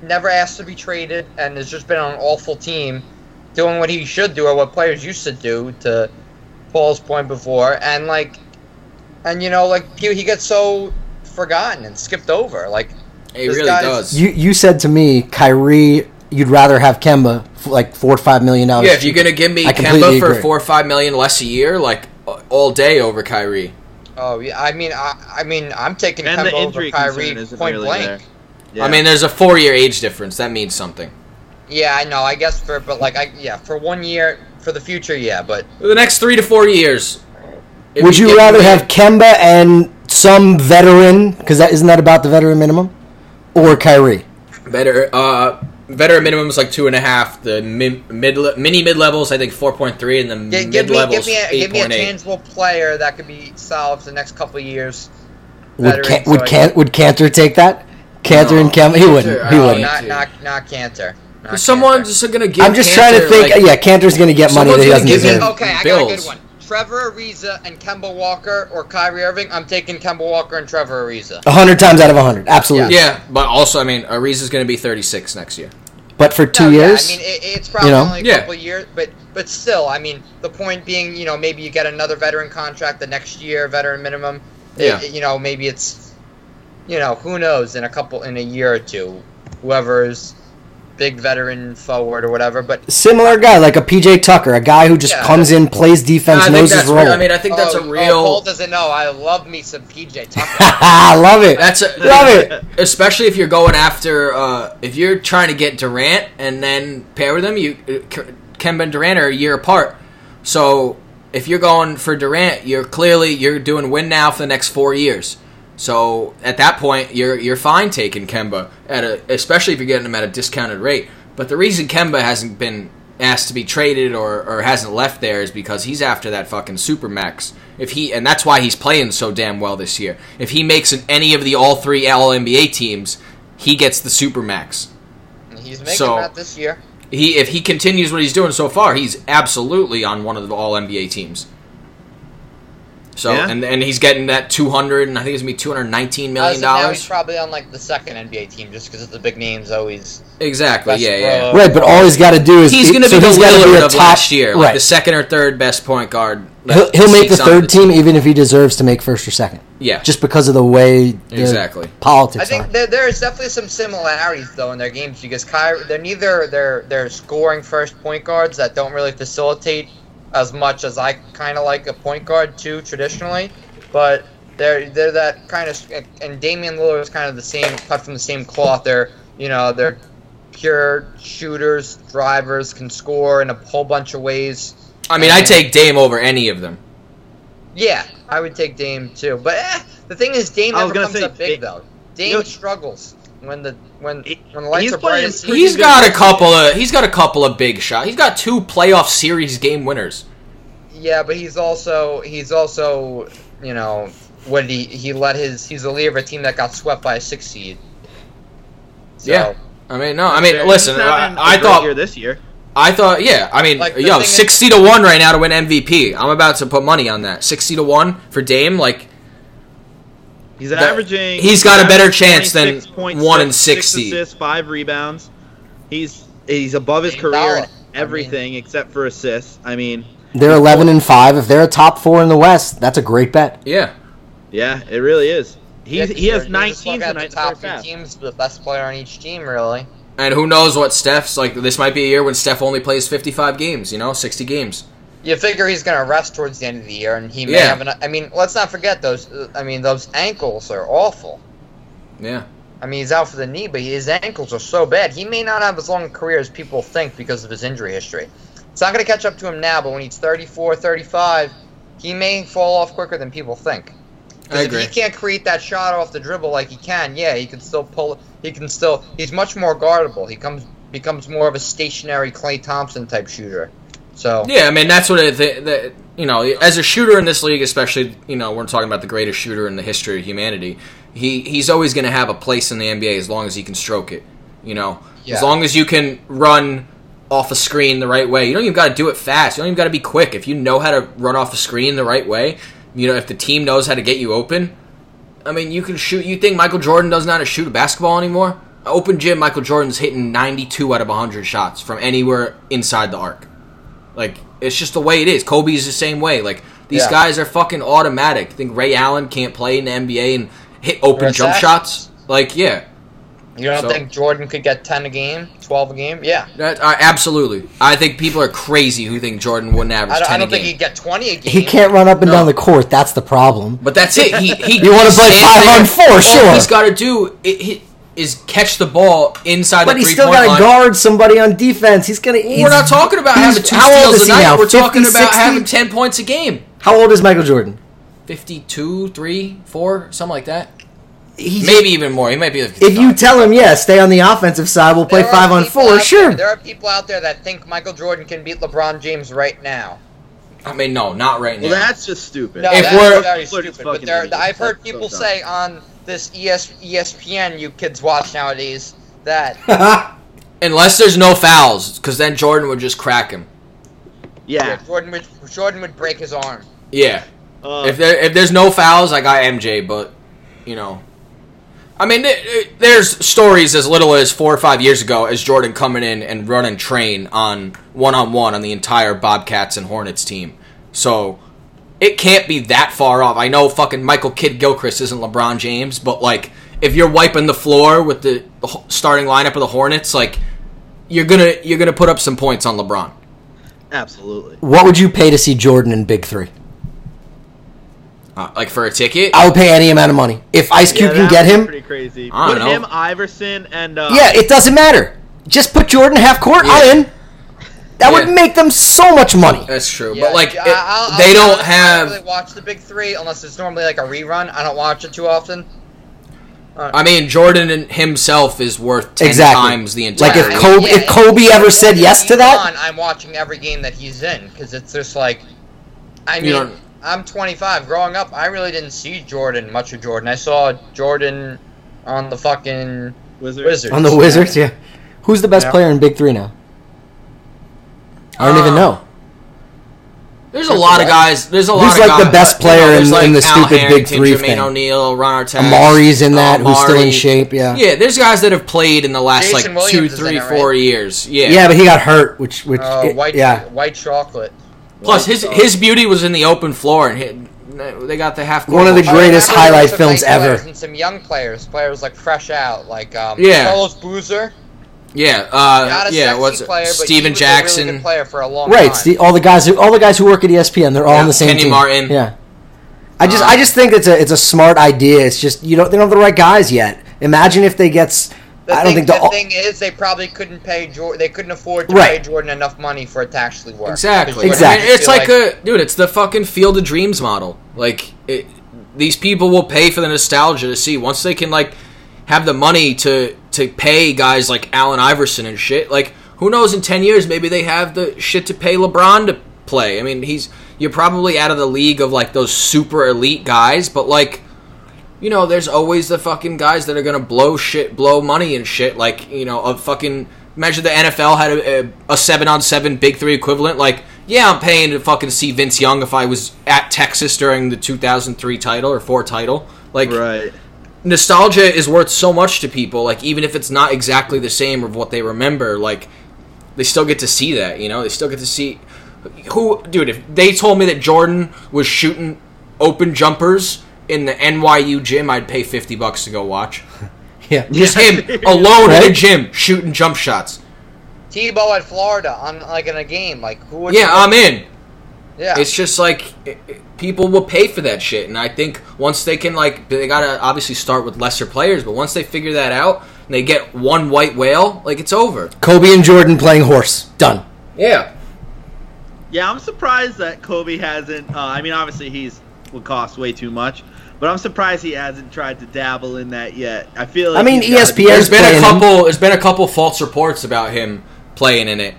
Speaker 3: never asked to be traded and has just been on an awful team, doing what he should do or what players used to do. To Paul's point before, and like, and you know, like he, he gets so forgotten and skipped over. Like
Speaker 2: It
Speaker 3: this
Speaker 2: really
Speaker 3: guy's-
Speaker 2: does.
Speaker 4: You you said to me, Kyrie, you'd rather have Kemba for like four or five million dollars.
Speaker 2: yeah, if you're gonna give me
Speaker 4: I
Speaker 2: Kemba
Speaker 4: completely
Speaker 2: for
Speaker 4: agree.
Speaker 2: four or five million less a year, like a- all day over Kyrie.
Speaker 3: Oh yeah, I mean, I, I mean, I'm taking
Speaker 1: And
Speaker 3: Kemba
Speaker 1: the injury
Speaker 3: over Kyrie
Speaker 1: concern isn't
Speaker 3: point
Speaker 1: really
Speaker 3: blank.
Speaker 1: there. Yeah.
Speaker 2: I mean, there's a four-year age difference. That means something.
Speaker 3: Yeah, I know. I guess for but like I yeah for one year for the future, yeah. But
Speaker 2: The next three to four years. if
Speaker 4: would you
Speaker 2: get-
Speaker 4: rather have Kemba and some veteran? Because that isn't that about the veteran minimum, or Kyrie?
Speaker 2: better? Uh, veteran minimum is like two and a half. The mi- mid mini mid levels, I think four point three, and the
Speaker 3: gi-
Speaker 2: mid
Speaker 3: give me give
Speaker 2: levels
Speaker 3: me a,
Speaker 2: eight
Speaker 3: give me a
Speaker 2: point eight.
Speaker 3: tangible player that could be solved the next couple of years.
Speaker 4: Would
Speaker 3: Veteran,
Speaker 4: Can,
Speaker 3: so
Speaker 4: would
Speaker 3: I-
Speaker 4: Can, would Cantor take that? Cantor and Kemba, he wouldn't. He
Speaker 2: uh,
Speaker 4: wouldn't.
Speaker 3: Not
Speaker 2: too.
Speaker 3: not not Cantor. Not
Speaker 2: Someone's
Speaker 3: Cantor.
Speaker 2: just gonna give.
Speaker 4: I'm just trying
Speaker 2: Cantor,
Speaker 4: to think.
Speaker 2: like-
Speaker 4: yeah, Cantor's gonna get money that he
Speaker 2: Someone's
Speaker 4: doesn't
Speaker 2: gonna give
Speaker 4: deserve.
Speaker 2: him-
Speaker 3: okay, I got a good
Speaker 2: Bills.
Speaker 3: one. Trevor Ariza and Kemba Walker or Kyrie Irving. I'm taking Kemba Walker and Trevor Ariza.
Speaker 4: A hundred times out of a hundred, absolutely.
Speaker 2: Yeah, but also, I mean, Ariza's going to be 36 next year.
Speaker 4: But for two
Speaker 3: No,
Speaker 4: years,
Speaker 3: Yeah, I mean, it, it's probably
Speaker 4: You know?
Speaker 3: only a
Speaker 2: Yeah.
Speaker 3: couple of years, but but still, I mean, the point being, you know, maybe you get another veteran contract the next year, veteran minimum. It-
Speaker 2: Yeah.
Speaker 3: you know, maybe it's, you know, who knows in a couple in a year or two, whoever's big veteran forward or whatever. But
Speaker 4: similar guy like a PJ Tucker, a guy who just
Speaker 3: Yeah.
Speaker 4: comes in, plays
Speaker 2: I
Speaker 4: defense,
Speaker 2: think
Speaker 4: knows
Speaker 2: that's
Speaker 4: his
Speaker 2: re-
Speaker 4: role.
Speaker 2: I mean, I think that's
Speaker 3: oh,
Speaker 2: a
Speaker 3: oh,
Speaker 2: real.
Speaker 3: Paul doesn't know. I love me some PJ Tucker.
Speaker 4: I love it.
Speaker 2: that's a,
Speaker 4: Love it.
Speaker 2: Especially if you're going after, uh, if you're trying to get Durant and then pair with him, you uh, Kemba and Durant are a year apart. So if you're going for Durant, you're clearly you're doing win now for the next four years. So at that point, you're you're fine taking Kemba at a, especially if you're getting him at a discounted rate. But the reason Kemba hasn't been asked to be traded or, or hasn't left there is because he's after that fucking supermax. If he and that's why he's playing so damn well this year. If he makes an, any of the all three All NBA teams, he gets the supermax.
Speaker 3: He's making
Speaker 2: So-
Speaker 3: that this year.
Speaker 2: He if he continues what he's doing so far, he's absolutely on one of the All NBA teams. So
Speaker 1: Yeah.
Speaker 2: and and he's getting that two hundred and I think it's gonna be two hundred nineteen
Speaker 3: Uh,
Speaker 2: million
Speaker 3: so now he's
Speaker 2: dollars.
Speaker 3: probably on like the second NBA team just because the big names always.
Speaker 2: Exactly. Yeah. Yeah.
Speaker 3: Westbrook.
Speaker 4: Right, but all he's got to do is
Speaker 2: He's going to
Speaker 4: so
Speaker 2: be the
Speaker 4: he's gotta
Speaker 2: Lillard
Speaker 4: be a
Speaker 2: of
Speaker 4: top-
Speaker 2: last year, like
Speaker 4: right?
Speaker 2: the second or third best point guard.
Speaker 4: he'll, he'll make the
Speaker 2: sneaks onto
Speaker 4: third team even if he deserves to make first or second.
Speaker 2: Yeah.
Speaker 6: just because of the way the
Speaker 2: Exactly.
Speaker 6: politics
Speaker 3: I think
Speaker 6: are.
Speaker 3: there, there is definitely some similarities though in their games because Kyrie, they're neither they're they're scoring first point guards that don't really facilitate as much as I kind of like a point guard too traditionally, but they're they're that kind of and Damian Lillard is kind of the same cut from the same cloth. They're you know they're pure shooters, drivers can score in a whole bunch of ways.
Speaker 2: I mean, I take Dame over any of them.
Speaker 3: Yeah, I would take Dame too. But eh, the thing is, Dame
Speaker 1: I was gonna
Speaker 3: never comes
Speaker 1: say,
Speaker 3: up big
Speaker 1: Da-
Speaker 3: though. Dame
Speaker 1: you know-
Speaker 3: struggles when the when
Speaker 1: He-
Speaker 3: when the lights
Speaker 1: he's
Speaker 3: are bright.
Speaker 1: playing
Speaker 3: it's-
Speaker 1: pretty
Speaker 2: He's
Speaker 1: good
Speaker 2: got a
Speaker 1: record.
Speaker 2: couple of he's got a couple of big shots. He's got two playoff series game winners.
Speaker 3: Yeah, but he's also he's also you know what he he let his he's the leader of a team that got swept by a six seed. So,
Speaker 2: Yeah. I mean, no, I mean,
Speaker 1: He's
Speaker 2: listen, I,
Speaker 1: having a
Speaker 2: I
Speaker 1: great year
Speaker 2: thought,
Speaker 1: this year.
Speaker 2: I thought, yeah, I mean,
Speaker 3: Like, the
Speaker 2: yo,
Speaker 3: thing is-
Speaker 2: sixty to one right now to win MVP. I'm about to put money on that. Sixty to one for Dame, like
Speaker 1: He's
Speaker 2: That-
Speaker 1: averaging.
Speaker 2: he's got a better
Speaker 1: averaging
Speaker 2: chance than
Speaker 1: 26.6,
Speaker 2: one in
Speaker 1: six
Speaker 2: 60.
Speaker 1: assists, five rebounds. He's he's above his
Speaker 3: He's
Speaker 1: career
Speaker 3: solid.
Speaker 1: in everything except for assists. I mean,
Speaker 6: They're eleven and five. If they're a top four in the West, that's a great bet.
Speaker 2: yeah,
Speaker 1: yeah, it really is. He
Speaker 3: Yeah,
Speaker 1: he has
Speaker 3: you're- you're just
Speaker 1: 19
Speaker 3: looking at
Speaker 1: tonight.
Speaker 3: The top
Speaker 1: first
Speaker 3: two
Speaker 1: half.
Speaker 3: teams, the best player on each team, really.
Speaker 2: and who knows what Steph's like? This might be a year when Steph only plays fifty five games, you know, sixty games.
Speaker 3: You figure he's going to rest towards the end of the year, and he may
Speaker 2: Yeah.
Speaker 3: have an. I mean, let's not forget those. I mean, those ankles are awful.
Speaker 2: Yeah,
Speaker 3: I mean, he's out for the knee, but his ankles are so bad. He may not have as long a career as people think because of his injury history. It's not going to catch up to him now, but when he's 34, 35, he may fall off quicker than people think.
Speaker 2: I
Speaker 3: Because if
Speaker 2: agree.
Speaker 3: he can't create that shot off the dribble like he can, yeah, he can still pull. He can still. He's much more guardable. He comes becomes more of a stationary Clay Thompson type shooter. So
Speaker 2: Yeah, I mean that's what it, the, the, you know. As a shooter in this league, especially you know, we're talking about the greatest shooter in the history of humanity. He he's always going to have a place in the NBA as long as he can stroke it. You know,
Speaker 3: Yeah.
Speaker 2: as long as you can run off a screen the right way. You don't even got to do it fast. You don't even got to be quick. If you know how to run off a screen the right way, you know if the team knows how to get you open. I mean, you can shoot. You think Michael Jordan doesn't know how to shoot a basketball anymore? Open gym, Michael Jordan's hitting 92 out of 100 shots from anywhere inside the arc. Like it's just the way it is. Kobe's the same way. Like these
Speaker 3: Yeah.
Speaker 2: guys are fucking automatic. Think Ray Allen can't play in the NBA and hit open
Speaker 3: Or
Speaker 2: jump
Speaker 3: Zach.
Speaker 2: shots? Like yeah,
Speaker 3: you don't
Speaker 2: So-
Speaker 3: think Jordan could get 10 a game, 12 a game? Yeah.
Speaker 2: that, uh, absolutely. I think people are crazy who think Jordan wouldn't average
Speaker 3: I don't,
Speaker 2: ten
Speaker 3: I
Speaker 2: a
Speaker 3: don't
Speaker 2: game.
Speaker 3: think he'd get 20 a game.
Speaker 6: He can't run up and
Speaker 2: No.
Speaker 6: down the court. That's the problem.
Speaker 2: but that's it. He he.
Speaker 6: You wanna
Speaker 2: he
Speaker 6: play
Speaker 2: stands
Speaker 6: five
Speaker 2: there.
Speaker 6: on four,
Speaker 2: All
Speaker 6: sure.
Speaker 2: He's got to do it, he, is catch the ball inside
Speaker 6: But
Speaker 2: the
Speaker 6: he's
Speaker 2: three
Speaker 6: still
Speaker 2: point
Speaker 6: got
Speaker 2: line.
Speaker 6: to guard somebody on defense. He's gonna.
Speaker 2: We're not talking about having two
Speaker 6: how old
Speaker 2: steals
Speaker 6: is
Speaker 2: a
Speaker 6: he
Speaker 2: night.
Speaker 6: now?
Speaker 2: We're talking
Speaker 6: 50,
Speaker 2: about
Speaker 6: 60?
Speaker 2: having ten points a game.
Speaker 6: How old is Michael Jordan?
Speaker 2: 52, 3, 4, something like that.
Speaker 6: He
Speaker 2: Maybe even more. He might be. Like
Speaker 6: If you tell him, yeah, stay on the offensive side. We'll play
Speaker 3: There are
Speaker 6: five on
Speaker 3: people
Speaker 6: four.
Speaker 3: out there-
Speaker 6: sure.
Speaker 3: there are people out there that think Michael Jordan can beat LeBron James right now.
Speaker 2: I mean, no, not right now.
Speaker 1: Well, that's just stupid.
Speaker 3: No,
Speaker 2: If
Speaker 3: that's
Speaker 2: we're-
Speaker 3: very
Speaker 1: Jordan's
Speaker 3: stupid. But
Speaker 1: fucking
Speaker 3: there,
Speaker 1: idiot.
Speaker 3: I've heard
Speaker 1: That's so
Speaker 3: people
Speaker 1: dumb.
Speaker 3: say on this E ES, ESPN you kids watch nowadays that
Speaker 2: Unless there's no fouls, because then Jordan would just crack him.
Speaker 1: Yeah.
Speaker 3: Jordan would Jordan would break his arm.
Speaker 2: Yeah.
Speaker 1: Uh,
Speaker 2: If there if there's no fouls, I got MJ. But you know, I mean, th- th- there's stories as little as four or five years ago as Jordan coming in and running train on one on one on the entire Bobcats and Hornets team. So it can't be that far off. I know fucking Michael Kidd Gilchrist isn't LeBron James, but like if you're wiping the floor with the the ho- starting lineup of the Hornets, like you're gonna you're gonna put up some points on LeBron.
Speaker 1: absolutely.
Speaker 6: What would you pay to see Jordan in Big Three?
Speaker 2: Uh, like for a ticket,
Speaker 6: I would pay any amount of money if Ice
Speaker 1: Yeah,
Speaker 6: Cube can
Speaker 1: that
Speaker 6: get
Speaker 1: was
Speaker 6: him.
Speaker 1: Pretty crazy.
Speaker 2: I
Speaker 1: With
Speaker 2: don't know.
Speaker 1: him, Iverson, and uh,
Speaker 6: Yeah, it doesn't matter. Just put Jordan half court.
Speaker 2: Yeah.
Speaker 6: I'm in. That
Speaker 2: Yeah.
Speaker 6: would make them so much money.
Speaker 2: that's true.
Speaker 3: Yeah,
Speaker 2: but like
Speaker 3: I-
Speaker 2: it-
Speaker 3: I'll- I'll
Speaker 2: they
Speaker 3: be
Speaker 2: don't
Speaker 3: honest, I
Speaker 2: have.
Speaker 3: don't really watch the big three unless it's normally like a rerun. I don't watch it too often.
Speaker 2: I mean, Jordan and himself is worth ten
Speaker 6: Exactly.
Speaker 2: times the entire.
Speaker 6: Like if
Speaker 3: I mean,
Speaker 2: league.
Speaker 6: Kobe,
Speaker 3: yeah,
Speaker 6: if Kobe ever said yes to
Speaker 3: he's
Speaker 6: that,
Speaker 3: on, I'm watching every game that he's in because it's just like, I
Speaker 2: You
Speaker 3: mean,
Speaker 2: don't-
Speaker 3: I'm 25. Growing up, I really didn't see Jordan much of Jordan. I sasaw Jordan on the fucking
Speaker 1: Wizards.
Speaker 3: Wizards.
Speaker 6: on the Wizards, yeah. Who's the best
Speaker 3: Yeah.
Speaker 6: player in Big Three now? I don't even
Speaker 2: Uh,
Speaker 6: know.
Speaker 2: there's a lot of guys. There's a lot.
Speaker 6: Who's
Speaker 2: of
Speaker 6: like
Speaker 2: guys,
Speaker 6: the best
Speaker 2: but, you know,
Speaker 6: player in-
Speaker 2: there's,
Speaker 6: in the
Speaker 2: Al
Speaker 6: stupid Big
Speaker 2: Harrington,
Speaker 6: Three
Speaker 2: Jermaine
Speaker 6: thing?
Speaker 2: O'Neal, Ron Artest,
Speaker 6: Amari's in that, who's still in
Speaker 2: Amari.
Speaker 6: shape. Yeah. yeah,
Speaker 2: Yeah, there's guys that have played in the last
Speaker 3: Jason
Speaker 2: like
Speaker 3: Williams
Speaker 2: two,
Speaker 3: is in
Speaker 2: three,
Speaker 3: it, right?
Speaker 2: four years. Yeah.
Speaker 6: but he got hurt, which which
Speaker 3: Uh,
Speaker 6: it-
Speaker 3: white,
Speaker 6: yeah.
Speaker 3: white chocolate.
Speaker 2: Plus, his his beauty was in the open floor, and he, they got the half.
Speaker 6: One of the
Speaker 2: goal.
Speaker 6: great- Greatest
Speaker 3: Oh, I remember
Speaker 6: highlight
Speaker 3: some
Speaker 6: films
Speaker 3: big players
Speaker 6: ever.
Speaker 3: And some young players, players like fresh out, like um,
Speaker 2: Yeah.
Speaker 3: Carlos Boozer.
Speaker 2: Yeah, uh,
Speaker 3: Not a
Speaker 2: yeah.
Speaker 3: sexy
Speaker 2: What's
Speaker 3: player, but he
Speaker 2: Steven
Speaker 3: was a
Speaker 2: Jackson?
Speaker 3: really good player for a long
Speaker 6: Right,
Speaker 3: time.
Speaker 6: Ste all the guys who all the guys who work at E ESPN, they're all on
Speaker 2: Yeah,
Speaker 6: the same
Speaker 2: Kenny
Speaker 6: team.
Speaker 2: Martin.
Speaker 6: Yeah, I just I just think it's a it's a smart idea. It's just you don't they don't have the right guys yet. Imagine if they gets
Speaker 3: The
Speaker 6: I don't
Speaker 3: thing,
Speaker 6: think
Speaker 3: the
Speaker 6: all-
Speaker 3: thing is they probably couldn't pay Jordan. They couldn't afford to
Speaker 6: Right.
Speaker 3: pay Jordan enough money for it to actually work.
Speaker 2: Exactly.
Speaker 3: Because Jordan
Speaker 6: Exactly.
Speaker 2: And It's
Speaker 3: would
Speaker 2: like,
Speaker 3: feel
Speaker 2: a dude. It's the fucking Field of Dreams model. Like it, these people will pay for the nostalgia to see once they can like have the money to to pay guys like Allen Iverson and shit. Like who knows in ten years maybe they have the shit to pay LeBron to play. I mean he's you're probably out of the league of like those super elite guys, but like you know, there's always the fucking guys that are gonna blow shit, blow money and shit. Like, you know, a fucking imagine the NFL had a, a, a seven on seven Big Three equivalent. Like, yeah, I'm paying to fucking see Vince Young if I was at Texas during the 2003 title or four title. Like,
Speaker 1: Right.
Speaker 2: nostalgia is worth so much to people. Like, even if it's not exactly the same of what they remember, like they still get to see that. You know, they still get to see who, dude. If they told me that Jordan was shooting open jumpers in the NYU gym, I'd pay fifty bucks to go watch.
Speaker 6: yeah.
Speaker 2: Just him alone in the
Speaker 6: Right?
Speaker 2: gym shooting jump shots.
Speaker 3: like Tebow at Florida on like in a game. Like who would?
Speaker 2: Yeah, I'm in.
Speaker 3: yeah.
Speaker 2: It's just like it, it- people will pay for that shit, and I think once they can like they gotta obviously start with lesser players, but once they figure that out and they get one white whale, like it's over.
Speaker 6: Kobe and Jordan playing horse. Done.
Speaker 2: Yeah,
Speaker 1: Yeah, I'm surprised that Kobe hasn't. Uh, I mean, obviously he's would cost way too much, but I'm surprised he hasn't tried to dabble in that yet. I feel. Like
Speaker 6: I mean,
Speaker 1: he's gotta be-
Speaker 6: ESPN
Speaker 2: there's been a
Speaker 6: playing him.
Speaker 2: couple. There's been a couple false reports about him playing in it.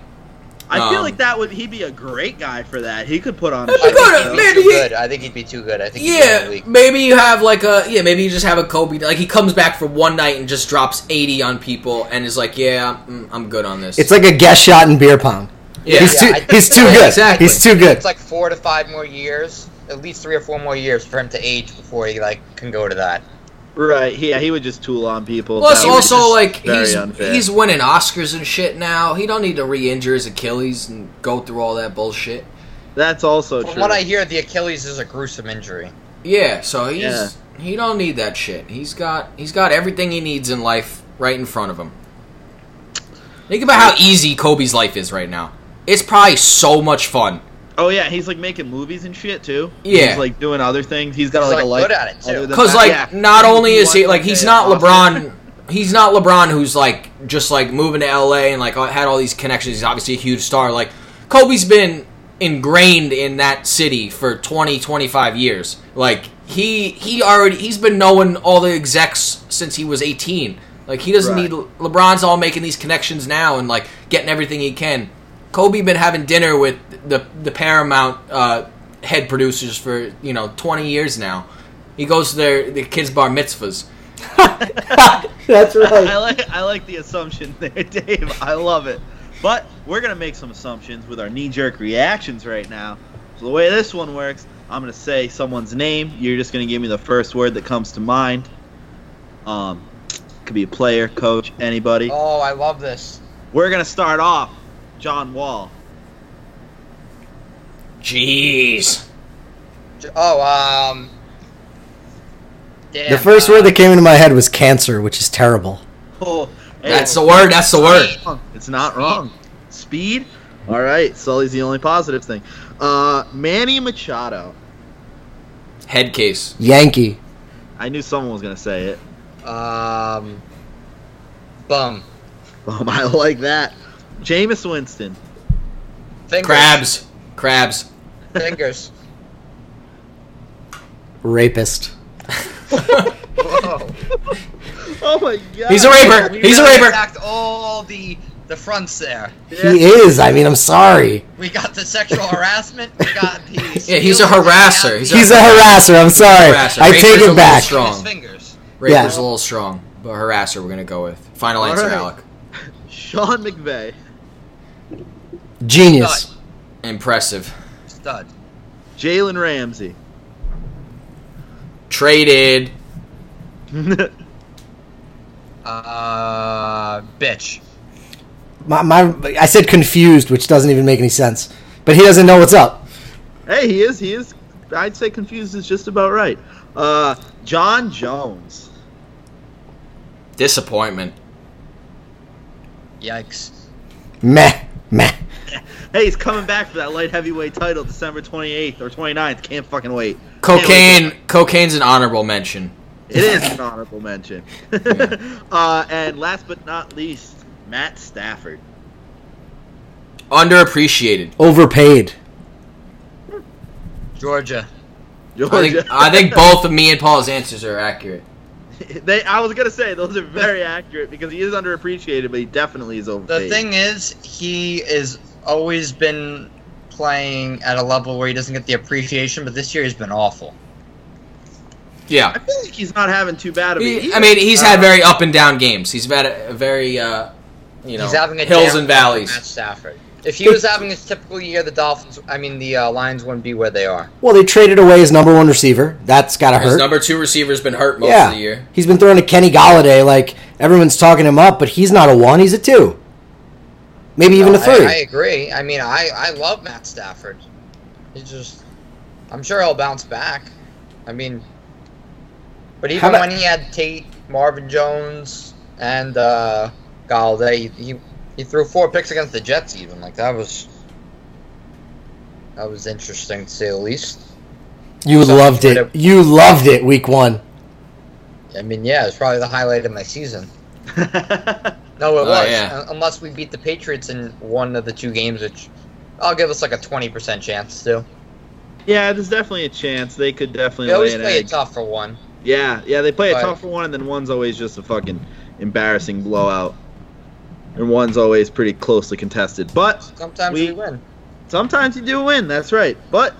Speaker 1: I feel
Speaker 2: um,
Speaker 1: like that would he'd be a great guy for that. He could put on. A
Speaker 2: That'd be
Speaker 1: show,
Speaker 2: good,
Speaker 1: though.
Speaker 3: too
Speaker 2: man. maybe he-
Speaker 3: good. I think he'd be too good. I think he'd be in the
Speaker 2: Yeah,
Speaker 3: league.
Speaker 2: maybe you have like a yeah, maybe you just have a Kobe like he comes back for one night and just drops eighty on people and is like, yeah, mm, I'm good on this.
Speaker 6: It's like a guest shot in beer pong.
Speaker 2: yeah,
Speaker 6: he's
Speaker 3: yeah,
Speaker 6: too
Speaker 3: I-
Speaker 6: he's too good.
Speaker 2: Exactly.
Speaker 6: He's too good.
Speaker 3: It's like four to five more years, at least three or four more years for him to age before he like can go to that.
Speaker 1: Right? Yeah, he would just tool on people.
Speaker 2: Plus,
Speaker 1: That would
Speaker 2: also
Speaker 1: just
Speaker 2: like
Speaker 1: very
Speaker 2: he's
Speaker 1: unfair.
Speaker 2: he's winning Oscars and shit now. He don't need to re-injure his Achilles and go through all that bullshit.
Speaker 1: that's also
Speaker 3: From
Speaker 1: true.
Speaker 3: what I hear, the Achilles is a gruesome injury.
Speaker 2: Yeah, so he's he don't need that shit. He's got he's got everything he needs in life right in front of him. Think about how easy Kobe's life is right now. It's probably so much fun.
Speaker 1: oh yeah, he's like making movies and shit too.
Speaker 2: Yeah.
Speaker 1: he's like doing other things. He's got
Speaker 3: He's,
Speaker 1: like, a
Speaker 3: like,
Speaker 1: life
Speaker 3: good at it, too.
Speaker 1: other than
Speaker 2: Cause
Speaker 1: that.
Speaker 2: like
Speaker 1: Yeah.
Speaker 2: not only is he
Speaker 1: won
Speaker 2: like
Speaker 1: the
Speaker 2: he's not
Speaker 1: Oscar.
Speaker 2: LeBron, Um, he's not LeBron who's like just like moving to LA and like had all these connections. He's obviously a huge star. Like Kobe's been ingrained in that city for 20 25 years. Like he he already he's been knowing all the execs since he was 18. Like he doesn't
Speaker 1: Right.
Speaker 2: need LeBron's all making these connections now and like getting everything he can. Kobe been having dinner with the the Paramount uh, head producers for you know 20 years now. He goes to their the kids bar mitzvahs.
Speaker 6: That's
Speaker 1: I like I like the assumption there, Dave. I love it. But we're gonna make some assumptions with our knee-jerk reactions right now. So the way this one works, I'm gonna say someone's name. You're just gonna give me the first word that comes to mind. Um, could be a player, coach, anybody.
Speaker 3: Oh, I love this.
Speaker 1: We're gonna start off John Wall.
Speaker 2: Jeez.
Speaker 3: J- Oh, um. Damn,
Speaker 6: The first
Speaker 3: uh,
Speaker 6: word that came into my head was cancer, which is terrible.
Speaker 1: Oh, hey,
Speaker 2: That's the word. That's the word.
Speaker 1: it's wrong. It's not wrong. Speed. All right, Sully's the only positive thing. Uh, Manny Machado.
Speaker 2: Head case.
Speaker 6: Yankee.
Speaker 1: I knew someone was gonna say it.
Speaker 3: Um. Bum.
Speaker 1: Um, I like that. Jameis Winston.
Speaker 3: Fingers.
Speaker 2: Crabs. Crabs.
Speaker 3: Fingers.
Speaker 6: Rapist.
Speaker 3: Whoa.
Speaker 1: Oh my god.
Speaker 2: He's a raper.
Speaker 3: We
Speaker 2: He's a
Speaker 3: really
Speaker 2: raper.
Speaker 3: attacked all the the fronts there.
Speaker 6: He is. I mean, I'm sorry.
Speaker 3: We got the sexual harassment. We got the.
Speaker 2: Yeah, he's a harasser. He's a,
Speaker 6: He's a harasser. I'm sorry.
Speaker 2: Harasser.
Speaker 6: I
Speaker 2: Raper's a
Speaker 6: take
Speaker 2: little
Speaker 6: it back.
Speaker 2: strong.
Speaker 3: His fingers.
Speaker 2: raper's
Speaker 6: yeah.
Speaker 2: a little strong, but harasser we're gonna go with. Final
Speaker 1: All
Speaker 2: answer,
Speaker 1: right.
Speaker 2: Alec.
Speaker 1: Sean McVay.
Speaker 6: Genius.
Speaker 2: Impressive.
Speaker 3: Stud.
Speaker 1: Jalen Ramsey.
Speaker 2: Traded.
Speaker 3: Uh, bitch.
Speaker 6: My, my, I said confused, which doesn't even make any sense. But he doesn't know what's up.
Speaker 1: hey, he is. He is I'd say confused is just about right. Uh, John Jones.
Speaker 2: Disappointment.
Speaker 3: Yikes.
Speaker 6: Meh, meh.
Speaker 1: Hey, he's coming back for that light heavyweight title December 28th or 29th. Can't fucking wait. Can't wait for
Speaker 2: Cocaine. Cocaine's an honorable mention.
Speaker 1: It is an honorable mention. uh, and last but not least, Matt Stafford.
Speaker 2: Underappreciated.
Speaker 6: Overpaid.
Speaker 3: Georgia.
Speaker 2: I think, I think both of me and Paul's answers are accurate.
Speaker 1: they, I was gonna say those are very accurate because he is underappreciated, but he definitely is
Speaker 3: The
Speaker 1: overpaid.
Speaker 3: thing is, he is always been playing at a level where he doesn't get the appreciation, but this year he's been awful.
Speaker 2: Yeah.
Speaker 1: I feel like he's not having too bad of it.
Speaker 2: He-
Speaker 1: either.
Speaker 2: I mean, he's had
Speaker 1: Uh,
Speaker 2: very up and down games. He's had a, a very, uh, you know,
Speaker 3: he's having a down
Speaker 2: hills and
Speaker 3: year with Matt
Speaker 2: valleys.
Speaker 3: Stafford. If he was having his typical year, the Dolphins, I mean, the uh, Lions wouldn't be where they are.
Speaker 6: Well, they traded away his number one receiver. That's gotta
Speaker 2: His
Speaker 6: hurt.
Speaker 2: number two receiver's been hurt most of the year.
Speaker 6: He's been throwing to Kenny Galladay like everyone's talking him up, but he's not a one, he's a two. Maybe even a
Speaker 3: No, I-
Speaker 6: three.
Speaker 3: I, agree. I mean, I, I love Matt Stafford. He's just, I'm sure he'll bounce back. I mean, but even
Speaker 6: How about-
Speaker 3: when he had Tate, Marvin Jones, and uh, Galladay, he, he he threw four picks against the Jets. Even like that was that was interesting to say the least.
Speaker 6: you
Speaker 3: So-
Speaker 6: loved it. You loved it week one.
Speaker 3: I mean, yeah, it's probably the highlight of my season. No, it
Speaker 2: Oh,
Speaker 3: was.
Speaker 2: yeah.
Speaker 3: Un- Unless we beat the Patriots in one of the two games, which I'll give us like a twenty percent chance to.
Speaker 1: yeah, there's definitely a chance they could definitely.
Speaker 3: They always
Speaker 1: lay an
Speaker 3: play
Speaker 1: egg.
Speaker 3: it tough for one.
Speaker 1: Yeah, yeah, they play a
Speaker 3: Right.
Speaker 1: tough one, and then one's always just a fucking embarrassing blowout, and one's always pretty closely contested. But
Speaker 3: Sometimes
Speaker 1: We-
Speaker 3: we, win.
Speaker 1: sometimes you do win. That's right. But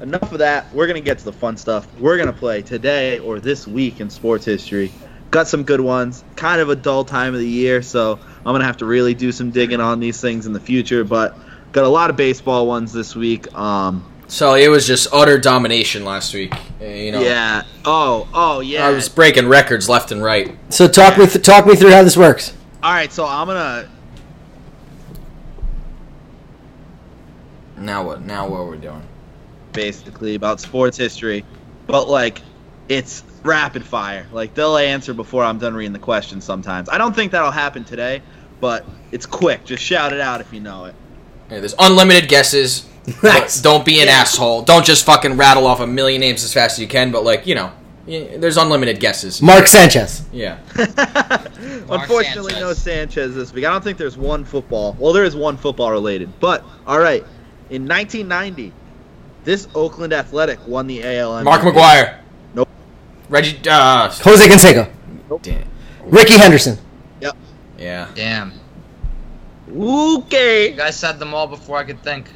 Speaker 1: enough of that. We're gonna get to the fun stuff. We're gonna play today or this week in sports history. Got some good ones. Kind of a dull time of the year, so I'm gonna have to really do some digging on these things in the future. But got a lot of baseball ones this week. Um,
Speaker 2: So it was just utter domination last week. uh, You know,
Speaker 1: yeah. Oh, oh, yeah.
Speaker 2: I was breaking records left and right.
Speaker 6: So talk me th- talk me through how this works.
Speaker 1: All right, so I'm gonna
Speaker 2: Now what? Now what we're doing?
Speaker 1: basically about sports history, but like it's rapid fire. Like they'll answer before I'm done reading the question sometimes. I don't think that'll happen today, but it's quick. Just shout it out if you know it.
Speaker 2: Yeah, there's unlimited guesses.
Speaker 6: Nice.
Speaker 2: But Don't be an
Speaker 1: Yeah.
Speaker 2: asshole. Don't just fucking rattle off a million names as fast as you can. But like, you know, y- there's unlimited guesses.
Speaker 6: Mark Sanchez.
Speaker 2: Yeah.
Speaker 1: Unfortunately, no Sanchez this week. I don't think there's one football. Well, there is one football related, but all right. In 1990, this Oakland Athletic won the AL.
Speaker 2: Mark
Speaker 1: MVP.
Speaker 2: McGuire.
Speaker 1: Nope.
Speaker 2: Reggie. Uh,
Speaker 6: Jose Canseco.
Speaker 2: damn.
Speaker 6: Ricky Henderson.
Speaker 2: Yeah.
Speaker 3: Damn.
Speaker 1: Okay.
Speaker 3: You guys said them all before I could think.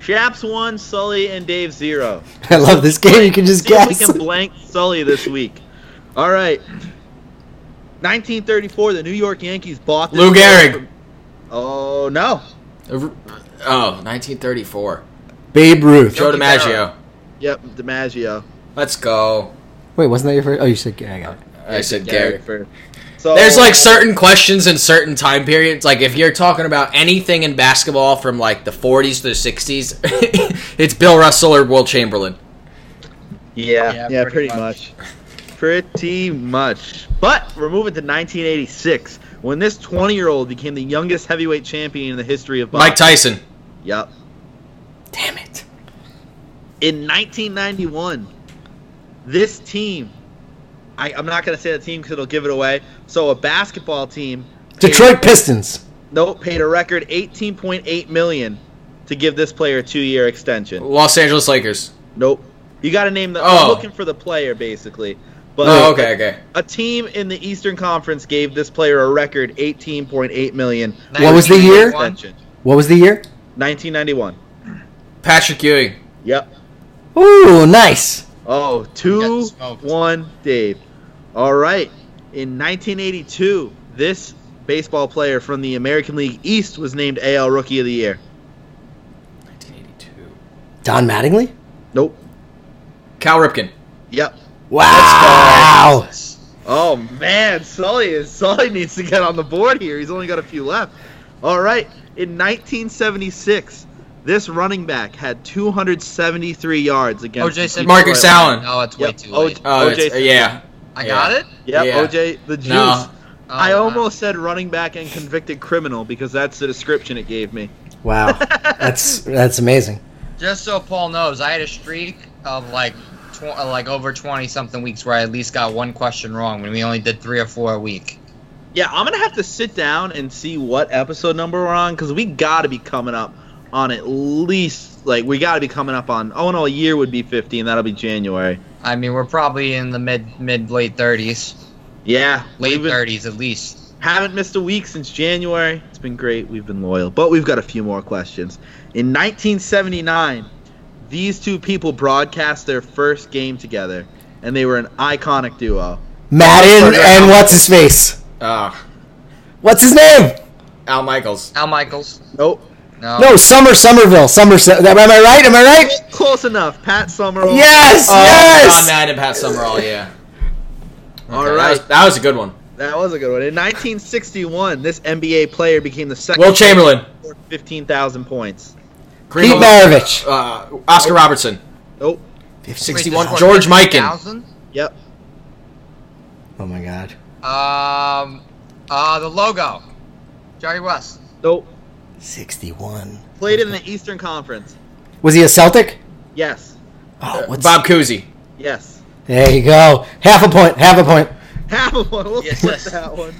Speaker 1: Chaps one, Sully and Dave zero.
Speaker 6: I love this game. You can just
Speaker 1: See if we
Speaker 6: guess.
Speaker 1: can blank Sully this week. All right. 1934, the New York Yankees bought this
Speaker 2: Lou
Speaker 1: team
Speaker 2: Gehrig.
Speaker 1: from- Oh no!
Speaker 2: Oh, 1934.
Speaker 6: Babe Ruth.
Speaker 2: Joe
Speaker 3: Yogi
Speaker 2: DiMaggio.
Speaker 3: Berra.
Speaker 1: Yep, DiMaggio.
Speaker 2: Let's go.
Speaker 6: Wait, wasn't that your first? Oh, you said yeah, I got it.
Speaker 2: I said
Speaker 1: Gehrig
Speaker 2: Gary.
Speaker 1: first. So
Speaker 2: There's like certain questions in certain time periods. Like if you're talking about anything in basketball from like the 40s to the 60s, it's Bill Russell or Will Chamberlain.
Speaker 1: yeah, yeah,
Speaker 3: Yeah,
Speaker 1: pretty,
Speaker 3: pretty
Speaker 1: much. pretty much. But we're moving to 1986 when this 20-year-old became the youngest heavyweight champion in the history of boxing.
Speaker 2: Mike Tyson.
Speaker 1: Yep.
Speaker 6: Damn it.
Speaker 1: In 1991, this team, I, I'm not going to say the team because it'll give it away. So, a basketball team,
Speaker 6: Detroit Pistons.
Speaker 1: nope, paid a record 18.8 million to give this player a two-year extension.
Speaker 2: Los Angeles Lakers.
Speaker 1: Nope. You got to name the. I'm
Speaker 2: Oh.
Speaker 1: looking for the player basically. But
Speaker 2: Oh, okay, okay.
Speaker 1: A team in the Eastern Conference gave this player a record 18.8 million
Speaker 6: What was the year?
Speaker 3: 1981?
Speaker 1: extension.
Speaker 6: What was the year?
Speaker 1: 1991.
Speaker 2: Patrick Ewing.
Speaker 1: Yep.
Speaker 6: Ooh, nice.
Speaker 1: Oh, two,
Speaker 3: smoked.
Speaker 1: one, Dave. All right. In 1982, this baseball player from the American League East was named AL Rookie of the Year.
Speaker 2: 1982.
Speaker 6: Don Mattingly.
Speaker 1: Nope.
Speaker 2: Cal Ripken.
Speaker 1: Yep.
Speaker 6: Wow.
Speaker 1: Oh man, Sully is Sully needs to get on the board here. He's only got a few left. All right. In 1976, This running back had 273 yards against
Speaker 3: OJ Simpson.
Speaker 2: Marcus Allen.
Speaker 3: No, it's way
Speaker 1: Yep.
Speaker 3: too
Speaker 1: Oh,
Speaker 3: late.
Speaker 2: Oh,
Speaker 1: OJ
Speaker 2: it's-
Speaker 1: Simpson.
Speaker 2: yeah.
Speaker 3: I got it.
Speaker 1: Yep,
Speaker 2: Yeah.
Speaker 1: OJ the juice.
Speaker 2: No.
Speaker 3: Oh,
Speaker 1: I
Speaker 3: wow.
Speaker 1: almost said running back and convicted criminal because that's the description it gave me.
Speaker 6: Wow, that's that's amazing.
Speaker 3: Just so Paul knows, I had a streak of like, tw- uh, like over twenty something weeks where I at least got one question wrong when we only did three or four a week.
Speaker 1: Yeah, I'm gonna have to sit down and see what episode number we're on because we gotta be coming up on at least like we gotta be coming up on oh no a year would be 50 and that'll be January.
Speaker 3: I mean, we're probably in the mid mid late thirties,
Speaker 1: Yeah,
Speaker 3: late
Speaker 1: we've been-
Speaker 3: thirties at least.
Speaker 1: Haven't missed a week since January. It's been great. We've been loyal. But we've got a few more questions. In 1979, these two people broadcast their first game together, and they were an iconic duo.
Speaker 6: Madden and what's his face?
Speaker 2: Uh,
Speaker 6: What's his name?
Speaker 2: Al Michaels.
Speaker 3: Al Michaels.
Speaker 1: Nope.
Speaker 3: No.
Speaker 6: No, Summer Somerville. Summer. Som- Am I right? Am I right?
Speaker 1: Close enough. Pat Summerall.
Speaker 6: Yes.
Speaker 2: Oh, John
Speaker 6: yes.
Speaker 2: Madden, Pat Summerall. Yeah.
Speaker 1: All
Speaker 2: Okay, That
Speaker 1: right.
Speaker 2: was, that was a good one.
Speaker 1: That was a good one. In 1961, this NBA player became the second
Speaker 2: Will Chamberlain.
Speaker 1: player to score 15,000 points.
Speaker 6: Pete
Speaker 2: Greenville-
Speaker 6: Maravich.
Speaker 2: Uh, Oscar Robertson.
Speaker 1: Nope.
Speaker 3: Wait,
Speaker 2: 61.
Speaker 3: this
Speaker 2: George
Speaker 3: one-
Speaker 2: Mikan.
Speaker 3: 2000?
Speaker 1: Yep.
Speaker 6: Oh my God.
Speaker 3: Um, uh, the logo, Jerry West.
Speaker 1: Nope.
Speaker 6: Sixty-one.
Speaker 1: Played in the Eastern Conference.
Speaker 6: Was he a Celtic?
Speaker 1: Yes.
Speaker 6: Oh, what's
Speaker 2: Bob Cousy.
Speaker 1: Yes.
Speaker 6: There you go. Half a point. Half a point.
Speaker 1: Half of one. We'll
Speaker 3: Yes.
Speaker 1: split that one.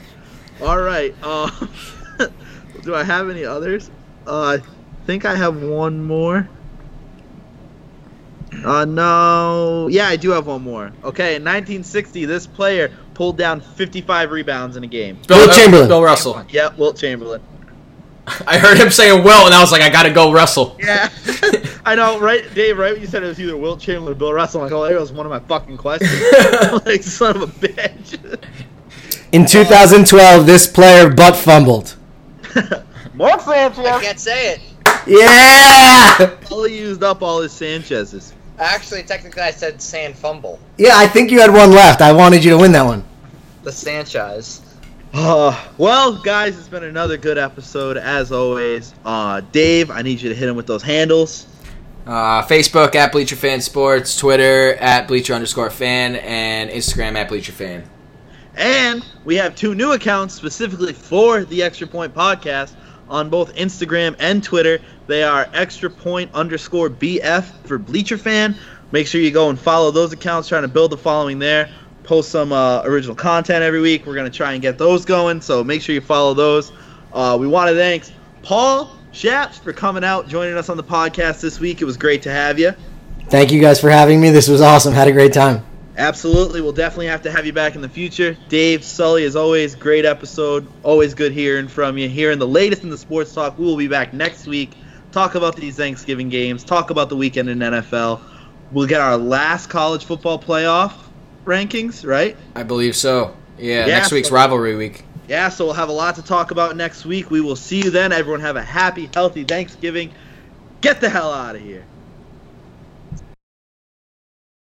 Speaker 1: All right. Uh, do I have any others? Uh, I think I have one more. Uh, no. Yeah, I do have one more. Okay, in 1960, this player pulled down 55 rebounds in a game.
Speaker 6: Will Chamberlain.
Speaker 2: Bill Russell.
Speaker 1: Yeah, Wilt Chamberlain.
Speaker 2: I heard him saying Will, and I was like, I gotta go Russell.
Speaker 1: Yeah. I know, right, Dave, right? when You said it was either Wilt Chamberlain or Bill Russell. I'm like, oh, there was one of my fucking questions. like, son of a bitch.
Speaker 6: In 2012, this player butt fumbled.
Speaker 1: Mark Sanchez.
Speaker 3: I can't say it.
Speaker 6: Yeah.
Speaker 1: He used up all his Sanchez's.
Speaker 3: Actually, technically, I said San Fumble.
Speaker 6: Yeah, I think you had one left. I wanted you to win that one.
Speaker 3: The Sanchez.
Speaker 1: Uh, well, guys, it's been another good episode as always. Uh, Dave, I need you to hit him with those handles.
Speaker 2: Uh, Facebook at Bleacher Fan Sports, Twitter at Bleacher underscore Fan, and Instagram at Bleacher Fan.
Speaker 1: And we have two new accounts specifically for the Extra Point podcast on both Instagram and Twitter. They are Extra Point underscore BF for Bleacher Fan. Make sure you go and follow those accounts, trying to build the following there. Post some uh, original content every week. We're going to try and get those going, so make sure you follow those. Uh, we want to thank Paul Shaps for coming out, joining us on the podcast this week. It was great to have you.
Speaker 6: Thank you guys for having me. This was awesome. Had a great time.
Speaker 1: Absolutely. We'll definitely have to have you back in the future. Dave, Sully, as always, great episode. Always good hearing from you. Hearing the latest in the sports talk. We will be back next week. Talk about these Thanksgiving games. Talk about the weekend in NFL. We'll get our last college football playoff rankings, right?
Speaker 2: I believe so. Yeah,
Speaker 1: Yeah.
Speaker 2: next week's rivalry week.
Speaker 1: Yeah, so we'll have a lot to talk about next week. We will see you then. Everyone have a happy, healthy Thanksgiving. Get the hell out of here.